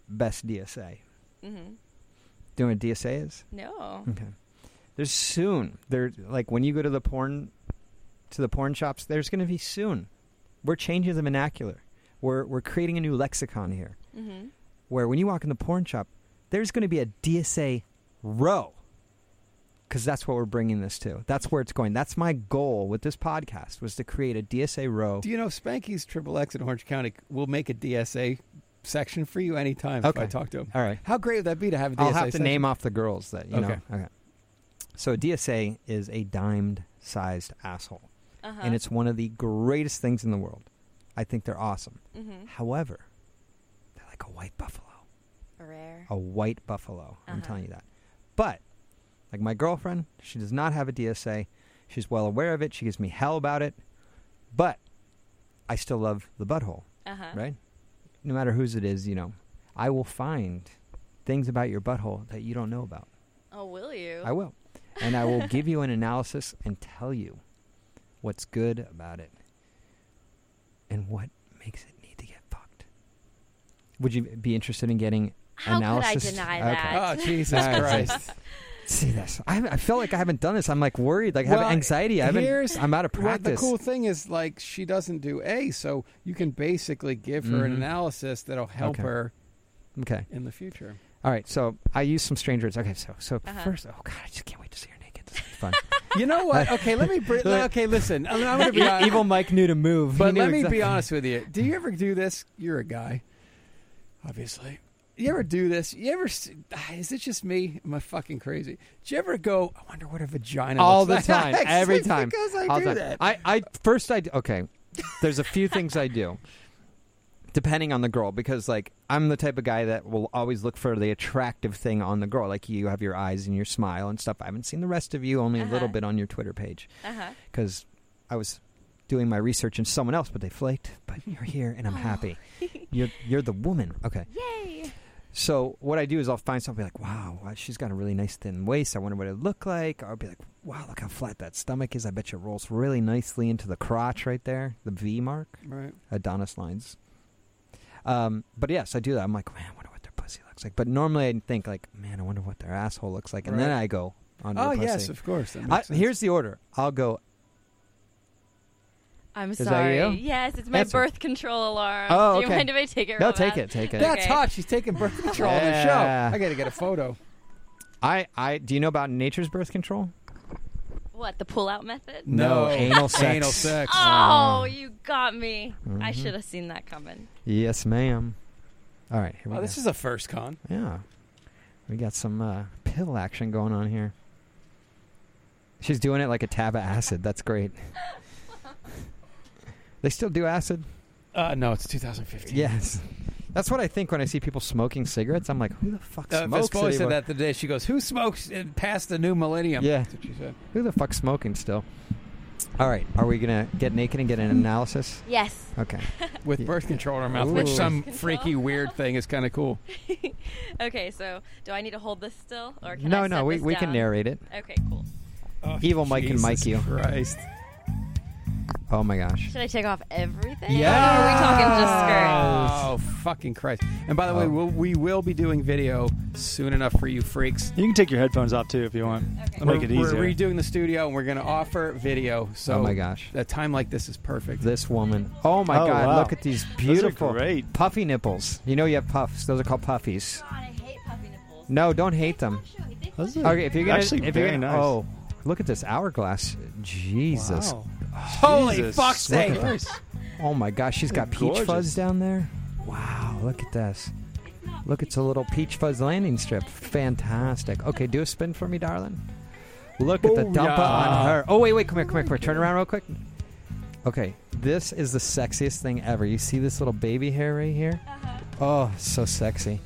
[SPEAKER 4] best DSA.
[SPEAKER 2] mm-hmm.
[SPEAKER 4] Do you know what DSA is?
[SPEAKER 2] No.
[SPEAKER 4] Okay. There's soon. There, like when you go to the porn, to the porn shops. There's going to be soon. We're changing the vernacular. We're we're creating a new lexicon here,
[SPEAKER 2] Mm-hmm.
[SPEAKER 4] where when you walk in the porn shop, there's going to be a DSA row. because that's what we're bringing this to. That's where it's going. That's my goal with this podcast was to create a DSA row.
[SPEAKER 3] Do you know if Spanky's Triple X in Orange County will make a DSA section for you anytime
[SPEAKER 4] Okay.
[SPEAKER 3] if I talk to him?
[SPEAKER 4] All right.
[SPEAKER 3] How great would that be to have a DSA
[SPEAKER 4] I'll have to
[SPEAKER 3] section?
[SPEAKER 4] name off the girls that you
[SPEAKER 3] Okay.
[SPEAKER 4] know. Okay. So DSA is a dimed sized asshole,
[SPEAKER 16] Uh-huh.
[SPEAKER 4] and it's one of the greatest things in the world. I think they're awesome.
[SPEAKER 2] Mm-hmm.
[SPEAKER 16] Mhm.
[SPEAKER 4] However, they're like a white buffalo.
[SPEAKER 2] Rare.
[SPEAKER 4] A white buffalo. I'm
[SPEAKER 2] Uh-huh.
[SPEAKER 4] telling you that. But like my girlfriend, she does not have a DSA. She's well aware of it. She gives me hell about it. But I still love the butthole.
[SPEAKER 16] Uh-huh.
[SPEAKER 4] Right? No matter whose it is, you know, I will find things about your butthole that you don't know about.
[SPEAKER 2] Oh, will you?
[SPEAKER 4] I will. And I will give you an analysis and tell you what's good about it and what makes it need to get fucked. Would you be interested in getting
[SPEAKER 2] How could I
[SPEAKER 4] analysis?
[SPEAKER 2] deny
[SPEAKER 4] Okay.
[SPEAKER 2] that? Oh, Jesus
[SPEAKER 4] All right.
[SPEAKER 2] Christ.
[SPEAKER 4] See this? I, haven't- I feel like I haven't done this. I'm like worried. Like I have
[SPEAKER 3] Well,
[SPEAKER 4] anxiety. I haven't,
[SPEAKER 3] here's
[SPEAKER 4] I'm out of
[SPEAKER 3] what
[SPEAKER 4] practice.
[SPEAKER 3] the cool thing is, like, she doesn't do A, so you can basically give her an
[SPEAKER 4] Mhm.
[SPEAKER 3] analysis that'll help
[SPEAKER 4] Okay.
[SPEAKER 3] her
[SPEAKER 4] Okay.
[SPEAKER 3] in the future.
[SPEAKER 4] All right. So I use some stranger. Okay. So so
[SPEAKER 3] Uh-huh.
[SPEAKER 4] first. Oh God, I just can't wait to see her naked. This will be fun.
[SPEAKER 3] You know what? Okay, let me. Br- okay, listen. I'm, I'm going to be honest.
[SPEAKER 4] Evil Mike knew to move. He
[SPEAKER 3] Uh, But
[SPEAKER 4] knew
[SPEAKER 3] let me
[SPEAKER 4] exactly-
[SPEAKER 3] be honest with you. Do you ever do this? You're a guy, obviously. You ever do this? You ever? s- ah, Is it just me? Am I fucking crazy? Do you ever go? I wonder what a vagina
[SPEAKER 4] all the
[SPEAKER 3] looks like?"
[SPEAKER 4] time, every
[SPEAKER 3] It's
[SPEAKER 4] time.
[SPEAKER 3] Because I
[SPEAKER 4] All
[SPEAKER 3] do
[SPEAKER 4] the time.
[SPEAKER 3] that.
[SPEAKER 4] I, I first I d- okay. There's a few things I do, depending on the girl, because like I'm the type of guy that will always look for the attractive thing on the girl. Like you have your eyes and your smile and stuff. I haven't seen the rest of you, only a little bit on your Twitter page,
[SPEAKER 16] Uh-huh.
[SPEAKER 4] because I was doing my research in someone else, but they flaked. But you're here, and I'm happy. You're you're the woman. Okay.
[SPEAKER 2] Yay.
[SPEAKER 4] So what I do is I'll find something like, wow, wow, she's got a really nice thin waist. I wonder what it would look like. Or I'll be like, wow, look how flat that stomach is. I bet you it rolls really nicely into the crotch right there, the V mark,
[SPEAKER 3] Right.
[SPEAKER 4] Adonis lines. Um, but yes, I do that. I'm like, man, I wonder what their pussy looks like. But normally I think like, man, I wonder what their asshole looks like, and then
[SPEAKER 3] Right.
[SPEAKER 4] I go on.
[SPEAKER 3] Oh,
[SPEAKER 4] the pussy.
[SPEAKER 3] yes, of course. That
[SPEAKER 4] I-
[SPEAKER 3] makes sense.
[SPEAKER 4] here's the order. I'll go
[SPEAKER 2] I'm
[SPEAKER 4] Is that
[SPEAKER 2] sorry.
[SPEAKER 4] you?
[SPEAKER 2] Yes, it's my
[SPEAKER 4] Answer.
[SPEAKER 2] birth control alarm.
[SPEAKER 4] Oh,
[SPEAKER 2] Do you
[SPEAKER 4] okay.
[SPEAKER 2] mind if I take it?
[SPEAKER 4] No,
[SPEAKER 2] real
[SPEAKER 4] take
[SPEAKER 2] fast?
[SPEAKER 4] it, take it.
[SPEAKER 3] That's
[SPEAKER 2] Okay.
[SPEAKER 3] hot. She's taking birth control
[SPEAKER 4] Yeah.
[SPEAKER 3] on the show. I got to get a photo.
[SPEAKER 4] I, I do you know about nature's birth control?
[SPEAKER 2] What the pull-out method?
[SPEAKER 3] No.
[SPEAKER 4] anal sex.
[SPEAKER 3] Anal sex.
[SPEAKER 2] Oh, you got me. I
[SPEAKER 4] Mhm.
[SPEAKER 2] should have seen that coming.
[SPEAKER 4] Yes, ma'am. All right, here we
[SPEAKER 3] Oh,
[SPEAKER 4] go.
[SPEAKER 3] this is a first con.
[SPEAKER 4] yeah. We got some uh, pill action going on here. She's doing it like a tab of acid. That's great. they still do acid?
[SPEAKER 3] Uh, no, it's 2015.
[SPEAKER 4] Yes. That's what I think when I see people smoking cigarettes. I'm like, who the fuck
[SPEAKER 3] Uh,
[SPEAKER 4] smokes
[SPEAKER 3] Vespola
[SPEAKER 4] anymore?
[SPEAKER 3] said that today. She goes, "Who smokes in- past the new millennium?"
[SPEAKER 4] Yeah.
[SPEAKER 3] That's what she said.
[SPEAKER 4] Who the fuck's smoking still? All right, are we gonna get naked and get an analysis?
[SPEAKER 2] Yes.
[SPEAKER 4] Okay.
[SPEAKER 3] With
[SPEAKER 4] Yeah.
[SPEAKER 3] birth control in her mouth, which
[SPEAKER 4] Ooh.
[SPEAKER 3] some
[SPEAKER 2] Birth
[SPEAKER 3] freaky weird thing is kind of cool.
[SPEAKER 2] okay, so do I need to hold this still, or can
[SPEAKER 4] No,
[SPEAKER 2] I
[SPEAKER 4] no,
[SPEAKER 2] set
[SPEAKER 4] we-
[SPEAKER 2] this
[SPEAKER 4] we can
[SPEAKER 2] down?
[SPEAKER 4] narrate it.
[SPEAKER 2] Okay, cool.
[SPEAKER 4] Evil Mike and
[SPEAKER 3] Jesus
[SPEAKER 4] Mike you.
[SPEAKER 3] Christ.
[SPEAKER 4] Oh my gosh.
[SPEAKER 2] Should I take off everything?
[SPEAKER 3] Yeah.
[SPEAKER 2] Or are we talking just skirts?
[SPEAKER 3] Oh, fucking Christ. And by the
[SPEAKER 4] Oh.
[SPEAKER 3] way, we'll, we will be doing video soon enough for you freaks.
[SPEAKER 5] You can take your headphones off too if you want.
[SPEAKER 3] we're,
[SPEAKER 5] Make it easier.
[SPEAKER 3] We're redoing the studio and we're going to offer video. So
[SPEAKER 4] Oh my gosh.
[SPEAKER 3] A time like this is perfect.
[SPEAKER 4] This woman. Oh my
[SPEAKER 5] Oh,
[SPEAKER 4] god,
[SPEAKER 5] wow.
[SPEAKER 4] look at these
[SPEAKER 5] Those are
[SPEAKER 4] beautiful puffy nipples. You know you have puffs. Those are called puffies.
[SPEAKER 2] God, I hate puffy nipples.
[SPEAKER 4] No, don't hate them.
[SPEAKER 5] Those are
[SPEAKER 4] Okay, if you're gonna
[SPEAKER 5] actually
[SPEAKER 4] if you're
[SPEAKER 5] very
[SPEAKER 4] gonna,
[SPEAKER 5] nice.
[SPEAKER 4] Oh, look at this hourglass. Jesus.
[SPEAKER 5] Wow.
[SPEAKER 3] Holy
[SPEAKER 4] Jesus.
[SPEAKER 3] fuck's
[SPEAKER 4] Look at
[SPEAKER 3] sake.
[SPEAKER 4] that. Oh my gosh, she's got peach
[SPEAKER 3] Gorgeous.
[SPEAKER 4] fuzz down there. Wow, look at this. Look, it's a little peach fuzz landing strip. Fantastic. Okay, do a spin for me, darling. Look at the dumpa
[SPEAKER 3] Booyah.
[SPEAKER 4] on her. Oh wait, wait, come here, come here, come here. Turn around real quick. Okay, this is the sexiest thing ever. You see this little baby hair right here? Oh, so sexy.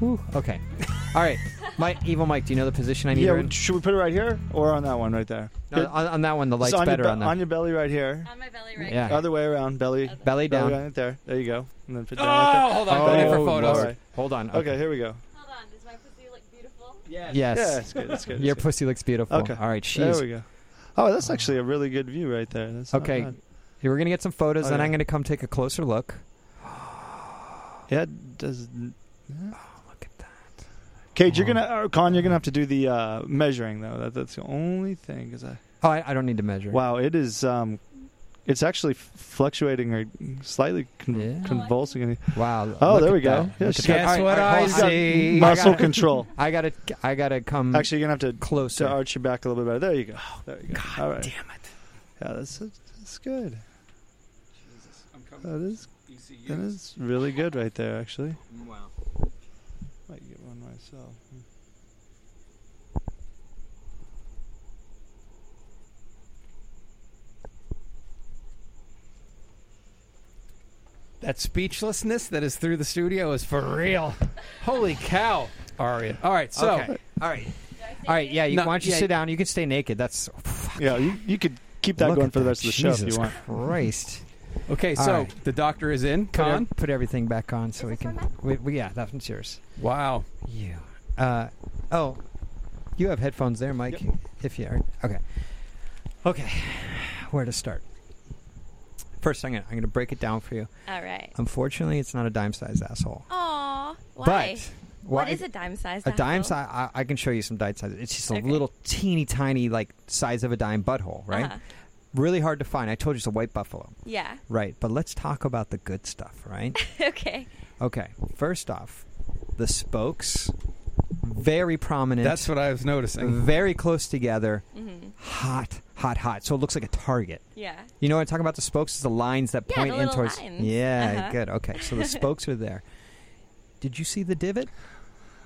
[SPEAKER 4] Woo. Okay. All right, my evil Mike. Do you know the position I need?
[SPEAKER 5] yeah,
[SPEAKER 4] her in?
[SPEAKER 5] should we put it right here or on that one right there?
[SPEAKER 4] No, on, on that one, the light's
[SPEAKER 5] So on your
[SPEAKER 4] better
[SPEAKER 5] be-
[SPEAKER 4] on that.
[SPEAKER 5] On your belly right here. On
[SPEAKER 2] my belly
[SPEAKER 4] right Yeah. here.
[SPEAKER 5] Other way around, belly.
[SPEAKER 4] Belly down.
[SPEAKER 5] right there. There you go. And then put it down
[SPEAKER 3] Oh,
[SPEAKER 5] right there.
[SPEAKER 3] hold on. Don't for photos.
[SPEAKER 5] Lord.
[SPEAKER 4] Hold on.
[SPEAKER 5] Okay. here we go.
[SPEAKER 4] Yes.
[SPEAKER 5] Yeah, it's good. It's good. it's
[SPEAKER 4] Your
[SPEAKER 5] good.
[SPEAKER 4] pussy looks beautiful.
[SPEAKER 5] Okay.
[SPEAKER 4] All right,
[SPEAKER 5] There
[SPEAKER 4] she's
[SPEAKER 5] we go. Oh, that's actually a really good view right there. That's not
[SPEAKER 4] Okay.
[SPEAKER 5] bad.
[SPEAKER 4] Here, we're gonna get some photos,
[SPEAKER 5] Oh,
[SPEAKER 4] then
[SPEAKER 5] yeah.
[SPEAKER 4] I'm gonna come take a closer look.
[SPEAKER 5] Yeah, it does. Oh, look at that. Cage, you're gonna uh, Con. You're gonna have to do the uh, measuring though. That, that's the only thing. Cause I
[SPEAKER 4] Oh, I, I don't need to measure.
[SPEAKER 5] wow, it is um, It's actually f- fluctuating or slightly con- convulsing.
[SPEAKER 4] Wow!
[SPEAKER 5] Oh,
[SPEAKER 4] Look
[SPEAKER 5] there
[SPEAKER 4] at
[SPEAKER 5] we go.
[SPEAKER 4] that.
[SPEAKER 5] Yeah,
[SPEAKER 4] Look at
[SPEAKER 5] she's
[SPEAKER 4] that.
[SPEAKER 5] got-
[SPEAKER 4] All right, all right, hold on.
[SPEAKER 5] Muscle
[SPEAKER 4] I gotta-
[SPEAKER 5] control.
[SPEAKER 4] I gotta, I gotta come.
[SPEAKER 5] Actually, you're gonna have to
[SPEAKER 4] closer.
[SPEAKER 5] to arch your back a little bit better. There you go. There you go. Oh, God All right. damn it. Yeah, that's that's good. That is that is really good right there. Actually,
[SPEAKER 3] Wow.
[SPEAKER 5] might get one myself.
[SPEAKER 3] That speechlessness that is through the studio is for real. Holy cow, Aria. All right, so.
[SPEAKER 4] Okay. All right. All right. Yeah. You,
[SPEAKER 3] No,
[SPEAKER 4] why don't you
[SPEAKER 3] yeah.
[SPEAKER 4] sit down? You can stay naked. That's.
[SPEAKER 5] Yeah. You, you could keep that going for the rest of the show if you want.
[SPEAKER 4] Christ.
[SPEAKER 3] Okay,
[SPEAKER 4] All
[SPEAKER 3] so
[SPEAKER 4] right.
[SPEAKER 3] the doctor is in.
[SPEAKER 4] Put,
[SPEAKER 3] Con.
[SPEAKER 4] ev- put everything back on so we can. We, we, yeah, that one's yours.
[SPEAKER 3] Wow.
[SPEAKER 4] You. Uh, oh, you have headphones there, Mike. If you are okay. Okay, where to start? First, I'm gonna I'm gonna break it down for you.
[SPEAKER 2] All right.
[SPEAKER 4] Unfortunately, it's not a dime sized asshole.
[SPEAKER 2] Aw, why?
[SPEAKER 4] But
[SPEAKER 2] what
[SPEAKER 4] why-
[SPEAKER 2] is a dime sized
[SPEAKER 4] A dime size. I, I can show you some dime sizes. It's just a
[SPEAKER 2] Okay.
[SPEAKER 4] little teeny tiny, like size of a dime butthole, right?
[SPEAKER 2] Uh-huh.
[SPEAKER 4] Really hard to find. I told you it's a white buffalo.
[SPEAKER 2] Yeah.
[SPEAKER 4] Right. But let's talk about the good stuff, right?
[SPEAKER 2] okay.
[SPEAKER 4] okay. First off, the spokes, very prominent.
[SPEAKER 3] That's what I was
[SPEAKER 5] Mm-hmm.
[SPEAKER 3] noticing.
[SPEAKER 4] Very close together.
[SPEAKER 2] Mhm.
[SPEAKER 4] Hot, hot, hot. So it looks like a target.
[SPEAKER 2] Yeah.
[SPEAKER 4] You know what I'm talking about? The spokes is the lines that
[SPEAKER 2] Yeah,
[SPEAKER 4] point
[SPEAKER 2] the
[SPEAKER 4] in
[SPEAKER 2] little
[SPEAKER 4] towards.
[SPEAKER 2] lines.
[SPEAKER 4] Yeah,
[SPEAKER 2] Uh-huh.
[SPEAKER 4] good. Okay. So the spokes are there. Did you see the divot?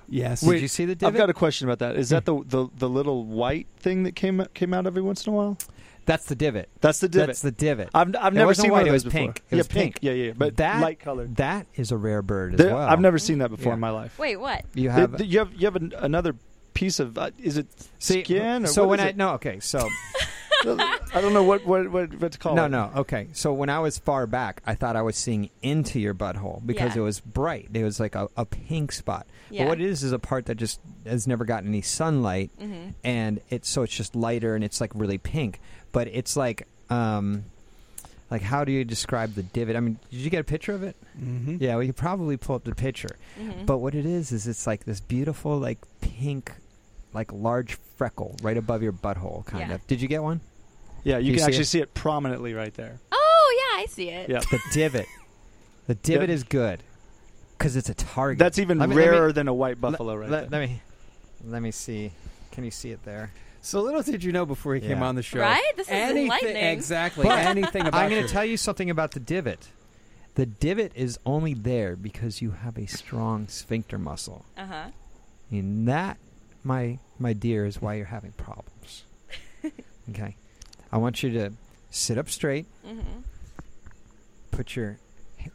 [SPEAKER 3] Yes.
[SPEAKER 4] Did you see the divot?
[SPEAKER 5] I've got a question about that. Is that the, the the little white thing that came came out every once in a while?
[SPEAKER 4] That's the divot.
[SPEAKER 5] That's the divot.
[SPEAKER 4] That's the divot.
[SPEAKER 5] I've, I've
[SPEAKER 4] It
[SPEAKER 5] never
[SPEAKER 4] wasn't
[SPEAKER 5] seen one
[SPEAKER 4] white,
[SPEAKER 5] of
[SPEAKER 4] it was
[SPEAKER 5] those before.
[SPEAKER 4] pink. It
[SPEAKER 5] Yeah,
[SPEAKER 4] was
[SPEAKER 5] pink.
[SPEAKER 4] pink.
[SPEAKER 5] Yeah, yeah, yeah. But
[SPEAKER 4] That-
[SPEAKER 5] light colored.
[SPEAKER 4] That is a rare bird as
[SPEAKER 5] There-
[SPEAKER 4] well.
[SPEAKER 5] I've never seen that before
[SPEAKER 4] Yeah.
[SPEAKER 5] in my life.
[SPEAKER 2] Wait, what?
[SPEAKER 4] You
[SPEAKER 5] Th-
[SPEAKER 4] have-
[SPEAKER 5] th- you have you have an, another piece of uh, is it
[SPEAKER 4] See,
[SPEAKER 5] skin? Or
[SPEAKER 4] so
[SPEAKER 5] what
[SPEAKER 4] when
[SPEAKER 5] is
[SPEAKER 4] I
[SPEAKER 5] it?
[SPEAKER 4] no, okay, so
[SPEAKER 5] I don't know what what what, what to call
[SPEAKER 4] no,
[SPEAKER 5] it.
[SPEAKER 4] no, okay. So when I was far back, I thought I was seeing into your butthole because
[SPEAKER 5] Yeah.
[SPEAKER 4] it was bright. It was like a, a pink spot.
[SPEAKER 5] Yeah.
[SPEAKER 4] But what it is is a part that just has never gotten any sunlight,
[SPEAKER 2] Mm-hmm.
[SPEAKER 5] Mhm.
[SPEAKER 4] and it's so it's just lighter and it's like really pink. But it's like, um, like how do you describe the divot? I mean, did you get a picture of it? Mm-hmm.
[SPEAKER 3] Mm-hmm.
[SPEAKER 4] Yeah, we could probably pull up the picture.
[SPEAKER 2] Mm-hmm.
[SPEAKER 3] Mhm.
[SPEAKER 4] But what it is is it's like this beautiful like pink, like large freckle right above your butthole, kind
[SPEAKER 2] Yeah.
[SPEAKER 4] of. Did you get one?
[SPEAKER 5] Yeah, you
[SPEAKER 4] Do
[SPEAKER 5] can actually
[SPEAKER 4] it?
[SPEAKER 5] see it prominently right there.
[SPEAKER 2] Oh, yeah, I see it.
[SPEAKER 5] Yeah.
[SPEAKER 4] The divot. The divot
[SPEAKER 5] Yep.
[SPEAKER 4] is good because it's a target.
[SPEAKER 5] That's even
[SPEAKER 4] Let me- let me-
[SPEAKER 5] rarer than a white buffalo, right?
[SPEAKER 4] Let, let me, let me see. Can you see it there?
[SPEAKER 3] So little did you know before he came
[SPEAKER 4] Yeah.
[SPEAKER 3] on the show.
[SPEAKER 2] Right? This is
[SPEAKER 3] anything,
[SPEAKER 2] enlightening.
[SPEAKER 3] Exactly.
[SPEAKER 4] But
[SPEAKER 3] anything about
[SPEAKER 4] I'm going
[SPEAKER 3] your-
[SPEAKER 4] to tell you something about the divot. The divot is only there because you have a strong sphincter muscle.
[SPEAKER 2] Uh huh.
[SPEAKER 4] And that, my my dear, is why you're having problems. okay, I want you to sit up straight.
[SPEAKER 2] Mhm.
[SPEAKER 4] Put your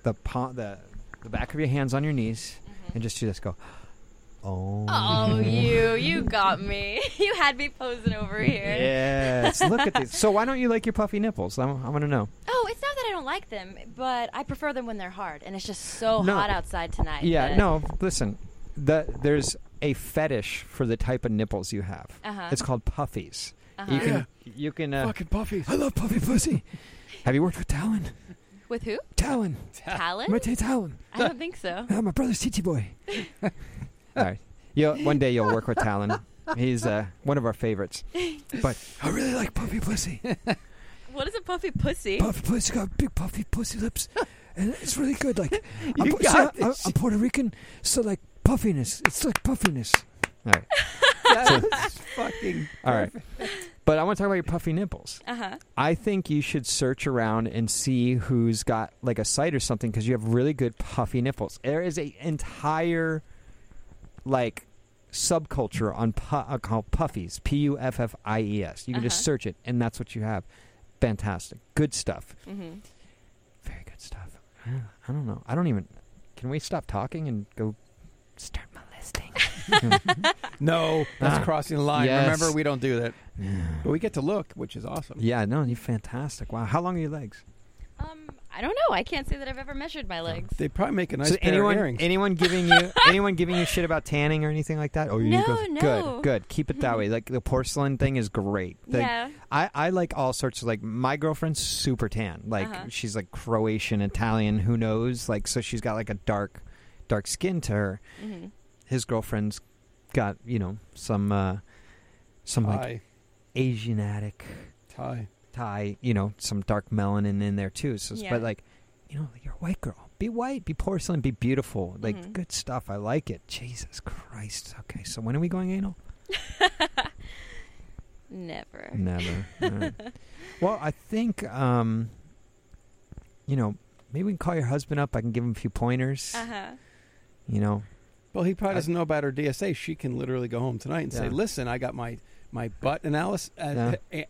[SPEAKER 4] the pa- the the back of your hands on your knees,
[SPEAKER 3] Mm-hmm.
[SPEAKER 4] and just do this. Go. Oh.
[SPEAKER 2] Oh, you. You got me. You had me posing over here.
[SPEAKER 4] Yes. Look at this. So why don't you like your puffy nipples? I want to know.
[SPEAKER 2] Oh, it's not that I don't like them, but I prefer them when they're hard, and it's just so
[SPEAKER 4] No.
[SPEAKER 2] hot outside tonight.
[SPEAKER 4] Yeah.
[SPEAKER 2] that-
[SPEAKER 4] No. Listen. The, there's a fetish for the type of nipples you have.
[SPEAKER 2] Uh-huh.
[SPEAKER 4] It's called puffies.
[SPEAKER 2] Uh-huh.
[SPEAKER 4] You can. You can. Uh,
[SPEAKER 3] Fucking puffies.
[SPEAKER 4] I love puffy pussy. Have you worked with Talon?
[SPEAKER 2] With who?
[SPEAKER 4] Talon.
[SPEAKER 2] Talon?
[SPEAKER 4] Mate Talon.
[SPEAKER 2] I don't think so.
[SPEAKER 4] Uh, my brother's Titi boy. All right. You'll, one day you'll work with Talon. He's uh, one of our favorites. But I really like puffy pussy.
[SPEAKER 2] What is a puffy pussy?
[SPEAKER 4] Puffy pussy got big puffy pussy lips, and it's really good. Like
[SPEAKER 3] You
[SPEAKER 4] I'm, pu-
[SPEAKER 3] got
[SPEAKER 4] see, I-
[SPEAKER 3] this
[SPEAKER 4] I'm Puerto Rican, so like puffiness. It's like puffiness. All right.
[SPEAKER 3] That's fucking.
[SPEAKER 4] All right. But I want to talk about your puffy nipples.
[SPEAKER 2] Uh-huh.
[SPEAKER 4] I think you should search around and see who's got like a site or something because you have really good puffy nipples. There is a entire like subculture on pu- uh, called puffies, P U F F I E S. You can just
[SPEAKER 2] Uh-huh.
[SPEAKER 4] search it, and that's what you have. Fantastic, good stuff.
[SPEAKER 2] Mm-hmm.
[SPEAKER 4] Very good stuff. I don't- I don't know. I don't even. Can we stop talking and go start my listing?
[SPEAKER 3] No, that's
[SPEAKER 4] Ah.
[SPEAKER 3] crossing the line.
[SPEAKER 4] Yes.
[SPEAKER 3] Remember, we don't do that.
[SPEAKER 4] Yeah.
[SPEAKER 3] But we get to look, which is awesome.
[SPEAKER 4] yeah, no, you're fantastic. Wow, how long are your legs?
[SPEAKER 2] Um, I don't know. I can't say that I've ever measured my legs.
[SPEAKER 3] They probably make a nice
[SPEAKER 4] so
[SPEAKER 3] pair
[SPEAKER 4] anyone
[SPEAKER 3] of earrings.
[SPEAKER 4] anyone giving you anyone giving you shit about tanning or anything like that? Oh, you
[SPEAKER 2] No,
[SPEAKER 4] go,
[SPEAKER 2] no.
[SPEAKER 4] good, good. Keep it that way. Like the porcelain thing is great. Like,
[SPEAKER 2] Yeah.
[SPEAKER 4] I, I like all sorts of like my girlfriend's super tan. Like
[SPEAKER 2] Uh-huh.
[SPEAKER 4] she's like Croatian, Italian, who knows? Like so she's got like a dark dark skin to her.
[SPEAKER 2] Mhm.
[SPEAKER 4] His girlfriend's got, you know, some uh some like
[SPEAKER 3] Thai.
[SPEAKER 4] Asiatic
[SPEAKER 3] Thai.
[SPEAKER 4] tie, you know, some dark melanin in there too. So, it's-
[SPEAKER 16] Yeah.
[SPEAKER 4] but like, you know, you're a white girl. Be white. Be porcelain. Be beautiful. Like
[SPEAKER 16] Mhm.
[SPEAKER 4] good stuff. I like it. Jesus Christ. Okay, so when are we going anal?
[SPEAKER 2] Never.
[SPEAKER 4] Mm. Never. All right. Well, I think, um, you know, maybe we can call your husband up. I can give him a few pointers.
[SPEAKER 2] Uh-huh.
[SPEAKER 4] You know,
[SPEAKER 3] Well, he probably doesn't know about her DSA. She can literally go home tonight and say,
[SPEAKER 4] Yeah.
[SPEAKER 3] "Listen, I got my my butt analysis, uh, a-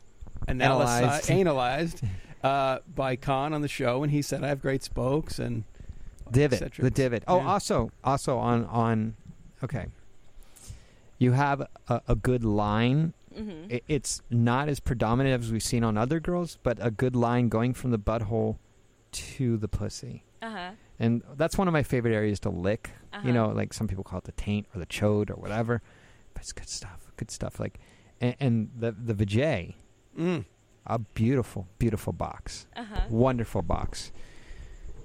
[SPEAKER 3] analysis
[SPEAKER 4] Analyzed.
[SPEAKER 3] analyzed uh, by Khan on the show, and he said I have great spokes and
[SPEAKER 4] divot
[SPEAKER 3] et cetera."
[SPEAKER 4] the divot oh
[SPEAKER 3] Yeah.
[SPEAKER 4] also also on on okay you have a, a good line
[SPEAKER 2] Mhm.
[SPEAKER 4] I- it's not as predominant as we've seen on other girls but a good line going from the butthole to the pussy
[SPEAKER 2] Uh-huh.
[SPEAKER 4] and that's one of my favorite areas to lick
[SPEAKER 2] Uh-huh.
[SPEAKER 4] you know like some people call it the taint or the chode or whatever but it's good stuff good stuff like and, and the the vajay
[SPEAKER 3] Mm.
[SPEAKER 4] a beautiful beautiful box
[SPEAKER 2] Uh-huh.
[SPEAKER 4] wonderful box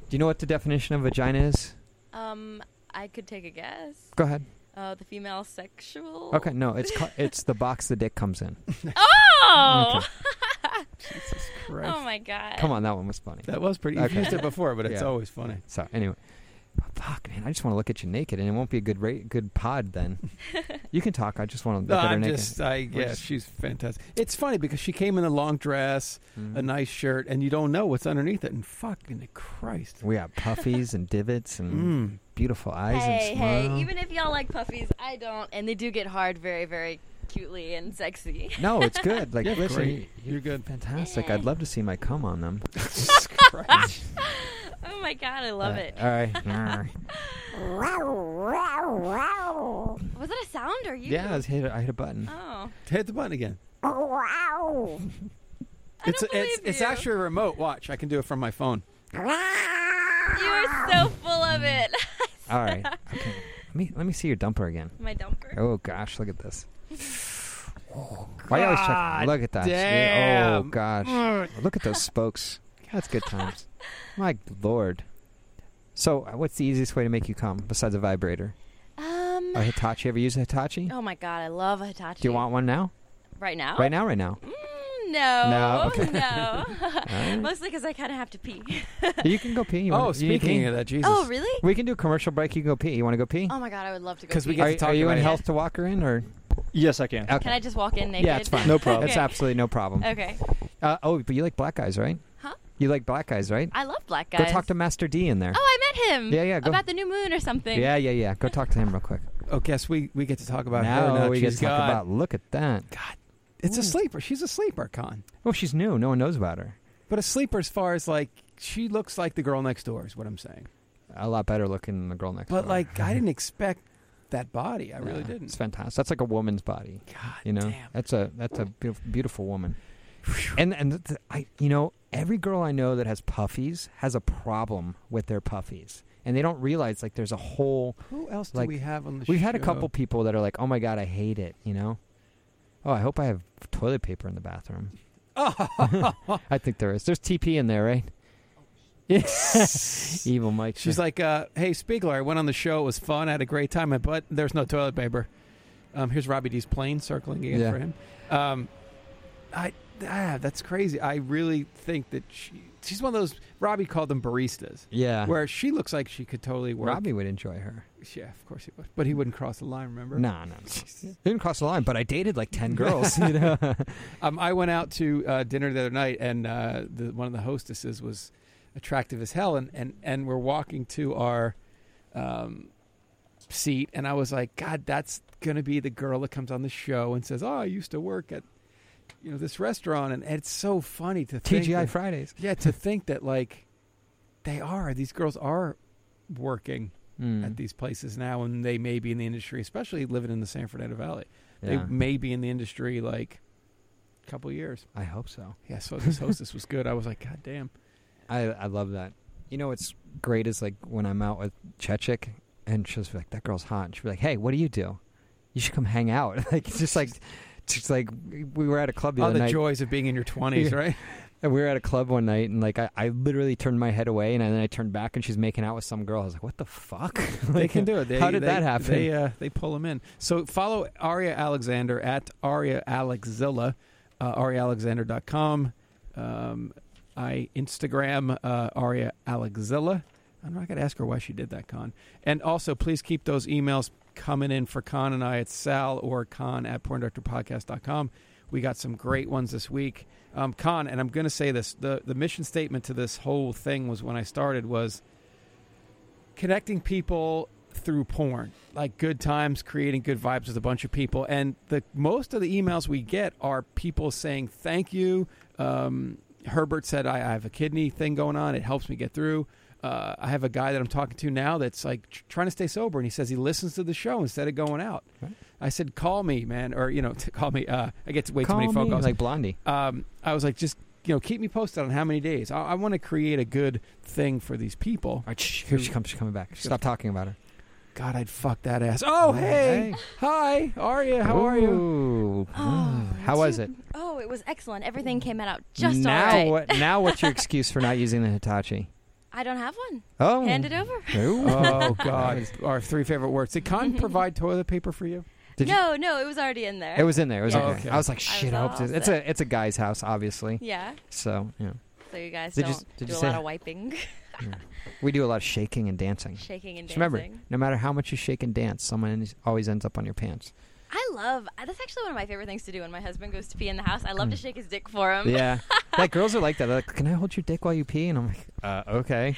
[SPEAKER 4] do you know what the definition of vagina is
[SPEAKER 2] Um, I could take a guess.
[SPEAKER 4] Go ahead.
[SPEAKER 2] Uh, the female sexual.
[SPEAKER 4] Okay, no, it's ca- it's the box the dick comes in.
[SPEAKER 2] Oh!
[SPEAKER 3] Christ.
[SPEAKER 2] Oh my god.
[SPEAKER 4] Come on, that one was funny.
[SPEAKER 3] That was pretty- you've used it before, but it's always funny.
[SPEAKER 4] So anyway, fuck man, I just want to look at you naked, and it won't be a good ra- good pod then. you can talk. I just want to
[SPEAKER 3] No,
[SPEAKER 4] look at her
[SPEAKER 3] I'm
[SPEAKER 4] naked.
[SPEAKER 3] just, I
[SPEAKER 4] We're
[SPEAKER 3] guess
[SPEAKER 4] just-
[SPEAKER 3] she's fantastic. It's funny because she came in a long dress,
[SPEAKER 4] Mm-hmm.
[SPEAKER 3] a nice shirt, and you don't know what's underneath it. And fucking Christ,
[SPEAKER 4] we got puffies and divots
[SPEAKER 3] Mm.
[SPEAKER 4] and beautiful eyes
[SPEAKER 2] Hey,
[SPEAKER 4] and
[SPEAKER 2] hey,
[SPEAKER 4] smile.
[SPEAKER 2] even if y'all like puffies, I don't, and they do get hard very, very cutely and sexy.
[SPEAKER 4] no, it's good. Like
[SPEAKER 3] Yeah,
[SPEAKER 4] listen,
[SPEAKER 3] great.
[SPEAKER 4] you- you're, good, fantastic. I'd love to see my cum on them.
[SPEAKER 2] oh my god, I love
[SPEAKER 4] Uh,
[SPEAKER 2] it.
[SPEAKER 4] All right.
[SPEAKER 2] Was that a sound or you?
[SPEAKER 4] yeah, I hit a, I hit a button.
[SPEAKER 2] Oh.
[SPEAKER 3] hit the button again.
[SPEAKER 2] Wow.
[SPEAKER 3] it's it's it's actually a remote. Watch, I can do it from my phone.
[SPEAKER 2] You are so full of it.
[SPEAKER 4] All right. Okay. Let me let me see your dumper again.
[SPEAKER 2] My dumper?
[SPEAKER 4] Oh gosh, look at this. Why you always check?
[SPEAKER 3] God
[SPEAKER 4] Look at that. See? Oh
[SPEAKER 3] damn.
[SPEAKER 4] gosh.
[SPEAKER 3] Mm.
[SPEAKER 4] Look at those spokes. That's good times. My lord. So, uh, what's the easiest way to make you come besides a vibrator?
[SPEAKER 2] Um.
[SPEAKER 4] A Hitachi. Ever use a Hitachi?
[SPEAKER 2] Oh my god, I love a Hitachi.
[SPEAKER 4] Do you want one now?
[SPEAKER 2] Right now?
[SPEAKER 4] Right now? Right now?
[SPEAKER 2] Mm, No.
[SPEAKER 4] No, okay.
[SPEAKER 2] no.
[SPEAKER 4] right.
[SPEAKER 2] Mostly because I kind of have to pee.
[SPEAKER 4] You can go pee. You
[SPEAKER 3] Oh,
[SPEAKER 4] wanna- you
[SPEAKER 3] speaking
[SPEAKER 4] pee?
[SPEAKER 3] of that, Jesus.
[SPEAKER 2] Oh, really?
[SPEAKER 4] We can do a commercial break. You can go pee. You want to go pee?
[SPEAKER 2] Oh my god, I would love to go.
[SPEAKER 4] Because
[SPEAKER 2] pee.
[SPEAKER 4] are, Are you in health to walk her in, or
[SPEAKER 5] yes, I can.
[SPEAKER 4] Okay.
[SPEAKER 2] Can I just walk in naked?
[SPEAKER 4] Yeah, it's fine. It's
[SPEAKER 2] Okay.
[SPEAKER 4] absolutely no problem.
[SPEAKER 2] Okay.
[SPEAKER 4] Uh, oh, but you like black guys, right?
[SPEAKER 2] Huh?
[SPEAKER 4] You like black guys, right?
[SPEAKER 2] I love black
[SPEAKER 4] Go
[SPEAKER 2] guys.
[SPEAKER 4] talk to Master D in there.
[SPEAKER 2] Oh, I met him.
[SPEAKER 4] Yeah, yeah, go.
[SPEAKER 2] About the new moon or something.
[SPEAKER 4] yeah, yeah, yeah. Go talk to him real quick.
[SPEAKER 3] Oh, guess we we get to talk about
[SPEAKER 4] now
[SPEAKER 3] her. Now
[SPEAKER 4] we get
[SPEAKER 3] she's
[SPEAKER 4] to talk
[SPEAKER 3] gone.
[SPEAKER 4] about. Look at that.
[SPEAKER 3] It's a sleeper. She's a sleeper, Con.
[SPEAKER 4] Well, she's new. No one knows about her.
[SPEAKER 3] But a sleeper, as far as like, she looks like the girl next door. Is what I'm saying.
[SPEAKER 4] A lot better looking than the girl next
[SPEAKER 3] But
[SPEAKER 4] door.
[SPEAKER 3] like, I didn't expect that body. I really
[SPEAKER 4] Oh, Yeah,
[SPEAKER 3] didn't.
[SPEAKER 4] It's fantastic. That's like a woman's body. God, you know, that's a that's a beautiful, beautiful woman. And and th- th- I, you know, every girl I know that has puffies has a problem with their puffies, and they don't realize like there's a whole.
[SPEAKER 3] Who else do
[SPEAKER 4] like,
[SPEAKER 3] we have on the
[SPEAKER 4] We've had a
[SPEAKER 3] show?
[SPEAKER 4] couple people that are like, "Oh my god, I hate it," you know. Oh, I hope I have toilet paper in the bathroom. I think there is. There's TP in there, right? Yes. Evil Mike.
[SPEAKER 3] Oh, She's like, uh, "Hey Spiegler, I went on the show. It was fun. I had a great time. But there's no toilet paper. Um, here's Robbie D's plane circling again
[SPEAKER 4] Yeah.
[SPEAKER 3] for him. Um, I ah, that's crazy. I really think that she, she's one of those. Robbie called them baristas.
[SPEAKER 4] Yeah.
[SPEAKER 3] where she looks like she could totally work.
[SPEAKER 4] Robbie would enjoy her.
[SPEAKER 3] yeah, of course he would, but he wouldn't cross the line. Remember?
[SPEAKER 4] No, no, no. Didn't cross the line, but I dated like ten girls. You know,
[SPEAKER 3] um, I went out to uh, dinner the other night, and uh, the, one of the hostesses was attractive as hell, and and, and we're walking to our um, seat, and I was like, God, that's gonna be the girl that comes on the show and says, Oh, I used to work at you know this restaurant, and, and it's so funny to think
[SPEAKER 4] TGI
[SPEAKER 3] that-
[SPEAKER 4] Fridays.
[SPEAKER 3] Yeah, to think that like they are these girls are working
[SPEAKER 4] Mm.
[SPEAKER 3] at these places now, and they may be in the industry, especially living in the San Fernando Valley.
[SPEAKER 4] Yeah.
[SPEAKER 3] They may be in the industry like a couple years.
[SPEAKER 4] I hope so.
[SPEAKER 3] Yeah, so this hostess was good. I was like, God damn.
[SPEAKER 4] I I love that. You know what's great is like when I'm out with Chechik and she'll just be like, "That girl's hot." And she'll be like, "Hey, what do you do? You should come hang out." like it's just like, just like we were at a club the
[SPEAKER 3] Oh,
[SPEAKER 4] other
[SPEAKER 3] the
[SPEAKER 4] night.
[SPEAKER 3] joys of being in your 20s,
[SPEAKER 4] Yeah.
[SPEAKER 3] right?
[SPEAKER 4] And we were at a club one night, and like I, I literally turned my head away, and then I turned back, and she's making out with some girl. I was like, "What the fuck?"
[SPEAKER 3] they
[SPEAKER 4] Like,
[SPEAKER 3] can do it. They,
[SPEAKER 4] how did
[SPEAKER 3] they-
[SPEAKER 4] that happen?
[SPEAKER 3] They uh, they pull them in. So follow Aria Alexander at Aria Alexilla, uh, ariaalexander.com. Uh, Um, I Instagram uh, Aria Alexilla. I'm not going to ask her why she did that, Con. And also, please keep those emails coming in for Con and I. It's sal or con at porndirectorpodcast.com. We got some great ones this week. Um, Con, and I'm going to say this the, the mission statement to this whole thing was when I started was connecting people through porn, like good times, creating good vibes with a bunch of people. And the most of the emails we get are people saying thank you. Um, Herbert said I, I have a kidney thing going on; it helps me get through. Uh, I have a guy that I'm talking to now that's like tr- trying to stay sober, and he says he listens to the show instead of going out. I said, "Call me, man," or you know, t- call me. Uh, I get way
[SPEAKER 4] Call
[SPEAKER 3] too many phone
[SPEAKER 4] me,
[SPEAKER 3] calls,
[SPEAKER 4] like Blondie.
[SPEAKER 3] Um, I was like, just you know, keep me posted on how many days. I, I want to create a good thing for these people.
[SPEAKER 4] Here she comes. She's coming back. Stop talking about her.
[SPEAKER 3] God, I'd fuck that ass. Oh, hey. Hi. Aria, how are you?
[SPEAKER 4] Ooh. Mm. how was it?
[SPEAKER 2] Oh, it was excellent. Everything came out just
[SPEAKER 4] now
[SPEAKER 2] all right.
[SPEAKER 4] what? Now what's your excuse for not using the Hitachi?
[SPEAKER 2] I don't have one.
[SPEAKER 4] Oh.
[SPEAKER 2] hand it over.
[SPEAKER 4] Ooh.
[SPEAKER 3] Oh God, our three favorite words. Did
[SPEAKER 2] Mm-hmm.
[SPEAKER 3] Con provide toilet paper for you?
[SPEAKER 4] Did you-
[SPEAKER 2] no, no, it was already in there.
[SPEAKER 4] It was in there. It was
[SPEAKER 3] Oh,
[SPEAKER 2] Yeah.
[SPEAKER 4] okay. I was like, shit. I hope
[SPEAKER 2] all
[SPEAKER 4] this. It's
[SPEAKER 2] set.
[SPEAKER 4] a it's a guy's house, obviously.
[SPEAKER 2] Yeah.
[SPEAKER 4] So yeah,
[SPEAKER 2] So you guys
[SPEAKER 4] Did you
[SPEAKER 2] don't
[SPEAKER 4] s- did
[SPEAKER 2] do
[SPEAKER 4] you
[SPEAKER 2] a
[SPEAKER 4] say-
[SPEAKER 2] lot of wiping.
[SPEAKER 4] we do a lot of shaking and dancing.
[SPEAKER 2] Shaking and
[SPEAKER 4] Just remember,
[SPEAKER 2] dancing.
[SPEAKER 4] no matter how much you shake and dance, someone is- always ends up on your pants.
[SPEAKER 2] I love. I- That's actually one of my favorite things to do when my husband goes to pee in the house. I love to
[SPEAKER 4] Mm.
[SPEAKER 2] shake his dick for him.
[SPEAKER 4] Yeah, like girls are like that. They're like, can I hold your dick while you pee? And I'm like, uh, okay.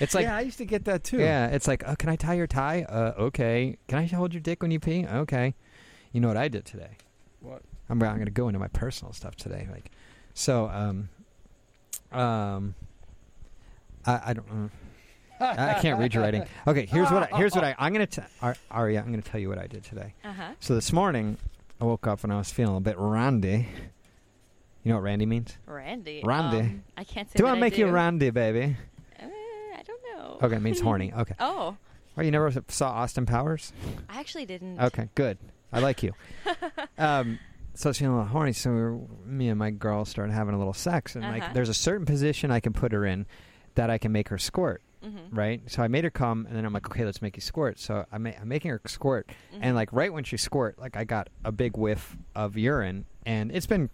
[SPEAKER 4] It's like
[SPEAKER 3] yeah, I used to get that too.
[SPEAKER 4] Yeah, it's like, oh, can I tie your tie? Uh, okay. Can I hold your dick when you pee? Okay. You know what I did today?
[SPEAKER 3] What?
[SPEAKER 4] I'm, I'm going to go into my personal stuff today. Like, so, um, um, I, I don't. mm. I, I can't read your writing. Okay, here's what I, here's what I I'm gonna t- Ar- Aria. I'm gonna tell you what I did today.
[SPEAKER 2] Uh-huh.
[SPEAKER 4] So this morning, I woke up and I was feeling a bit randy. You know what randy means?
[SPEAKER 2] Randy.
[SPEAKER 4] Randy.
[SPEAKER 2] Um, I can't say
[SPEAKER 4] Do
[SPEAKER 2] that
[SPEAKER 4] I
[SPEAKER 2] I
[SPEAKER 4] make you
[SPEAKER 2] do.
[SPEAKER 4] randy, baby?
[SPEAKER 2] Uh, I don't know.
[SPEAKER 4] Okay, it means horny. Okay.
[SPEAKER 2] Oh,
[SPEAKER 4] Well, you never s- saw Austin Powers?
[SPEAKER 2] I actually didn't.
[SPEAKER 4] Okay, good. I like you. um, so she's a little horny, so we were, me and my girl started having a little sex, and
[SPEAKER 2] Uh-huh.
[SPEAKER 4] like, there's a certain position I can put her in that I can make her squirt,
[SPEAKER 2] Mhm.
[SPEAKER 4] right? So I made her come, and then I'm like, okay, let's make you squirt. So I ma- I'm making her squirt,
[SPEAKER 2] Mhm.
[SPEAKER 4] and like right when she squirt, like I got a big whiff of urine, and it's been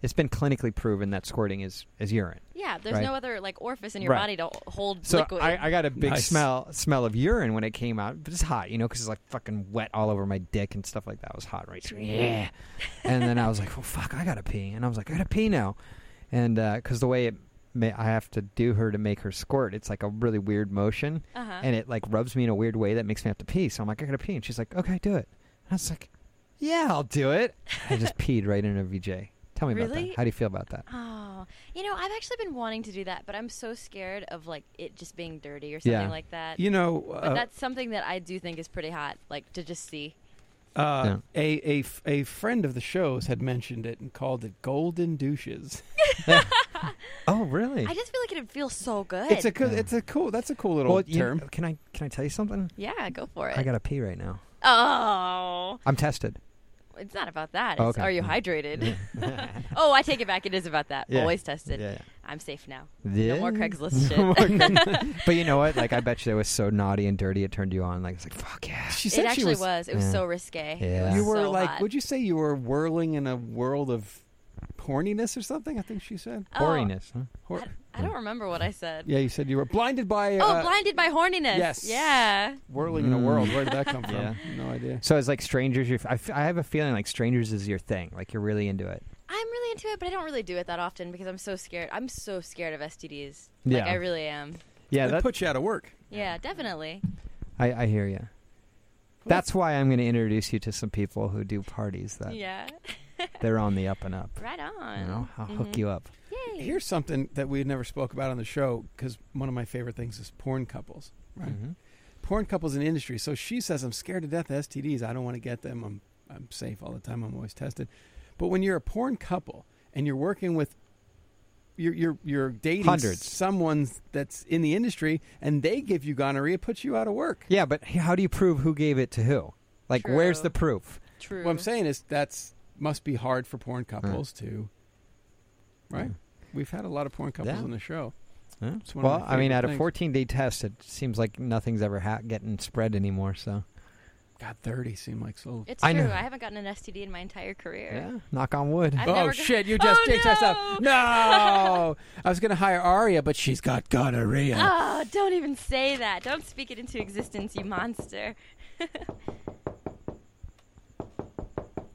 [SPEAKER 4] it's been clinically proven that squirting is is urine.
[SPEAKER 2] Yeah, there's
[SPEAKER 4] right?
[SPEAKER 2] no other like orifice in your
[SPEAKER 4] Right.
[SPEAKER 2] body to hold
[SPEAKER 4] So
[SPEAKER 2] liquid.
[SPEAKER 4] I, I got a big
[SPEAKER 3] Nice.
[SPEAKER 4] smell smell of urine when it came out, but it's hot, you know, because it's like fucking wet all over my dick and stuff like that. It was hot, right? So, yeah. and then I was like, well, fuck, I gotta pee, and I was like, I gotta pee now, and because the way it, ma- I have to do her to make her squirt, it's like a really weird motion,
[SPEAKER 2] Uh-huh.
[SPEAKER 4] and it like rubs me in a weird way that makes me have to pee. So I'm like, I gotta pee, and she's like, okay, do it. And I was like, yeah, I'll do it. I just peed right in her VJ. Tell me about
[SPEAKER 2] Really?
[SPEAKER 4] that. How do you feel about that?
[SPEAKER 2] Oh, you know, I've actually been wanting to do that, but I'm so scared of like it just being dirty or something
[SPEAKER 4] Yeah.
[SPEAKER 2] like that.
[SPEAKER 3] You know,
[SPEAKER 2] but
[SPEAKER 3] uh,
[SPEAKER 2] that's something that I do think is pretty hot, like to just see.
[SPEAKER 3] Uh, a, a f- a friend of the shows had mentioned it and called it golden douches.
[SPEAKER 4] oh, really?
[SPEAKER 2] I just feel like it'd feel so good.
[SPEAKER 3] It's a cool, it's a cool that's a cool little
[SPEAKER 4] Well, you-
[SPEAKER 3] term.
[SPEAKER 4] can I can I tell you something?
[SPEAKER 2] yeah, go for it.
[SPEAKER 4] I gotta pee right now.
[SPEAKER 2] oh,
[SPEAKER 4] I'm tested.
[SPEAKER 2] it's not about that. It's,
[SPEAKER 4] Oh, okay.
[SPEAKER 2] Are you
[SPEAKER 4] Mm.
[SPEAKER 2] hydrated? oh, I take it back. It is about that.
[SPEAKER 4] Yeah.
[SPEAKER 2] Always tested.
[SPEAKER 4] Yeah, yeah.
[SPEAKER 2] I'm safe now. No more Craigslist shit.
[SPEAKER 4] No more Craigslist. but you know what? Like, I bet you that was so naughty and dirty it turned you on. Like, it's like, fuck yeah.
[SPEAKER 3] She
[SPEAKER 2] it
[SPEAKER 3] said
[SPEAKER 2] actually
[SPEAKER 3] she was,
[SPEAKER 2] was. It was
[SPEAKER 4] Yeah.
[SPEAKER 2] so risque. It
[SPEAKER 4] Yeah.
[SPEAKER 2] was
[SPEAKER 3] You were
[SPEAKER 2] so
[SPEAKER 3] like,
[SPEAKER 2] hot.
[SPEAKER 3] would you say you were whirling in a world of porniness or something? I think she said.
[SPEAKER 2] Oh. Horiness,
[SPEAKER 4] huh?
[SPEAKER 3] Hor-
[SPEAKER 2] I don't remember what I said.
[SPEAKER 3] yeah, you said you were blinded by.
[SPEAKER 2] oh,
[SPEAKER 3] uh,
[SPEAKER 2] blinded by horniness.
[SPEAKER 3] yes.
[SPEAKER 2] Yeah.
[SPEAKER 3] Whirling in a
[SPEAKER 4] Mm.
[SPEAKER 3] world. Where did that come from?
[SPEAKER 4] Yeah.
[SPEAKER 3] No idea.
[SPEAKER 4] So it's like strangers. You're, I, f- I have a feeling like strangers is your thing. Like, you're really into it.
[SPEAKER 2] I'm really into it, but I don't really do it that often because I'm so scared. I'm so scared of STDs.
[SPEAKER 4] Yeah.
[SPEAKER 2] Like I really am.
[SPEAKER 4] Yeah,
[SPEAKER 3] It
[SPEAKER 4] that,
[SPEAKER 3] puts you out of work.
[SPEAKER 2] Yeah, definitely.
[SPEAKER 4] I, I hear you. That's why I'm going to introduce you to some people who do parties that
[SPEAKER 2] yeah.
[SPEAKER 4] they're on the up and up.
[SPEAKER 2] right on.
[SPEAKER 4] You know, I'll
[SPEAKER 2] Mhm.
[SPEAKER 4] hook you up.
[SPEAKER 2] Yay.
[SPEAKER 3] Here's something that we never spoke about on the show because one of my favorite things is porn couples. Right.
[SPEAKER 4] Mhm.
[SPEAKER 3] Porn couples in industry. So she says, "I'm scared to death of STDs. I don't want to get them. I'm I'm safe all the time. I'm always tested." But when you're a porn couple and you're working with you're you're, you're dating
[SPEAKER 4] Hundreds.
[SPEAKER 3] someone that's in the industry and they give you gonorrhea, it puts you out of work.
[SPEAKER 4] Yeah, but h- how do you prove who gave it to who? Like, where's
[SPEAKER 2] True.
[SPEAKER 4] the proof?
[SPEAKER 2] True.
[SPEAKER 3] What I'm saying is that's must be hard for porn couples to. Right. We've had a lot of porn couples
[SPEAKER 4] Yeah.
[SPEAKER 3] on the show.
[SPEAKER 4] Yeah.
[SPEAKER 3] It's one of
[SPEAKER 4] Well,
[SPEAKER 3] my
[SPEAKER 4] I mean,
[SPEAKER 3] favorite
[SPEAKER 4] out of
[SPEAKER 3] things.
[SPEAKER 4] 14 day test, it seems like nothing's ever ha- getting spread anymore. So
[SPEAKER 3] God, thirty seem like so.
[SPEAKER 2] It's true. I haven't gotten an STD in my entire career.
[SPEAKER 3] Yeah.
[SPEAKER 4] Knock on wood.
[SPEAKER 2] I've
[SPEAKER 3] oh
[SPEAKER 2] never got-
[SPEAKER 3] shit! You just
[SPEAKER 2] Oh,
[SPEAKER 3] jinxed us up. No, I was gonna hire Aria, but she's got gonorrhea.
[SPEAKER 2] Oh, don't even say that. Don't speak it into existence, you monster.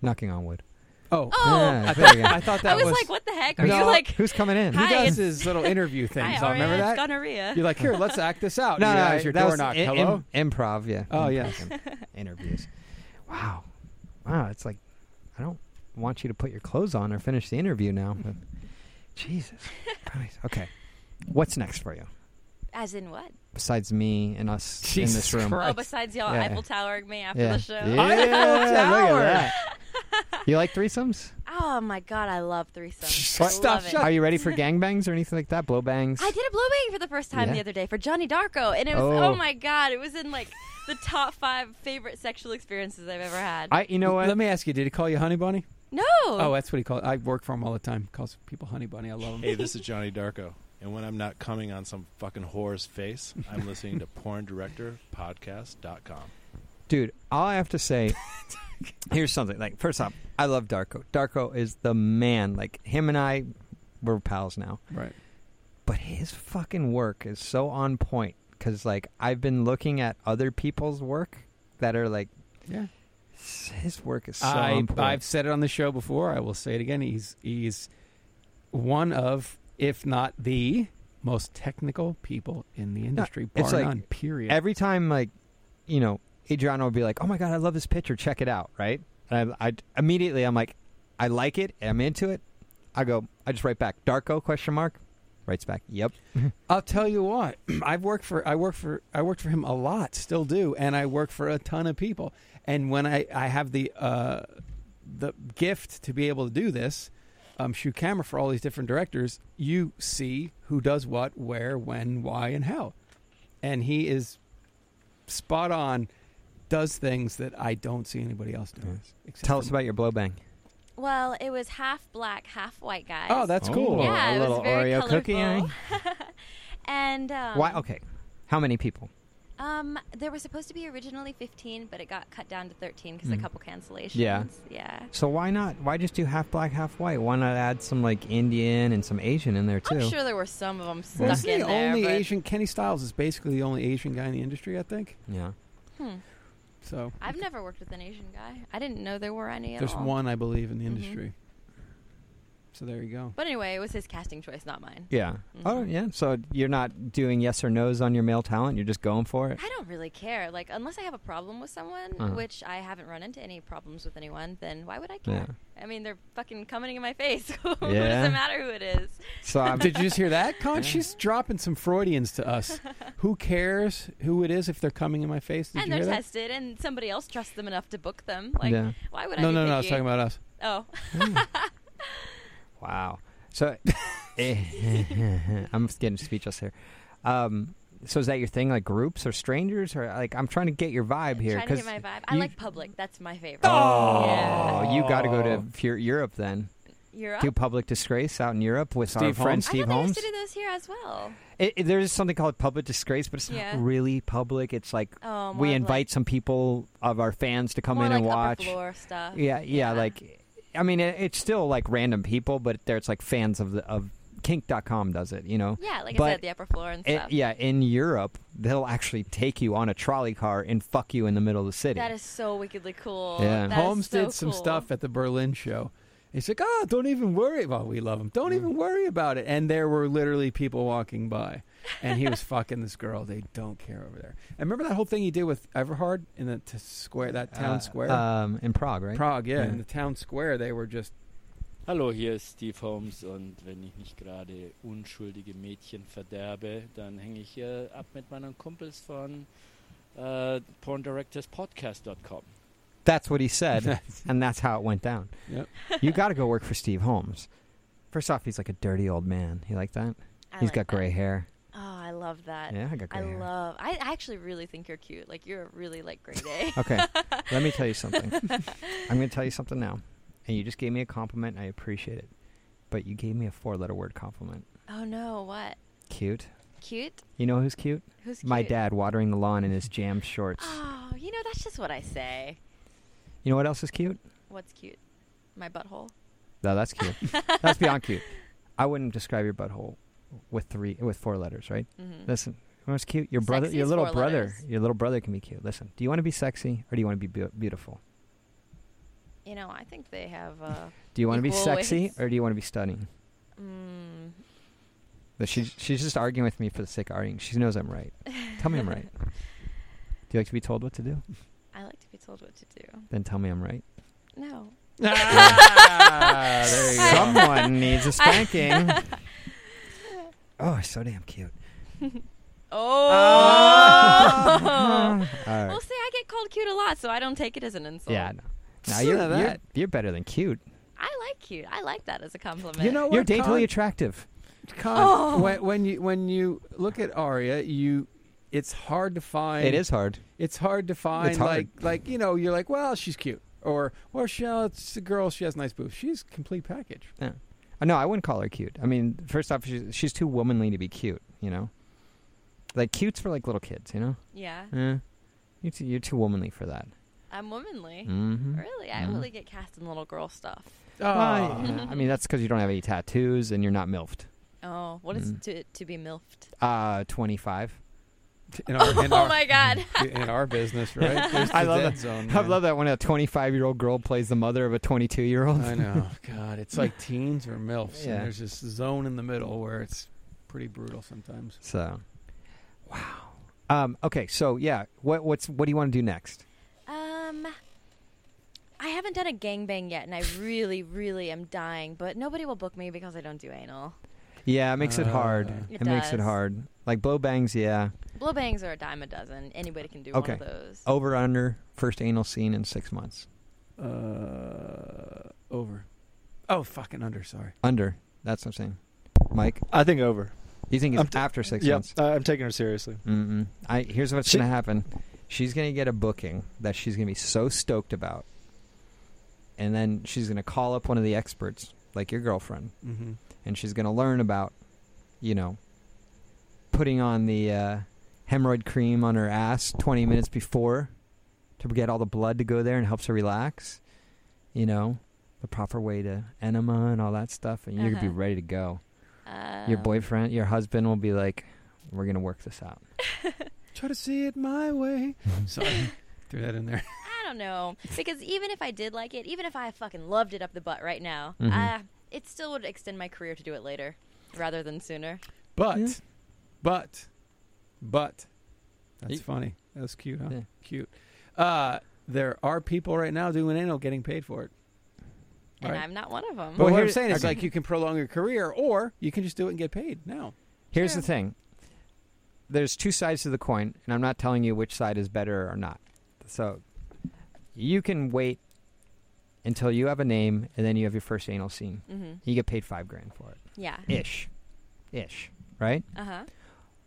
[SPEAKER 4] Knocking on wood.
[SPEAKER 3] Oh,
[SPEAKER 2] Oh.
[SPEAKER 3] I,
[SPEAKER 4] Yeah, there
[SPEAKER 3] thought,
[SPEAKER 4] you go.
[SPEAKER 3] I thought that
[SPEAKER 2] I was like, what the heck? Are you
[SPEAKER 3] No.
[SPEAKER 2] like-
[SPEAKER 4] Who's coming in?
[SPEAKER 3] He
[SPEAKER 2] Hi,
[SPEAKER 3] does
[SPEAKER 2] it's-
[SPEAKER 3] his little interview thing.
[SPEAKER 2] Hi,
[SPEAKER 3] so
[SPEAKER 2] Aria,
[SPEAKER 3] remember
[SPEAKER 2] it's
[SPEAKER 3] that?
[SPEAKER 2] gonorrhea.
[SPEAKER 3] You're like, here, let's act this out.
[SPEAKER 4] No,
[SPEAKER 3] You
[SPEAKER 4] no,
[SPEAKER 3] guys, your
[SPEAKER 4] that
[SPEAKER 3] door
[SPEAKER 4] was
[SPEAKER 3] knock.
[SPEAKER 4] in-
[SPEAKER 3] Hello.
[SPEAKER 4] in- improv. Yeah.
[SPEAKER 3] Oh,
[SPEAKER 4] improv.
[SPEAKER 3] yes.
[SPEAKER 4] Interviews. Wow. Wow. It's like I don't want you to put your clothes on or finish the interview now. But Jesus. Christ. Okay. What's next for you
[SPEAKER 2] As in what?
[SPEAKER 4] besides me and us in
[SPEAKER 3] Jesus
[SPEAKER 4] this room?
[SPEAKER 2] Oh, besides y'all
[SPEAKER 4] Yeah.
[SPEAKER 2] Eiffel Towering me after
[SPEAKER 4] Yeah.
[SPEAKER 2] the show.
[SPEAKER 4] Yeah, look at that. You like threesomes?
[SPEAKER 2] Oh my god, I love threesomes. I
[SPEAKER 4] What?
[SPEAKER 2] love it.
[SPEAKER 4] Are you ready for gangbangs or anything like that? Blowbangs?
[SPEAKER 2] I did a blow bang for the first time
[SPEAKER 4] Yeah.
[SPEAKER 2] the other day for Johnny Darko, and it was
[SPEAKER 4] Oh.
[SPEAKER 2] oh. my god, it was in like the top five favorite sexual experiences I've ever had.
[SPEAKER 4] you know what?
[SPEAKER 3] Let me ask you. Did he call you Honey Bunny?
[SPEAKER 2] No.
[SPEAKER 3] Oh, that's what he called. I work for him all the time. Calls people Honey Bunny. I love him.
[SPEAKER 16] Hey, this is Johnny Darko. And when I'm not coming on some fucking whore's face, I'm listening to porndirectorpodcast.com.
[SPEAKER 4] Dude, all I have to say here's something. Like, first off, I love Darko. Darko is the man. Like, him and I, we're pals now.
[SPEAKER 3] Right.
[SPEAKER 4] But his fucking work is so on point because, like, I've been looking at other people's work that are like,
[SPEAKER 3] Yeah.
[SPEAKER 4] s- his work is so
[SPEAKER 3] I,
[SPEAKER 4] on point.
[SPEAKER 3] I've said it on the show before. I will say it again. He's he's one of, if not the most technical people in the industry,
[SPEAKER 4] No,
[SPEAKER 3] bar
[SPEAKER 4] it's like
[SPEAKER 3] none. Period.
[SPEAKER 4] Every time, like, you know, Adriano would be like, "Oh my god, I love this picture. Check it out!" Right? And I, I immediately, I'm like, "I like it. I'm into it." I go, I just write back, "Darko?" Question mark. Writes back, "Yep."
[SPEAKER 3] I'll tell you what. I've worked for I work for I worked for him a lot, still do, and I work for a ton of people. And when I I have the uh, the gift to be able to do this, um, shoot camera for all these different directors, you see who does what, where, when, why, and how. And he is spot on. Does things that I don't see anybody else doing. except
[SPEAKER 4] Tell
[SPEAKER 3] for
[SPEAKER 4] us about your blow bang.
[SPEAKER 2] Well, it was half black, half white guys.
[SPEAKER 4] Oh, that's Oh, cool.
[SPEAKER 2] Yeah,
[SPEAKER 4] a
[SPEAKER 2] it
[SPEAKER 4] little
[SPEAKER 2] was very
[SPEAKER 4] Oreo
[SPEAKER 2] colorful.
[SPEAKER 4] cookie, eh?
[SPEAKER 2] and um,
[SPEAKER 4] Why? Okay. How many people?
[SPEAKER 2] Um, there were supposed to be originally 15, but it got cut down to 13 because
[SPEAKER 4] Mm.
[SPEAKER 2] a couple cancellations.
[SPEAKER 4] Yeah.
[SPEAKER 2] Yeah.
[SPEAKER 4] So why not? Why just do half black, half white? Why not add some like Indian and some Asian in there too?
[SPEAKER 2] I'm sure there were some of them
[SPEAKER 3] Well,
[SPEAKER 2] stuck
[SPEAKER 3] he's
[SPEAKER 2] in
[SPEAKER 3] the
[SPEAKER 2] there.
[SPEAKER 3] only
[SPEAKER 2] but-
[SPEAKER 3] Asian. Kenny Styles is basically the only Asian guy in the industry, I think.
[SPEAKER 4] Yeah.
[SPEAKER 2] Hmm.
[SPEAKER 3] So
[SPEAKER 2] I've never worked with an Asian guy. I didn't know there were any at
[SPEAKER 3] there's
[SPEAKER 2] all.
[SPEAKER 3] one, I believe, in the
[SPEAKER 2] Mhm.
[SPEAKER 3] industry. So there you go.
[SPEAKER 2] But anyway, it was his casting choice, not mine.
[SPEAKER 4] Yeah.
[SPEAKER 2] Mm-hmm.
[SPEAKER 4] Oh, yeah. So you're not doing yes or nos on your male talent. You're just going for it.
[SPEAKER 2] I don't really care. Like, unless I have a problem with someone,
[SPEAKER 4] Uh-huh.
[SPEAKER 2] which I haven't run into any problems with anyone, then why would I care? I mean, they're fucking coming in my face. Who
[SPEAKER 3] Yeah.
[SPEAKER 2] does it matter who it is?
[SPEAKER 4] So I'm-
[SPEAKER 3] Uh, did you just hear that, Con?
[SPEAKER 4] Yeah.
[SPEAKER 3] She's dropping some Freudians to us. who cares who it is if they're coming in my face? Did
[SPEAKER 2] and
[SPEAKER 3] you
[SPEAKER 2] they're
[SPEAKER 3] hear that?
[SPEAKER 2] tested, and somebody else trusts them enough to book them. Like,
[SPEAKER 4] Yeah.
[SPEAKER 2] why would I?
[SPEAKER 3] No,
[SPEAKER 2] be
[SPEAKER 3] no, no. I was
[SPEAKER 2] picky?
[SPEAKER 3] talking about us.
[SPEAKER 2] Oh.
[SPEAKER 4] Wow. So I'm getting speechless here. Um, so is that your thing, like groups or strangers, or like I'm trying to get your vibe here?
[SPEAKER 2] Trying to
[SPEAKER 4] 'cause
[SPEAKER 2] get my vibe. I
[SPEAKER 4] you-
[SPEAKER 2] like public. That's my favorite.
[SPEAKER 4] Oh,
[SPEAKER 2] Yeah.
[SPEAKER 4] you got to go to Fu- Europe then.
[SPEAKER 2] Europe?
[SPEAKER 4] Do public disgrace out in Europe with our
[SPEAKER 3] Steve
[SPEAKER 4] friend
[SPEAKER 3] Holmes?
[SPEAKER 2] I
[SPEAKER 4] Steve
[SPEAKER 2] thought
[SPEAKER 4] Holmes.
[SPEAKER 2] They used to do those here as well.
[SPEAKER 4] It, it- there's something called public disgrace, but it's
[SPEAKER 2] Yeah.
[SPEAKER 4] not really public. It's like
[SPEAKER 2] Oh, more
[SPEAKER 4] we
[SPEAKER 2] of
[SPEAKER 4] invite some people of our fans to come
[SPEAKER 2] More
[SPEAKER 4] in and
[SPEAKER 2] like upper
[SPEAKER 4] watch.
[SPEAKER 2] floor stuff.
[SPEAKER 4] Yeah, yeah, Like, I mean, it, it's still like random people, but there it's like fans of the of kink.com does it. You know.
[SPEAKER 2] Yeah, like I
[SPEAKER 4] But
[SPEAKER 2] said, the upper floor and
[SPEAKER 4] it-
[SPEAKER 2] stuff.
[SPEAKER 4] yeah, in Europe, they'll actually take you on a trolley car and fuck you in the middle of the city.
[SPEAKER 2] That is so wickedly cool.
[SPEAKER 4] Yeah.
[SPEAKER 2] That is
[SPEAKER 3] Holmes
[SPEAKER 2] so
[SPEAKER 3] did some
[SPEAKER 2] cool.
[SPEAKER 3] stuff at the Berlin show. He's like, oh, don't even worry about. We love him. Don't
[SPEAKER 4] Mm.
[SPEAKER 3] even worry about it. And there were literally people walking by, and he was fucking this girl. They don't care over there. And remember that whole thing he did with Everhard in the t- square, that town
[SPEAKER 4] Uh, mm-hmm.
[SPEAKER 3] square,
[SPEAKER 4] um, in Prague, right?
[SPEAKER 3] Prague, yeah,
[SPEAKER 4] Yeah.
[SPEAKER 3] in the town square. They were just
[SPEAKER 6] Hallo, hier ist Steve Holmes und wenn ich nicht gerade unschuldige Mädchen verderbe, dann hänge ich hier ab mit meinen Kumpels von äh, porndirectorspodcast.com.
[SPEAKER 4] That's what he said, and that's how it went down.
[SPEAKER 3] Yep.
[SPEAKER 4] You got to go work for Steve Holmes. First off, he's like a dirty old man. You like that?
[SPEAKER 2] I
[SPEAKER 4] He's
[SPEAKER 2] like
[SPEAKER 4] got gray hair.
[SPEAKER 2] Oh, I love that.
[SPEAKER 4] Yeah, I got great hair.
[SPEAKER 2] love. I I actually really think you're cute. Like you're really like great A.
[SPEAKER 4] Okay, let me tell you something. I'm going to tell you something now, and you just gave me a compliment. and I appreciate it, but you gave me a four-letter word compliment.
[SPEAKER 2] oh no, what?
[SPEAKER 4] Cute.
[SPEAKER 2] cute?
[SPEAKER 4] You know who's cute?
[SPEAKER 2] Who's
[SPEAKER 4] My
[SPEAKER 2] cute?
[SPEAKER 4] dad watering the lawn in his jam shorts.
[SPEAKER 2] Oh, you know that's just what I say.
[SPEAKER 4] You know what else is cute?
[SPEAKER 2] What's cute? My butthole.
[SPEAKER 4] No, that's cute. that's beyond cute. I wouldn't describe your butthole with three with four letters, right?
[SPEAKER 2] Mhm.
[SPEAKER 4] Listen, you know what's cute? Your brother,
[SPEAKER 2] Sexy
[SPEAKER 4] your
[SPEAKER 2] is
[SPEAKER 4] little
[SPEAKER 2] four
[SPEAKER 4] brother,
[SPEAKER 2] letters.
[SPEAKER 4] your little brother can be cute. Listen, do you want to be sexy or do you want to be beau- beautiful?
[SPEAKER 2] You know, I think they have. Uh,
[SPEAKER 4] Do you want to be
[SPEAKER 2] equal
[SPEAKER 4] sexy
[SPEAKER 2] weights.
[SPEAKER 4] or do you want to be stunning?
[SPEAKER 2] Mm,
[SPEAKER 4] But she, she's just arguing with me for the sake of arguing. She knows I'm right. Tell me I'm right. Do you like to be told what to do?
[SPEAKER 2] I like to be told what to do.
[SPEAKER 4] Then tell me I'm right.
[SPEAKER 2] No.
[SPEAKER 4] Ah, there you go. Someone needs a
[SPEAKER 2] I-
[SPEAKER 4] spanking. Oh, it's so damn cute. Ah!
[SPEAKER 2] oh.
[SPEAKER 4] All right.
[SPEAKER 2] Well, see, I get called cute a lot, so I don't take it as an insult.
[SPEAKER 4] Yeah, I know. Now
[SPEAKER 3] Listen
[SPEAKER 4] you're,
[SPEAKER 3] to
[SPEAKER 4] you're
[SPEAKER 3] that.
[SPEAKER 4] you're better than cute.
[SPEAKER 2] I like cute. I like that as a compliment.
[SPEAKER 3] You know what?
[SPEAKER 4] You're daintily
[SPEAKER 3] Con-
[SPEAKER 4] attractive.
[SPEAKER 3] Con,
[SPEAKER 2] Oh.
[SPEAKER 3] when, when you when you look at Aria, you it's hard to find.
[SPEAKER 4] It is hard.
[SPEAKER 3] It's hard to find.
[SPEAKER 4] It's hard.
[SPEAKER 3] Like like you know, you're like, well, she's cute, or well, she, oh, it's a girl. She has nice boobs. She's complete package.
[SPEAKER 4] Yeah. Uh, No, I wouldn't call her cute. I mean, first off, she's, she's too womanly to be cute. You know, like cute's for like little kids. You know.
[SPEAKER 2] Yeah.
[SPEAKER 4] Eh. You're too, you're too womanly for that.
[SPEAKER 2] I'm womanly.
[SPEAKER 4] Mhm.
[SPEAKER 2] Really? I
[SPEAKER 4] Mhm.
[SPEAKER 2] really get cast in little girl stuff.
[SPEAKER 3] Ah.
[SPEAKER 4] Well, yeah, I mean, that's because you don't have any tattoos and you're not milfed.
[SPEAKER 2] Oh, what is
[SPEAKER 4] Mm.
[SPEAKER 2] to to be milfed?
[SPEAKER 4] Uh, 25.
[SPEAKER 3] In
[SPEAKER 2] our- in Oh our- my God.
[SPEAKER 3] In our business, right? There's the
[SPEAKER 4] I love
[SPEAKER 3] dead
[SPEAKER 4] that.
[SPEAKER 3] zone,
[SPEAKER 4] I
[SPEAKER 3] man.
[SPEAKER 4] love that when a 25 year old girl plays the mother of a 22 year old.
[SPEAKER 3] I know. God, it's like teens or milfs,
[SPEAKER 4] Yeah.
[SPEAKER 3] and there's this zone in the middle where it's pretty brutal sometimes.
[SPEAKER 4] so, wow. Um, okay, so yeah, what what's what do you want to do next?
[SPEAKER 2] Um, I haven't done a gangbang yet, and I really, really am dying. But nobody will book me because I don't do anal.
[SPEAKER 4] Yeah, it makes it hard.
[SPEAKER 3] Uh,
[SPEAKER 2] It
[SPEAKER 4] makes it
[SPEAKER 2] does.
[SPEAKER 4] hard. Like blow bangs, yeah.
[SPEAKER 2] Blow bangs are a dime a dozen. Anybody can do
[SPEAKER 4] okay. Oh,
[SPEAKER 2] one of those.
[SPEAKER 4] Over under first anal scene in six months.
[SPEAKER 3] Uh, over. Oh, fucking under. Sorry.
[SPEAKER 4] Under. That's what I'm saying. Mike,
[SPEAKER 5] I think over.
[SPEAKER 4] you think it's
[SPEAKER 5] I'm t-
[SPEAKER 4] after six
[SPEAKER 5] Yep,
[SPEAKER 4] months?
[SPEAKER 5] I- I'm taking her seriously.
[SPEAKER 4] Mm-mm. I here's what's
[SPEAKER 5] She-
[SPEAKER 4] gonna happen. She's gonna get a booking that she's gonna be so stoked about, and then she's gonna call up one of the experts, like your girlfriend,
[SPEAKER 3] Mhm.
[SPEAKER 4] and she's gonna learn about, you know, putting on the uh, hemorrhoid cream on her ass 20 minutes before to get all the blood to go there and helps her relax. You know, the proper way to enema and all that stuff, and you're gonna be
[SPEAKER 2] Uh-huh.
[SPEAKER 4] ready to go. your
[SPEAKER 2] Um,
[SPEAKER 4] boyfriend, your husband will be like, "We're gonna work this out."
[SPEAKER 2] Um,
[SPEAKER 3] Try to see it my way. Sorry. Threw that in there.
[SPEAKER 2] I don't know because even if I did like it, even if I fucking loved it up the butt right now,
[SPEAKER 4] Mm-hmm.
[SPEAKER 3] Mhm.
[SPEAKER 2] uh, it still would extend my career to do it later rather than sooner.
[SPEAKER 3] But, but, but, that's
[SPEAKER 4] Ye-
[SPEAKER 3] funny. That was cute, huh?
[SPEAKER 4] Yeah.
[SPEAKER 3] Cute. Uh, there are people right now doing anal getting paid for it.
[SPEAKER 2] And
[SPEAKER 3] Right.
[SPEAKER 2] I'm not one of them.
[SPEAKER 3] But what
[SPEAKER 4] here-
[SPEAKER 3] I'm saying is,
[SPEAKER 4] okay.
[SPEAKER 3] like, you can prolong your career, or you can just do it and get paid now.
[SPEAKER 4] Here's the thing. There's two sides to the coin, and I'm not telling you which side is better or not. So you can wait until you have a name, and then you have your first anal scene.
[SPEAKER 2] Mhm.
[SPEAKER 4] You get paid five grand for it.
[SPEAKER 2] Yeah.
[SPEAKER 4] Ish. Ish. Right?
[SPEAKER 2] Uh huh.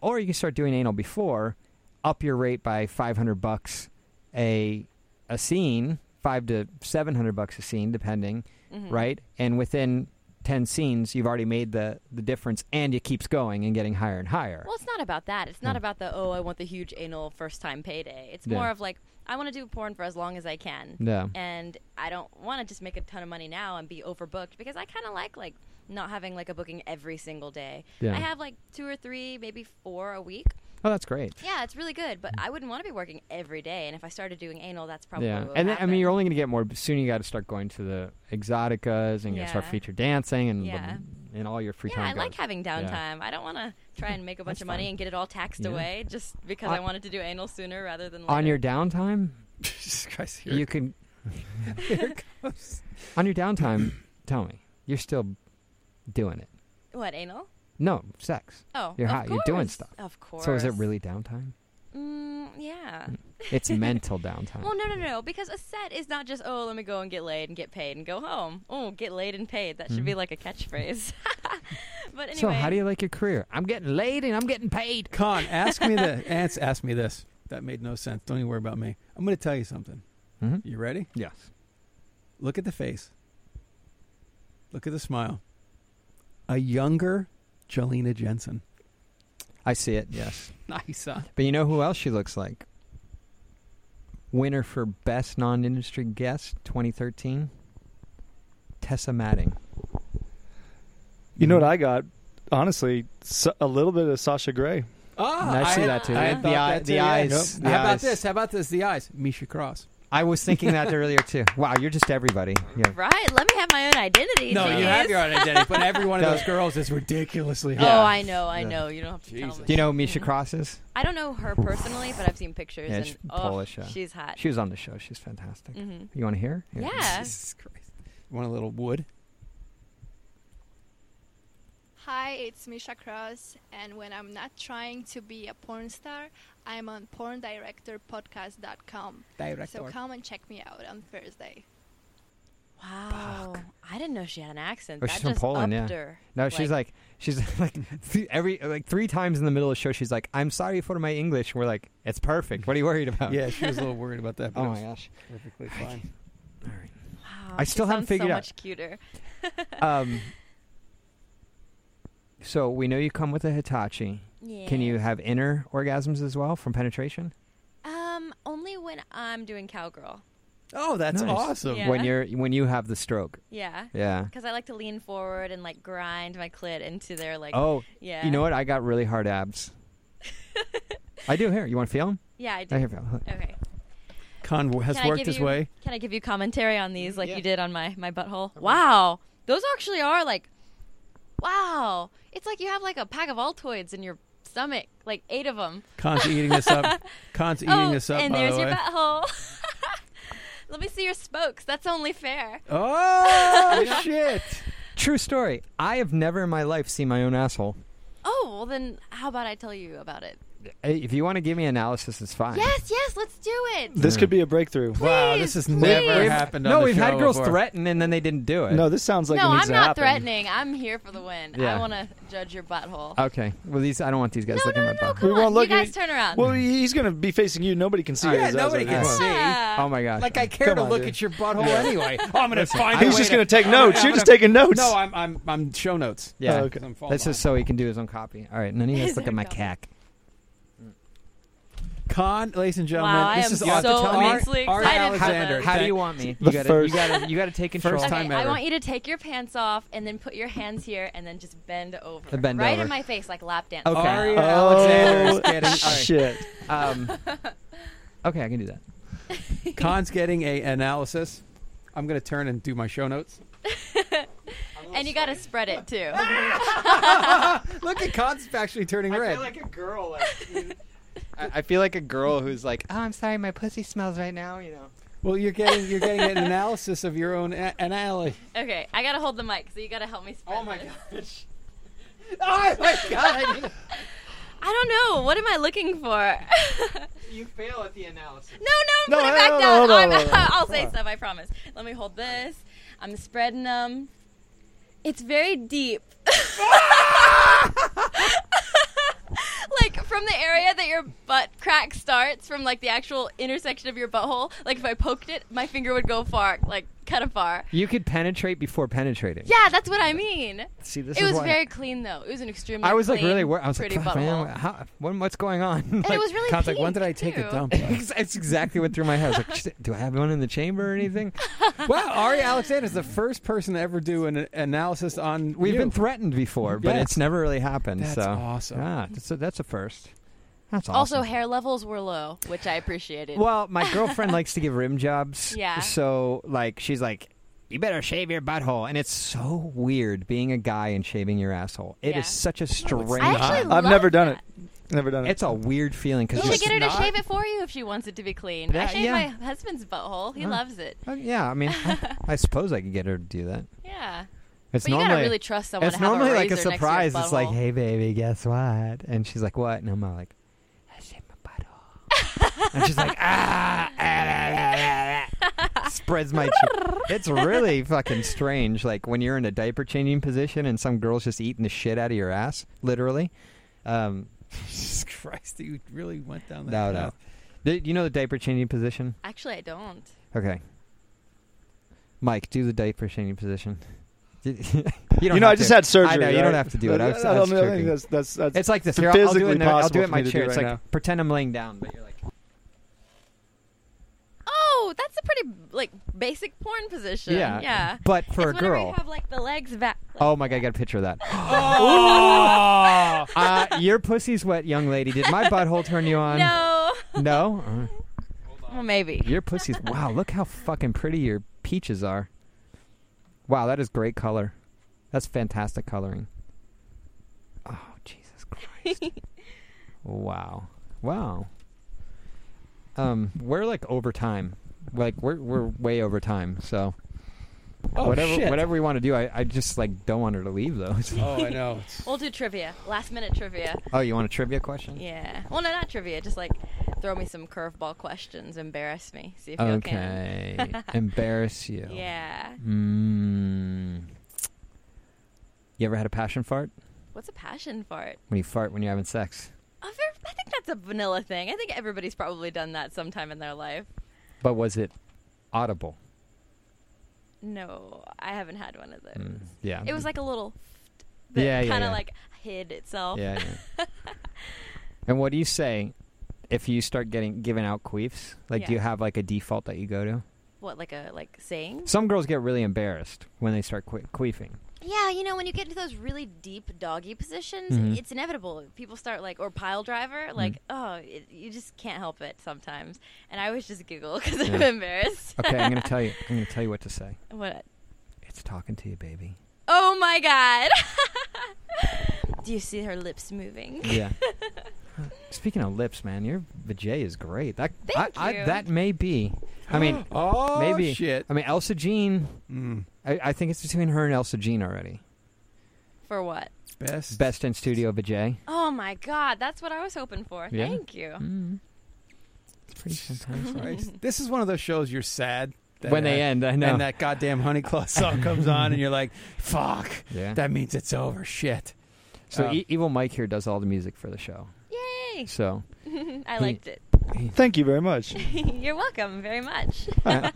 [SPEAKER 4] Or you can start doing anal before, up your rate by 500 bucks a a scene, 5 to 700 bucks a scene depending,
[SPEAKER 2] Mhm.
[SPEAKER 4] right? And within 10 scenes, you've already made the the difference and it keeps going and getting higher and higher.
[SPEAKER 2] Well, it's not about that. It's not about the oh, I want the huge anal first time payday. It's
[SPEAKER 4] Yeah. Mm.
[SPEAKER 2] more of like I want to do porn for as long as I can.
[SPEAKER 4] Yeah.
[SPEAKER 2] And I don't want to just make a ton of money now and be overbooked because I kind of like like not having like a booking every single day.
[SPEAKER 4] Yeah.
[SPEAKER 2] I have like two or three, maybe four a week.
[SPEAKER 4] Oh, that's great.
[SPEAKER 2] Yeah, it's really good, but I wouldn't want to be working every day. And if I started doing anal, that's probably
[SPEAKER 4] Mm. Yeah,
[SPEAKER 2] what would
[SPEAKER 4] and then, I
[SPEAKER 2] happen.
[SPEAKER 4] mean, you're only going to get more. Soon, you got to start going to the exoticas, and you got to start
[SPEAKER 2] Yeah.
[SPEAKER 4] feature dancing, and
[SPEAKER 2] Yeah.
[SPEAKER 4] and all your free
[SPEAKER 2] yeah,
[SPEAKER 4] time.
[SPEAKER 2] I like
[SPEAKER 4] goes.
[SPEAKER 2] having
[SPEAKER 4] Yeah.
[SPEAKER 2] downtime. I don't want to try and make a bunch
[SPEAKER 4] That's
[SPEAKER 2] of money
[SPEAKER 4] fine.
[SPEAKER 2] and get it all taxed
[SPEAKER 4] Yeah.
[SPEAKER 2] away just because
[SPEAKER 4] I-
[SPEAKER 2] I wanted to do anal sooner rather than later.
[SPEAKER 4] On your downtime,
[SPEAKER 3] Jesus Christ, here
[SPEAKER 4] you
[SPEAKER 3] it
[SPEAKER 4] can.
[SPEAKER 3] Here it comes.
[SPEAKER 4] On your downtime, tell me, you're still doing it?
[SPEAKER 2] what anal?
[SPEAKER 4] No, sex.
[SPEAKER 2] Oh,
[SPEAKER 4] you're
[SPEAKER 2] of
[SPEAKER 4] hot. You're doing
[SPEAKER 2] course.
[SPEAKER 4] stuff.
[SPEAKER 2] Of
[SPEAKER 4] So is it
[SPEAKER 2] course.
[SPEAKER 4] really downtime?
[SPEAKER 2] Mm, yeah.
[SPEAKER 4] It's mental downtime.
[SPEAKER 2] Well, no, no, no, because a set is not just oh, let me go and get laid and get paid and go home. Oh, get laid and paid. That should be
[SPEAKER 4] Mhm.
[SPEAKER 2] like a catchphrase. but anyway,
[SPEAKER 4] So how do you like your career? I'm getting laid and I'm getting paid.
[SPEAKER 3] Con, ask me this. Ants, ask me this. That made no sense. Don't even worry about me. I'm going to tell you something.
[SPEAKER 4] Mhm.
[SPEAKER 3] You ready?
[SPEAKER 4] Yes.
[SPEAKER 3] Look at the face. Look at the smile. A younger Jelena Jensen.
[SPEAKER 4] I see it. Yes.
[SPEAKER 3] Nice, huh?
[SPEAKER 4] But you know who else she looks like? Winner for Best Non Industry Guest 2013, Tessa Matting.
[SPEAKER 5] You know what I got? Honestly, s- a little bit of Sasha Grey.
[SPEAKER 3] Ah,
[SPEAKER 4] I see that too.
[SPEAKER 3] I had
[SPEAKER 4] The
[SPEAKER 3] thought
[SPEAKER 4] eye-
[SPEAKER 3] that
[SPEAKER 4] the
[SPEAKER 3] too, yeah.
[SPEAKER 4] eyes, the
[SPEAKER 3] How about
[SPEAKER 4] eyes.
[SPEAKER 3] this? How about this? The eyes. Misha Cross.
[SPEAKER 4] I was thinking that earlier too. Wow, you're just everybody. Yeah.
[SPEAKER 2] Right? Let me have my own identity.
[SPEAKER 3] No, you have
[SPEAKER 2] jeez.
[SPEAKER 3] your own identity, but every one of
[SPEAKER 4] No.
[SPEAKER 3] those girls is ridiculously
[SPEAKER 2] Oh,
[SPEAKER 3] hot.
[SPEAKER 2] I know, I know. You don't have to tell me.
[SPEAKER 4] Do you know who Misha Cross is?
[SPEAKER 2] I don't know her personally, but I've seen pictures.
[SPEAKER 4] Yeah,
[SPEAKER 2] and,
[SPEAKER 4] she's
[SPEAKER 2] oh,
[SPEAKER 4] Polish. yeah.
[SPEAKER 2] She's hot.
[SPEAKER 4] She was on the show. She's fantastic.
[SPEAKER 2] Mhm.
[SPEAKER 4] You want to hear? Here.
[SPEAKER 2] Yeah.
[SPEAKER 3] Jesus Christ. You want a little wood?
[SPEAKER 1] Hi, it's Misha Cross, and when I'm not trying to be a porn star, I'm on porndirectorpodcast.com. So
[SPEAKER 2] Director.
[SPEAKER 1] come and check me out on Thursday.
[SPEAKER 2] Wow. I didn't know she had an accent.
[SPEAKER 4] Oh,
[SPEAKER 2] that
[SPEAKER 4] she's from
[SPEAKER 2] just
[SPEAKER 4] Poland, yeah.
[SPEAKER 2] upped her.
[SPEAKER 4] No, she's like she's like th- every like three times in the middle of the show she's like, "I'm sorry for my English." We're like, "It's perfect. What are you worried about?"
[SPEAKER 3] Yeah, she was a little worried about that. but
[SPEAKER 4] Oh
[SPEAKER 3] it
[SPEAKER 4] my
[SPEAKER 3] was
[SPEAKER 4] gosh.
[SPEAKER 3] Perfectly fine.
[SPEAKER 2] wow,
[SPEAKER 4] I
[SPEAKER 2] she
[SPEAKER 4] still haven't
[SPEAKER 2] sounds
[SPEAKER 4] figured
[SPEAKER 2] so
[SPEAKER 4] out.
[SPEAKER 2] much cuter.
[SPEAKER 4] um, so we know you come with a Hitachi. Can you have inner orgasms as well from penetration?
[SPEAKER 2] Um, only when I'm doing cowgirl.
[SPEAKER 3] Oh, that's
[SPEAKER 4] Nice.
[SPEAKER 3] awesome.
[SPEAKER 2] Yeah.
[SPEAKER 4] When you're when you have the stroke.
[SPEAKER 2] Yeah.
[SPEAKER 4] Yeah.
[SPEAKER 2] Because I like to lean forward and like grind my clit into their like.
[SPEAKER 4] oh,
[SPEAKER 2] yeah.
[SPEAKER 4] You know what? I got really hard abs. I do. Here, you want to feel them?
[SPEAKER 2] Yeah, I do.
[SPEAKER 4] Here, feel 'em.
[SPEAKER 2] Okay.
[SPEAKER 3] Con w- has
[SPEAKER 2] Can I
[SPEAKER 3] worked
[SPEAKER 2] give
[SPEAKER 3] his
[SPEAKER 2] you-
[SPEAKER 3] way.
[SPEAKER 2] Can I give you commentary on these, like
[SPEAKER 3] yeah.
[SPEAKER 2] you did on my my butthole? Wow, those actually are like, wow. It's like you have like a pack of Altoids in your stomach, like eight of them.
[SPEAKER 3] Con's eating this up. Con's eating
[SPEAKER 2] oh,
[SPEAKER 3] this up.
[SPEAKER 2] and
[SPEAKER 3] by
[SPEAKER 2] there's
[SPEAKER 3] the
[SPEAKER 2] your
[SPEAKER 3] way.
[SPEAKER 2] butthole. Let me see your spokes. That's only fair.
[SPEAKER 3] Uh,
[SPEAKER 4] Oh shit! True story. I have never in my life seen my own asshole.
[SPEAKER 2] Oh well, then how about I tell you about it?
[SPEAKER 4] Hey, If you want to give me analysis, it's fine.
[SPEAKER 2] Yes, yes, let's do it.
[SPEAKER 5] This could be a breakthrough.
[SPEAKER 3] wow, this has never
[SPEAKER 4] We've-
[SPEAKER 3] happened. on
[SPEAKER 4] No,
[SPEAKER 3] the
[SPEAKER 4] we've had
[SPEAKER 3] show
[SPEAKER 4] girls
[SPEAKER 3] before.
[SPEAKER 4] threaten and then they didn't do it.
[SPEAKER 5] No, this sounds like
[SPEAKER 2] no,
[SPEAKER 5] it needs
[SPEAKER 2] I'm
[SPEAKER 5] to
[SPEAKER 2] not
[SPEAKER 5] happen.
[SPEAKER 2] threatening. I'm here for the win.
[SPEAKER 4] Yeah.
[SPEAKER 2] I want to judge your butthole.
[SPEAKER 4] Okay. Well, these I don't want these guys looking at my butt.
[SPEAKER 5] We won't look
[SPEAKER 2] you guys
[SPEAKER 5] at-
[SPEAKER 2] turn around.
[SPEAKER 5] Well, he's going to be facing you. Nobody can see.
[SPEAKER 3] Yeah,
[SPEAKER 5] his eyes
[SPEAKER 3] nobody
[SPEAKER 5] right
[SPEAKER 3] can
[SPEAKER 5] now.
[SPEAKER 3] see. Yeah.
[SPEAKER 4] Oh my gosh.
[SPEAKER 3] Like I care
[SPEAKER 5] Come
[SPEAKER 3] to
[SPEAKER 5] on,
[SPEAKER 3] look
[SPEAKER 5] dude.
[SPEAKER 3] at your butthole
[SPEAKER 5] Yeah.
[SPEAKER 3] anyway. Oh, I'm gonna
[SPEAKER 5] Listen,
[SPEAKER 3] find.
[SPEAKER 5] he's
[SPEAKER 3] a way
[SPEAKER 5] just
[SPEAKER 3] to-
[SPEAKER 5] gonna take
[SPEAKER 3] I'm gonna-
[SPEAKER 5] notes.
[SPEAKER 3] I'm
[SPEAKER 5] You're just
[SPEAKER 3] gonna-
[SPEAKER 5] taking notes.
[SPEAKER 3] No, I'm I'm I'm show notes.
[SPEAKER 4] Yeah.
[SPEAKER 5] Oh, okay.
[SPEAKER 3] I'm falling
[SPEAKER 4] That's just so he can do his own copy. All right. None of you guys look at my cack.
[SPEAKER 3] Con, ladies and gentlemen,
[SPEAKER 2] Wow, I
[SPEAKER 3] this
[SPEAKER 2] am
[SPEAKER 3] is
[SPEAKER 2] so
[SPEAKER 3] off the top.
[SPEAKER 2] immensely
[SPEAKER 3] Art,
[SPEAKER 2] excited
[SPEAKER 3] Art
[SPEAKER 2] for
[SPEAKER 3] Alexander.
[SPEAKER 2] this.
[SPEAKER 4] How do
[SPEAKER 3] thank-
[SPEAKER 4] you want me?
[SPEAKER 5] The
[SPEAKER 4] You gotta,
[SPEAKER 5] first-
[SPEAKER 4] you gotta, you gotta take control.
[SPEAKER 3] First time
[SPEAKER 2] okay,
[SPEAKER 3] ever.
[SPEAKER 2] I want you to take your pants off and then put your hands here and then just bend over.
[SPEAKER 4] Uh, bend
[SPEAKER 2] right
[SPEAKER 4] over.
[SPEAKER 2] in my face like lap dance.
[SPEAKER 4] Okay.
[SPEAKER 3] Ari
[SPEAKER 4] Oh,
[SPEAKER 3] Alexander is getting.
[SPEAKER 5] Shit.
[SPEAKER 4] Um, okay, I can do that.
[SPEAKER 3] Con's getting a analysis. I'm gonna turn and do my show notes.
[SPEAKER 2] And you got to spread it too.
[SPEAKER 3] Look at Con's actually turning red.
[SPEAKER 4] a girl. I, I feel like a girl who's like, oh, I'm sorry, my pussy smells right now. You know.
[SPEAKER 3] well, you're getting you're getting an analysis of your own a- analysis.
[SPEAKER 2] okay, I got to hold the mic, so you got to help me spread
[SPEAKER 3] Oh my
[SPEAKER 2] this.
[SPEAKER 3] gosh. Oh my god! I need-
[SPEAKER 2] I don't know. What am I looking for?
[SPEAKER 4] You fail at the analysis.
[SPEAKER 2] No, no,
[SPEAKER 5] No,
[SPEAKER 2] put it
[SPEAKER 5] no,
[SPEAKER 2] back
[SPEAKER 5] no,
[SPEAKER 2] down.
[SPEAKER 5] no, no,
[SPEAKER 2] I'm-
[SPEAKER 5] no, no, no.
[SPEAKER 2] I'll say stuff, I promise. Let me hold this. I'm spreading them. It's very deep. like from the area that your butt crack starts, from like the actual intersection of your butthole, like if I poked it, my finger would go far, like cut afar.
[SPEAKER 4] You could penetrate before penetrating.
[SPEAKER 2] Yeah, that's what I mean.
[SPEAKER 4] See, this
[SPEAKER 2] it
[SPEAKER 4] is
[SPEAKER 2] was
[SPEAKER 4] why
[SPEAKER 2] very clean though. It was an extremely
[SPEAKER 4] I was like
[SPEAKER 2] clean,
[SPEAKER 4] really. Wor- I was like,
[SPEAKER 2] pretty
[SPEAKER 4] "Fuck,
[SPEAKER 2] butthole.
[SPEAKER 4] man, how, what, what's going on?
[SPEAKER 2] And it was really
[SPEAKER 3] Con's like, when
[SPEAKER 2] pink,
[SPEAKER 3] did I take a
[SPEAKER 2] too.
[SPEAKER 3] dump?
[SPEAKER 4] That's exactly what through my head. I was like, "Shit, do I have one in the chamber or anything?
[SPEAKER 3] wow, Ari Alexander is the first person to ever do an analysis on.
[SPEAKER 4] We've
[SPEAKER 3] you.
[SPEAKER 4] been threatened before, but
[SPEAKER 3] Yes.
[SPEAKER 4] it's never really happened.
[SPEAKER 3] That's
[SPEAKER 4] so
[SPEAKER 3] awesome.
[SPEAKER 4] Yeah, that's a, that's a first. That's awesome.
[SPEAKER 2] Also, hair levels were low, which I appreciated.
[SPEAKER 4] well, my girlfriend likes to give rim jobs.
[SPEAKER 2] Yeah.
[SPEAKER 4] So like, she's like, you better shave your butthole, and it's so weird being a guy and shaving your asshole. It is
[SPEAKER 2] Yeah.
[SPEAKER 4] such a strange.
[SPEAKER 2] I actually
[SPEAKER 5] I've never
[SPEAKER 2] love
[SPEAKER 5] done
[SPEAKER 2] that.
[SPEAKER 5] it. Never done it.
[SPEAKER 4] it's a weird feeling
[SPEAKER 2] You
[SPEAKER 4] because
[SPEAKER 2] should get her to
[SPEAKER 3] not-
[SPEAKER 2] shave it for you if she wants it to be clean. I
[SPEAKER 4] That-
[SPEAKER 2] shave
[SPEAKER 4] yeah. Uh-huh.
[SPEAKER 2] my husband's butthole. He
[SPEAKER 4] Huh.
[SPEAKER 2] loves it.
[SPEAKER 4] Uh, yeah, I mean, I, I suppose I could get her to do that.
[SPEAKER 2] Yeah.
[SPEAKER 4] It's
[SPEAKER 2] But you
[SPEAKER 4] normally
[SPEAKER 2] gotta really trust someone
[SPEAKER 4] It's
[SPEAKER 2] to have
[SPEAKER 4] normally
[SPEAKER 2] a
[SPEAKER 4] like
[SPEAKER 2] razor
[SPEAKER 4] a
[SPEAKER 2] next to your
[SPEAKER 4] surprise. It's like,
[SPEAKER 2] butthole.
[SPEAKER 4] hey baby, guess what? And she's like, what? And I'm like, I shaved my butthole. and she's like, ah, ah, ah, ah, ah, ah." spreads my. Chin. It's really fucking strange. Like when you're in a diaper changing position and some girl's just eating the shit out of your ass, literally. Um,
[SPEAKER 3] Jesus Christ, you really went down that
[SPEAKER 4] no, no.
[SPEAKER 3] path.
[SPEAKER 4] Do you know the diaper changing position?
[SPEAKER 2] Actually, I don't.
[SPEAKER 4] Okay. Mike, do the diaper changing position. you
[SPEAKER 5] You
[SPEAKER 4] don't
[SPEAKER 5] know,
[SPEAKER 4] have
[SPEAKER 5] I just
[SPEAKER 4] to.
[SPEAKER 5] had surgery,
[SPEAKER 4] I know you don't
[SPEAKER 5] right?
[SPEAKER 4] have to do it. I was,
[SPEAKER 5] I
[SPEAKER 4] I
[SPEAKER 5] don't
[SPEAKER 4] was
[SPEAKER 5] know, I think
[SPEAKER 4] joking.
[SPEAKER 5] that's- that's- that's
[SPEAKER 4] it's like this. Here, I'll- I'll do it.
[SPEAKER 5] physically
[SPEAKER 4] In the, I'll do
[SPEAKER 5] possible
[SPEAKER 4] it in
[SPEAKER 5] for
[SPEAKER 4] my
[SPEAKER 5] me to do
[SPEAKER 4] chair. It's
[SPEAKER 5] right
[SPEAKER 4] like
[SPEAKER 5] now.
[SPEAKER 4] pretend I'm laying down, but you're like
[SPEAKER 2] Oh, that's a pretty like basic porn position.
[SPEAKER 4] Yeah,
[SPEAKER 2] yeah.
[SPEAKER 4] but for
[SPEAKER 2] It's
[SPEAKER 4] a
[SPEAKER 2] whenever
[SPEAKER 4] girl.
[SPEAKER 2] you have like the legs back.
[SPEAKER 4] Oh my god, I got a picture of that.
[SPEAKER 2] Oh!
[SPEAKER 4] uh, your pussy's wet, young lady. Did my butthole turn you on?
[SPEAKER 2] No.
[SPEAKER 4] No? Uh,
[SPEAKER 2] Well, maybe.
[SPEAKER 4] Your pussy's. Wow, look how fucking pretty your peaches are. Wow, that is great color. That's fantastic coloring. Oh, Jesus Christ. wow. Wow. Um, we're like over time. Like we're we're way over time, so
[SPEAKER 3] Oh,
[SPEAKER 4] whatever
[SPEAKER 3] shit.
[SPEAKER 4] whatever we want to do, I, I just like don't want her to leave though. so-
[SPEAKER 2] we'll do trivia. Last minute trivia.
[SPEAKER 4] Oh, you want a trivia question?
[SPEAKER 2] Yeah. Well, no, not trivia. Just like throw me some curveball questions. Embarrass me. See if you
[SPEAKER 4] okay.
[SPEAKER 2] can.
[SPEAKER 4] Embarrass you.
[SPEAKER 2] Yeah.
[SPEAKER 4] Mm. You ever had a passion fart?
[SPEAKER 2] What's a passion fart?
[SPEAKER 4] When you fart when you're having sex.
[SPEAKER 2] Oh, ver- I think that's a vanilla thing. I think everybody's probably done that sometime in their life.
[SPEAKER 4] But was it audible?
[SPEAKER 2] No, I haven't had one of those.
[SPEAKER 4] Mm, yeah.
[SPEAKER 2] It was like a little that
[SPEAKER 4] Yeah, yeah,
[SPEAKER 2] kind of
[SPEAKER 4] yeah.
[SPEAKER 2] like hid itself.
[SPEAKER 4] Yeah, yeah. And what do you say if you start getting giving out queefs? Like, do
[SPEAKER 2] Yeah.
[SPEAKER 4] you have like a default that you go to?
[SPEAKER 2] what like a like saying?
[SPEAKER 4] Some girls get really embarrassed when they start que- queefing.
[SPEAKER 2] Yeah, you know, when you get into those really deep doggy positions,
[SPEAKER 4] Mhm.
[SPEAKER 2] it's inevitable. People start like, or pile
[SPEAKER 4] Mm.
[SPEAKER 2] driver, like, oh, it, you just can't help it sometimes. And I always just giggle because I'm
[SPEAKER 4] Yeah.
[SPEAKER 2] embarrassed.
[SPEAKER 4] Okay, I'm gonna tell you. I'm gonna tell you what to say.
[SPEAKER 2] What?
[SPEAKER 4] It's talking to you, baby.
[SPEAKER 2] Oh my god! Do you see her lips moving?
[SPEAKER 4] Yeah. Speaking of lips, man, your vajay is great. That
[SPEAKER 2] Thank
[SPEAKER 4] I,
[SPEAKER 2] you.
[SPEAKER 4] I, that may be. I mean,
[SPEAKER 3] Oh,
[SPEAKER 4] maybe.
[SPEAKER 3] shit. Mm,
[SPEAKER 4] I mean, Elsa Jean. I, I think it's between her and Elsa Jean already.
[SPEAKER 2] For what?
[SPEAKER 3] Best.
[SPEAKER 4] Best in studio vajay.
[SPEAKER 2] Oh my god, that's what I was hoping for.
[SPEAKER 4] Yeah. Mm.
[SPEAKER 2] Thank you.
[SPEAKER 4] Pretty fantastic.
[SPEAKER 3] Christ. this is one of those shows you're sad that
[SPEAKER 4] When
[SPEAKER 3] it
[SPEAKER 4] they
[SPEAKER 3] happened,
[SPEAKER 4] end, I know.
[SPEAKER 3] And that goddamn Honey Claw song comes on, and you're like, "Fuck,
[SPEAKER 4] Yeah.
[SPEAKER 3] that means it's over." Shit.
[SPEAKER 4] So
[SPEAKER 3] Um,
[SPEAKER 4] E- Evil Mike here does all the music for the show.
[SPEAKER 2] Yay!
[SPEAKER 4] So
[SPEAKER 2] I liked it.
[SPEAKER 5] Thank you very much.
[SPEAKER 2] You're welcome very much.
[SPEAKER 4] uh,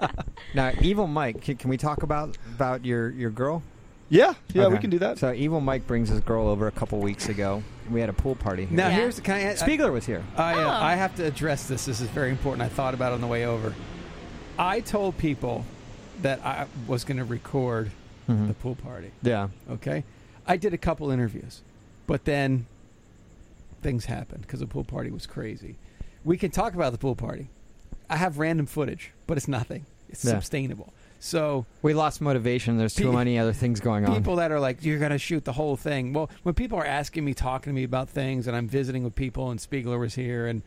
[SPEAKER 4] now, Evil Mike, can, can we talk about about your your girl?
[SPEAKER 5] Yeah, yeah, we
[SPEAKER 4] Okay.
[SPEAKER 5] can do that.
[SPEAKER 4] So Evil Mike brings his girl over a couple weeks ago. We had a pool party. Here.
[SPEAKER 3] Now here's can I,
[SPEAKER 4] Spiegler was here.
[SPEAKER 3] I, uh,
[SPEAKER 4] Oh.
[SPEAKER 3] I have to address this. This is very important. I thought about it on the way over. I told people that I was going to record
[SPEAKER 4] Mhm.
[SPEAKER 3] the pool party.
[SPEAKER 4] Yeah.
[SPEAKER 3] Okay. I did a couple interviews, but then things happened because the pool party was crazy. We can talk about the pool party. I have random footage, but it's nothing. It's
[SPEAKER 4] Yeah.
[SPEAKER 3] sustainable. So
[SPEAKER 4] we lost motivation. There's too
[SPEAKER 3] Pe-
[SPEAKER 4] many other things going on.
[SPEAKER 3] people that are like, you're going to shoot the whole thing. Well, when people are asking me, talking to me about things, and I'm visiting with people, and Spiegler was here, and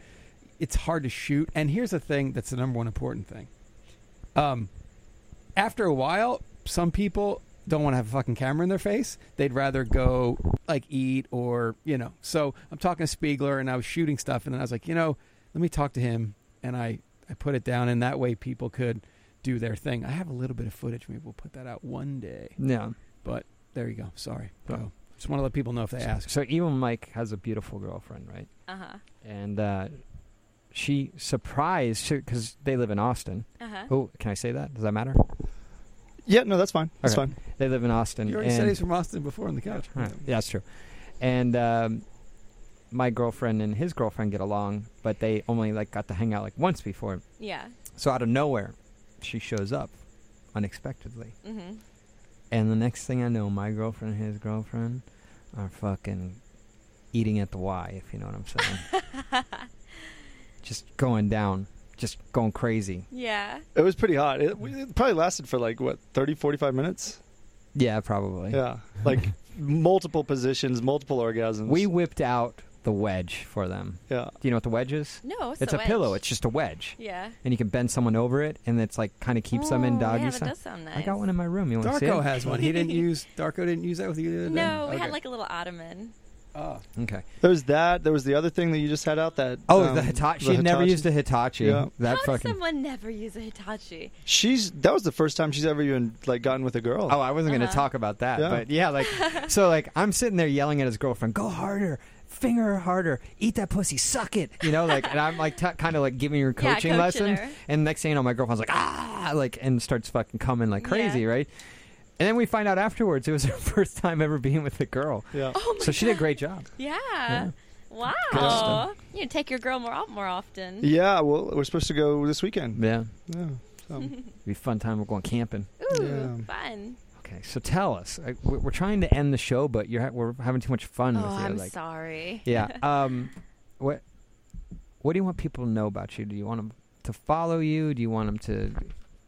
[SPEAKER 3] it's hard to shoot. And here's the thing that's the number one important thing. Um, after a while, some people don't want to have a fucking camera in their face. They'd rather go like eat or, you know. So I'm talking to Spiegler, and I was shooting stuff, and then I was like, you know, let me talk to him. And I, I put it down, and that way people could do their thing. I have a little bit of footage. Maybe we'll put that out one day.
[SPEAKER 4] Yeah.
[SPEAKER 3] But there you go. Sorry.
[SPEAKER 4] Yeah.
[SPEAKER 3] So, just want to let people know if they ask.
[SPEAKER 4] So Evil Mike has a beautiful girlfriend, right?
[SPEAKER 2] Uh-huh.
[SPEAKER 4] And uh, she surprised because they live in Austin.
[SPEAKER 2] Uh-huh.
[SPEAKER 4] Oh, can I say that? Does that matter?
[SPEAKER 5] Yeah, no, that's fine. That's
[SPEAKER 4] Okay.
[SPEAKER 5] fine.
[SPEAKER 4] They live in Austin.
[SPEAKER 3] You already said
[SPEAKER 4] and-
[SPEAKER 3] he's from Austin before on the couch.
[SPEAKER 4] All right. Yeah, that's true. And um, my girlfriend and his girlfriend get along, but they only like got to hang out like once before.
[SPEAKER 2] Yeah.
[SPEAKER 4] So out of nowhere, she shows up unexpectedly.
[SPEAKER 2] Mhm.
[SPEAKER 4] And the next thing I know, my girlfriend and his girlfriend are fucking eating at the Y, if you know what I'm saying. just going down, just going crazy.
[SPEAKER 2] Yeah.
[SPEAKER 5] It was pretty hot. It, we- it probably lasted for like what 30 45 minutes.
[SPEAKER 4] Yeah, probably.
[SPEAKER 5] Yeah. Like multiple positions, multiple orgasms.
[SPEAKER 4] We whipped out the wedge for them.
[SPEAKER 5] Yeah.
[SPEAKER 4] Do you know what the wedge is?
[SPEAKER 2] No, what's
[SPEAKER 4] it's
[SPEAKER 2] the
[SPEAKER 4] a
[SPEAKER 2] wedge?
[SPEAKER 4] pillow. It's just a wedge.
[SPEAKER 2] Yeah.
[SPEAKER 4] And you can bend someone over it, and it's like kind of keeps them in
[SPEAKER 2] Oh,
[SPEAKER 4] doggy
[SPEAKER 2] yeah, that
[SPEAKER 4] style.
[SPEAKER 2] does sound
[SPEAKER 4] I got
[SPEAKER 2] nice.
[SPEAKER 4] one in my room. You want to see it?
[SPEAKER 3] Darko has one. He didn't use Darko didn't use that with you. the other day?
[SPEAKER 2] No, we
[SPEAKER 3] Okay.
[SPEAKER 2] had like a little ottoman.
[SPEAKER 3] Oh.
[SPEAKER 4] Okay.
[SPEAKER 5] There was that. There was the other thing that you just had out that
[SPEAKER 4] Oh,
[SPEAKER 5] um,
[SPEAKER 4] the Hitachi. She never used a Hitachi.
[SPEAKER 5] Yeah.
[SPEAKER 4] That
[SPEAKER 2] How
[SPEAKER 4] fucking.
[SPEAKER 2] does someone never use a Hitachi?
[SPEAKER 5] She's that was the first time she's ever even like gotten with a girl.
[SPEAKER 4] Oh, I wasn't going to
[SPEAKER 2] Uh-huh.
[SPEAKER 4] talk about that,
[SPEAKER 5] Yeah.
[SPEAKER 4] but yeah, like so, like I'm sitting there yelling at his girlfriend, "Go harder, finger her harder, eat that pussy, suck it," you know, like, and I'm like t- kind of like giving her
[SPEAKER 2] Yeah,
[SPEAKER 4] coaching
[SPEAKER 2] coaching
[SPEAKER 4] lessons,
[SPEAKER 2] her.
[SPEAKER 4] and next thing you know, my girlfriend's like, "Ah," like, and starts fucking coming like crazy, right? And then we find out afterwards it was her first time ever being with a girl.
[SPEAKER 5] Yeah.
[SPEAKER 2] Oh my
[SPEAKER 4] so she did a
[SPEAKER 2] God.
[SPEAKER 4] great job.
[SPEAKER 2] Yeah.
[SPEAKER 4] Yeah. Good
[SPEAKER 2] Wow.
[SPEAKER 4] stuff.
[SPEAKER 2] You take your girl more out more often.
[SPEAKER 5] Yeah, well, we're supposed to go this weekend.
[SPEAKER 4] Yeah.
[SPEAKER 5] Yeah. So.
[SPEAKER 4] It'd be a fun time. We're going camping.
[SPEAKER 2] Ooh, fun.
[SPEAKER 4] Okay, so tell us. I, we- we're trying to end the show, but you're ha- we're having too much fun
[SPEAKER 2] Oh,
[SPEAKER 4] with you.
[SPEAKER 2] I'm
[SPEAKER 4] Mm, like-
[SPEAKER 2] sorry.
[SPEAKER 4] Yeah. Um, what What do you want people to know about you? Do you want them to follow you? Do you want them to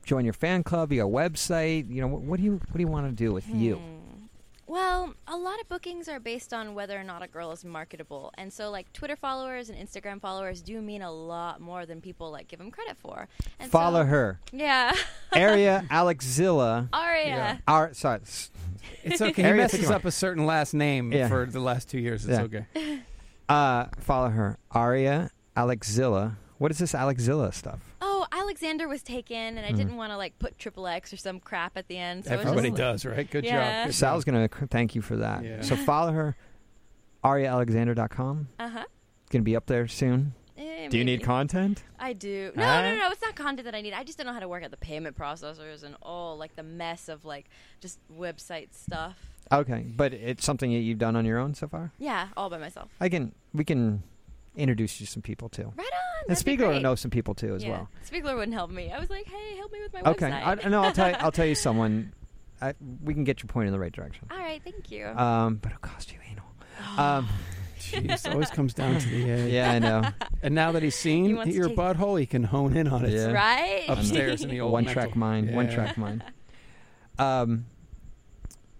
[SPEAKER 4] join your fan club, your website? You know, what, what do you What do you want to do with you?
[SPEAKER 2] Hmm. Well, a lot of bookings are based on whether or not a girl is marketable. And so, like, Twitter followers and Instagram followers do mean a lot more than people, like, give them credit for. And so-
[SPEAKER 4] Follow her.
[SPEAKER 2] Yeah.
[SPEAKER 4] Area Alexzilla.
[SPEAKER 2] Aria. Yeah.
[SPEAKER 4] Our, sorry. s-
[SPEAKER 3] It's okay. He
[SPEAKER 4] Area
[SPEAKER 3] messes
[SPEAKER 4] 51.
[SPEAKER 3] up a certain last name
[SPEAKER 4] Yeah.
[SPEAKER 3] for the last two years. It's
[SPEAKER 4] Yeah.
[SPEAKER 3] okay.
[SPEAKER 4] Uh, follow her. Aria Alexzilla. What is this Alexzilla stuff?
[SPEAKER 2] Oh, Alexander was taken, and I
[SPEAKER 4] Mhm.
[SPEAKER 2] didn't want to, like, put triple X or some crap at the end. So I was
[SPEAKER 3] Everybody
[SPEAKER 2] just-
[SPEAKER 3] does, right? Good job.
[SPEAKER 2] Yeah.
[SPEAKER 3] Good
[SPEAKER 4] Sal's going to thank you for that.
[SPEAKER 3] Yeah.
[SPEAKER 4] So follow her, ariaalexander.com.
[SPEAKER 2] Uh huh.
[SPEAKER 4] Going to be up there soon.
[SPEAKER 2] Eh,
[SPEAKER 4] Do you need
[SPEAKER 2] maybe.
[SPEAKER 4] content?
[SPEAKER 2] I do. No,
[SPEAKER 4] Huh?
[SPEAKER 2] no, no, no. It's not content that I need. I just don't know how to work out the payment processors and all, like, the mess of, like, just website stuff.
[SPEAKER 4] Okay, but it's something that you've done on your own so far.
[SPEAKER 2] Yeah, all by myself.
[SPEAKER 4] I can we can introduce you to some people too.
[SPEAKER 2] Right on.
[SPEAKER 4] And
[SPEAKER 2] that'd be
[SPEAKER 4] Spiegler
[SPEAKER 2] great.
[SPEAKER 4] knows some people too as
[SPEAKER 2] Yeah.
[SPEAKER 4] well.
[SPEAKER 2] Spiegler wouldn't help me. I was like, hey, help me with my
[SPEAKER 4] okay, I,
[SPEAKER 2] website.
[SPEAKER 4] no, I'll tell you, I'll tell you someone. I, we can get you pointed in the right direction.
[SPEAKER 2] All right, thank you.
[SPEAKER 4] Um, but it'll cost you anal. Um,
[SPEAKER 3] Jeez, always comes down to the edge.
[SPEAKER 4] Yeah, I know.
[SPEAKER 3] And now that he's
[SPEAKER 2] He
[SPEAKER 3] seen
[SPEAKER 2] wants to
[SPEAKER 3] your
[SPEAKER 2] take-
[SPEAKER 3] butthole, he can hone in on it.
[SPEAKER 4] Yeah.
[SPEAKER 2] Right?
[SPEAKER 3] Upstairs in the old
[SPEAKER 4] one
[SPEAKER 3] mental-
[SPEAKER 4] track mind. One
[SPEAKER 3] Yeah.
[SPEAKER 4] track mind. Um,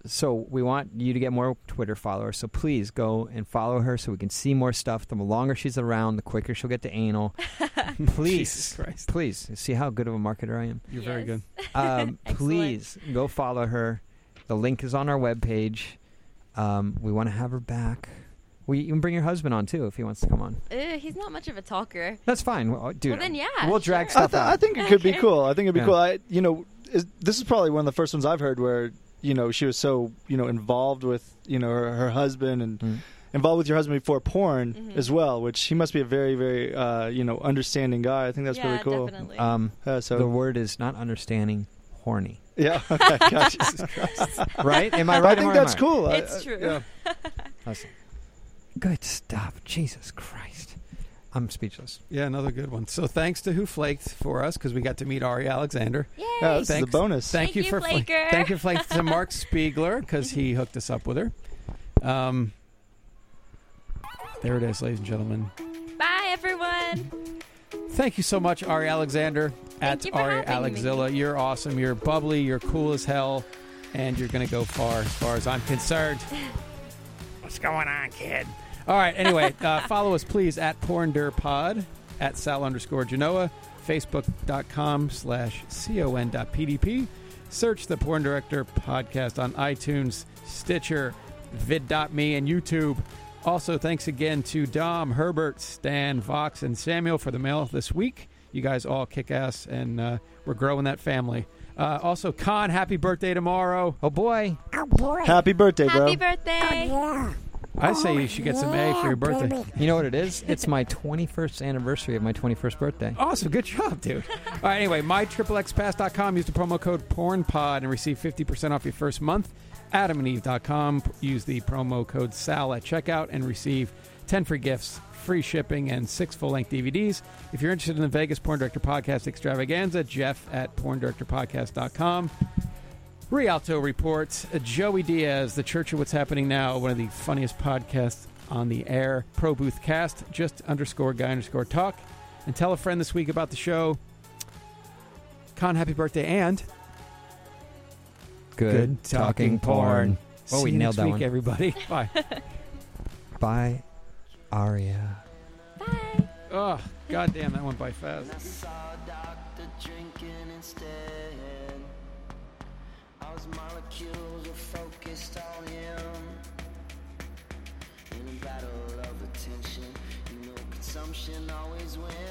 [SPEAKER 4] so we want you to get more Twitter followers. So please go and follow her so we can see more stuff. The longer she's around, the quicker she'll get to anal.
[SPEAKER 3] Jesus
[SPEAKER 4] please,
[SPEAKER 3] Christ.
[SPEAKER 4] please see how good of a marketer I am.
[SPEAKER 3] You're very Yes. good.
[SPEAKER 4] Um,
[SPEAKER 3] Excellent.
[SPEAKER 4] please go follow her. The link is on our webpage. Um, we want to have her back. We you can bring your husband on too if he wants to come on.
[SPEAKER 2] Ew, he's not much of a talker.
[SPEAKER 4] That's fine, well, uh, dude.
[SPEAKER 2] Well, then, yeah,
[SPEAKER 4] we'll drag
[SPEAKER 2] sure.
[SPEAKER 4] stuff out.
[SPEAKER 5] I think it could be cool. I think it'd be
[SPEAKER 4] Yeah.
[SPEAKER 5] cool. I, you know, is, this is probably one of the first ones I've heard where you know she was so you know involved with you know her, her husband and
[SPEAKER 4] mm.
[SPEAKER 5] involved with your husband before porn
[SPEAKER 2] Mm-hmm.
[SPEAKER 5] as well, which he must be a very very uh, you know understanding guy. I think that's
[SPEAKER 2] Yeah,
[SPEAKER 5] really cool.
[SPEAKER 2] definitely.
[SPEAKER 4] Um,
[SPEAKER 5] Uh, so-
[SPEAKER 4] the word is not understanding, horny.
[SPEAKER 5] Yeah. Okay. Gotcha.
[SPEAKER 4] Right? Am I right
[SPEAKER 5] I
[SPEAKER 4] or
[SPEAKER 5] think
[SPEAKER 4] am
[SPEAKER 5] that's
[SPEAKER 4] I-
[SPEAKER 5] cool. I-
[SPEAKER 2] It's
[SPEAKER 5] I-
[SPEAKER 2] true.
[SPEAKER 5] yeah.
[SPEAKER 4] Listen. Good stuff. Jesus Christ. I'm speechless.
[SPEAKER 3] Yeah, another good one. So thanks to Who Flaked for us because we got to meet Ari Alexander.
[SPEAKER 2] Yay!
[SPEAKER 5] Yeah, this is a bonus.
[SPEAKER 3] Thank,
[SPEAKER 2] Thank
[SPEAKER 3] you
[SPEAKER 2] you,
[SPEAKER 3] for fla-
[SPEAKER 2] Flaker.
[SPEAKER 3] thank you Flaked to Mark Spiegler because he hooked us up with her. Um, there it is, ladies and gentlemen.
[SPEAKER 2] Bye, everyone.
[SPEAKER 3] Thank you so much, Ari Alexander at
[SPEAKER 2] you for
[SPEAKER 3] Ari
[SPEAKER 2] having me.
[SPEAKER 3] Alexilla. You're awesome. You're bubbly. You're cool as hell, and you're gonna go far as far as I'm concerned.
[SPEAKER 12] What's going on, kid?
[SPEAKER 3] All right. Anyway, uh, follow us, please, at PornDurPod, at Sal underscore Genoa, Facebook.com slash con.pdp. Search the Porn Director podcast on iTunes, Stitcher, vid.me, and YouTube. Also, thanks again to Dom, Herbert, Stan, Vox, and Samuel for the mail this week. You guys all kick ass, and uh, we're growing that family. Uh, also, Con, happy birthday tomorrow.
[SPEAKER 4] Oh, boy.
[SPEAKER 3] Oh, boy.
[SPEAKER 5] Happy birthday, bro.
[SPEAKER 2] Happy birthday.
[SPEAKER 3] I say you should get some A for your birthday.
[SPEAKER 4] You know what it is? It's my 21st anniversary of my 21st birthday.
[SPEAKER 3] Awesome. Good job, dude. All right. Anyway, mytriplexpass.com. Use the promo code PornPod and receive 50% off your first month. AdamandEve.com. Use the promo code SAL at checkout and receive 10 free gifts, free shipping, and six full length DVDs. If you're interested in the Vegas Porn Director Podcast extravaganza, Jeff at PornDirectorPodcast.com. Rialto reports uh, Joey Diaz, the Church of What's Happening Now, one of the funniest podcasts on the air. Pro Booth Cast, just underscore guy underscore talk. And tell a friend this week about the show. Con, happy birthday and
[SPEAKER 4] Good, talking porn.
[SPEAKER 3] Oh,
[SPEAKER 4] Oh, we
[SPEAKER 3] See you next
[SPEAKER 4] nailed that
[SPEAKER 3] week,
[SPEAKER 4] one.
[SPEAKER 3] everybody. Bye.
[SPEAKER 4] Bye, Aria.
[SPEAKER 3] oh, goddamn, that went by fast.
[SPEAKER 12] I was molecules were focused on him. In a battle of attention, you know consumption always wins.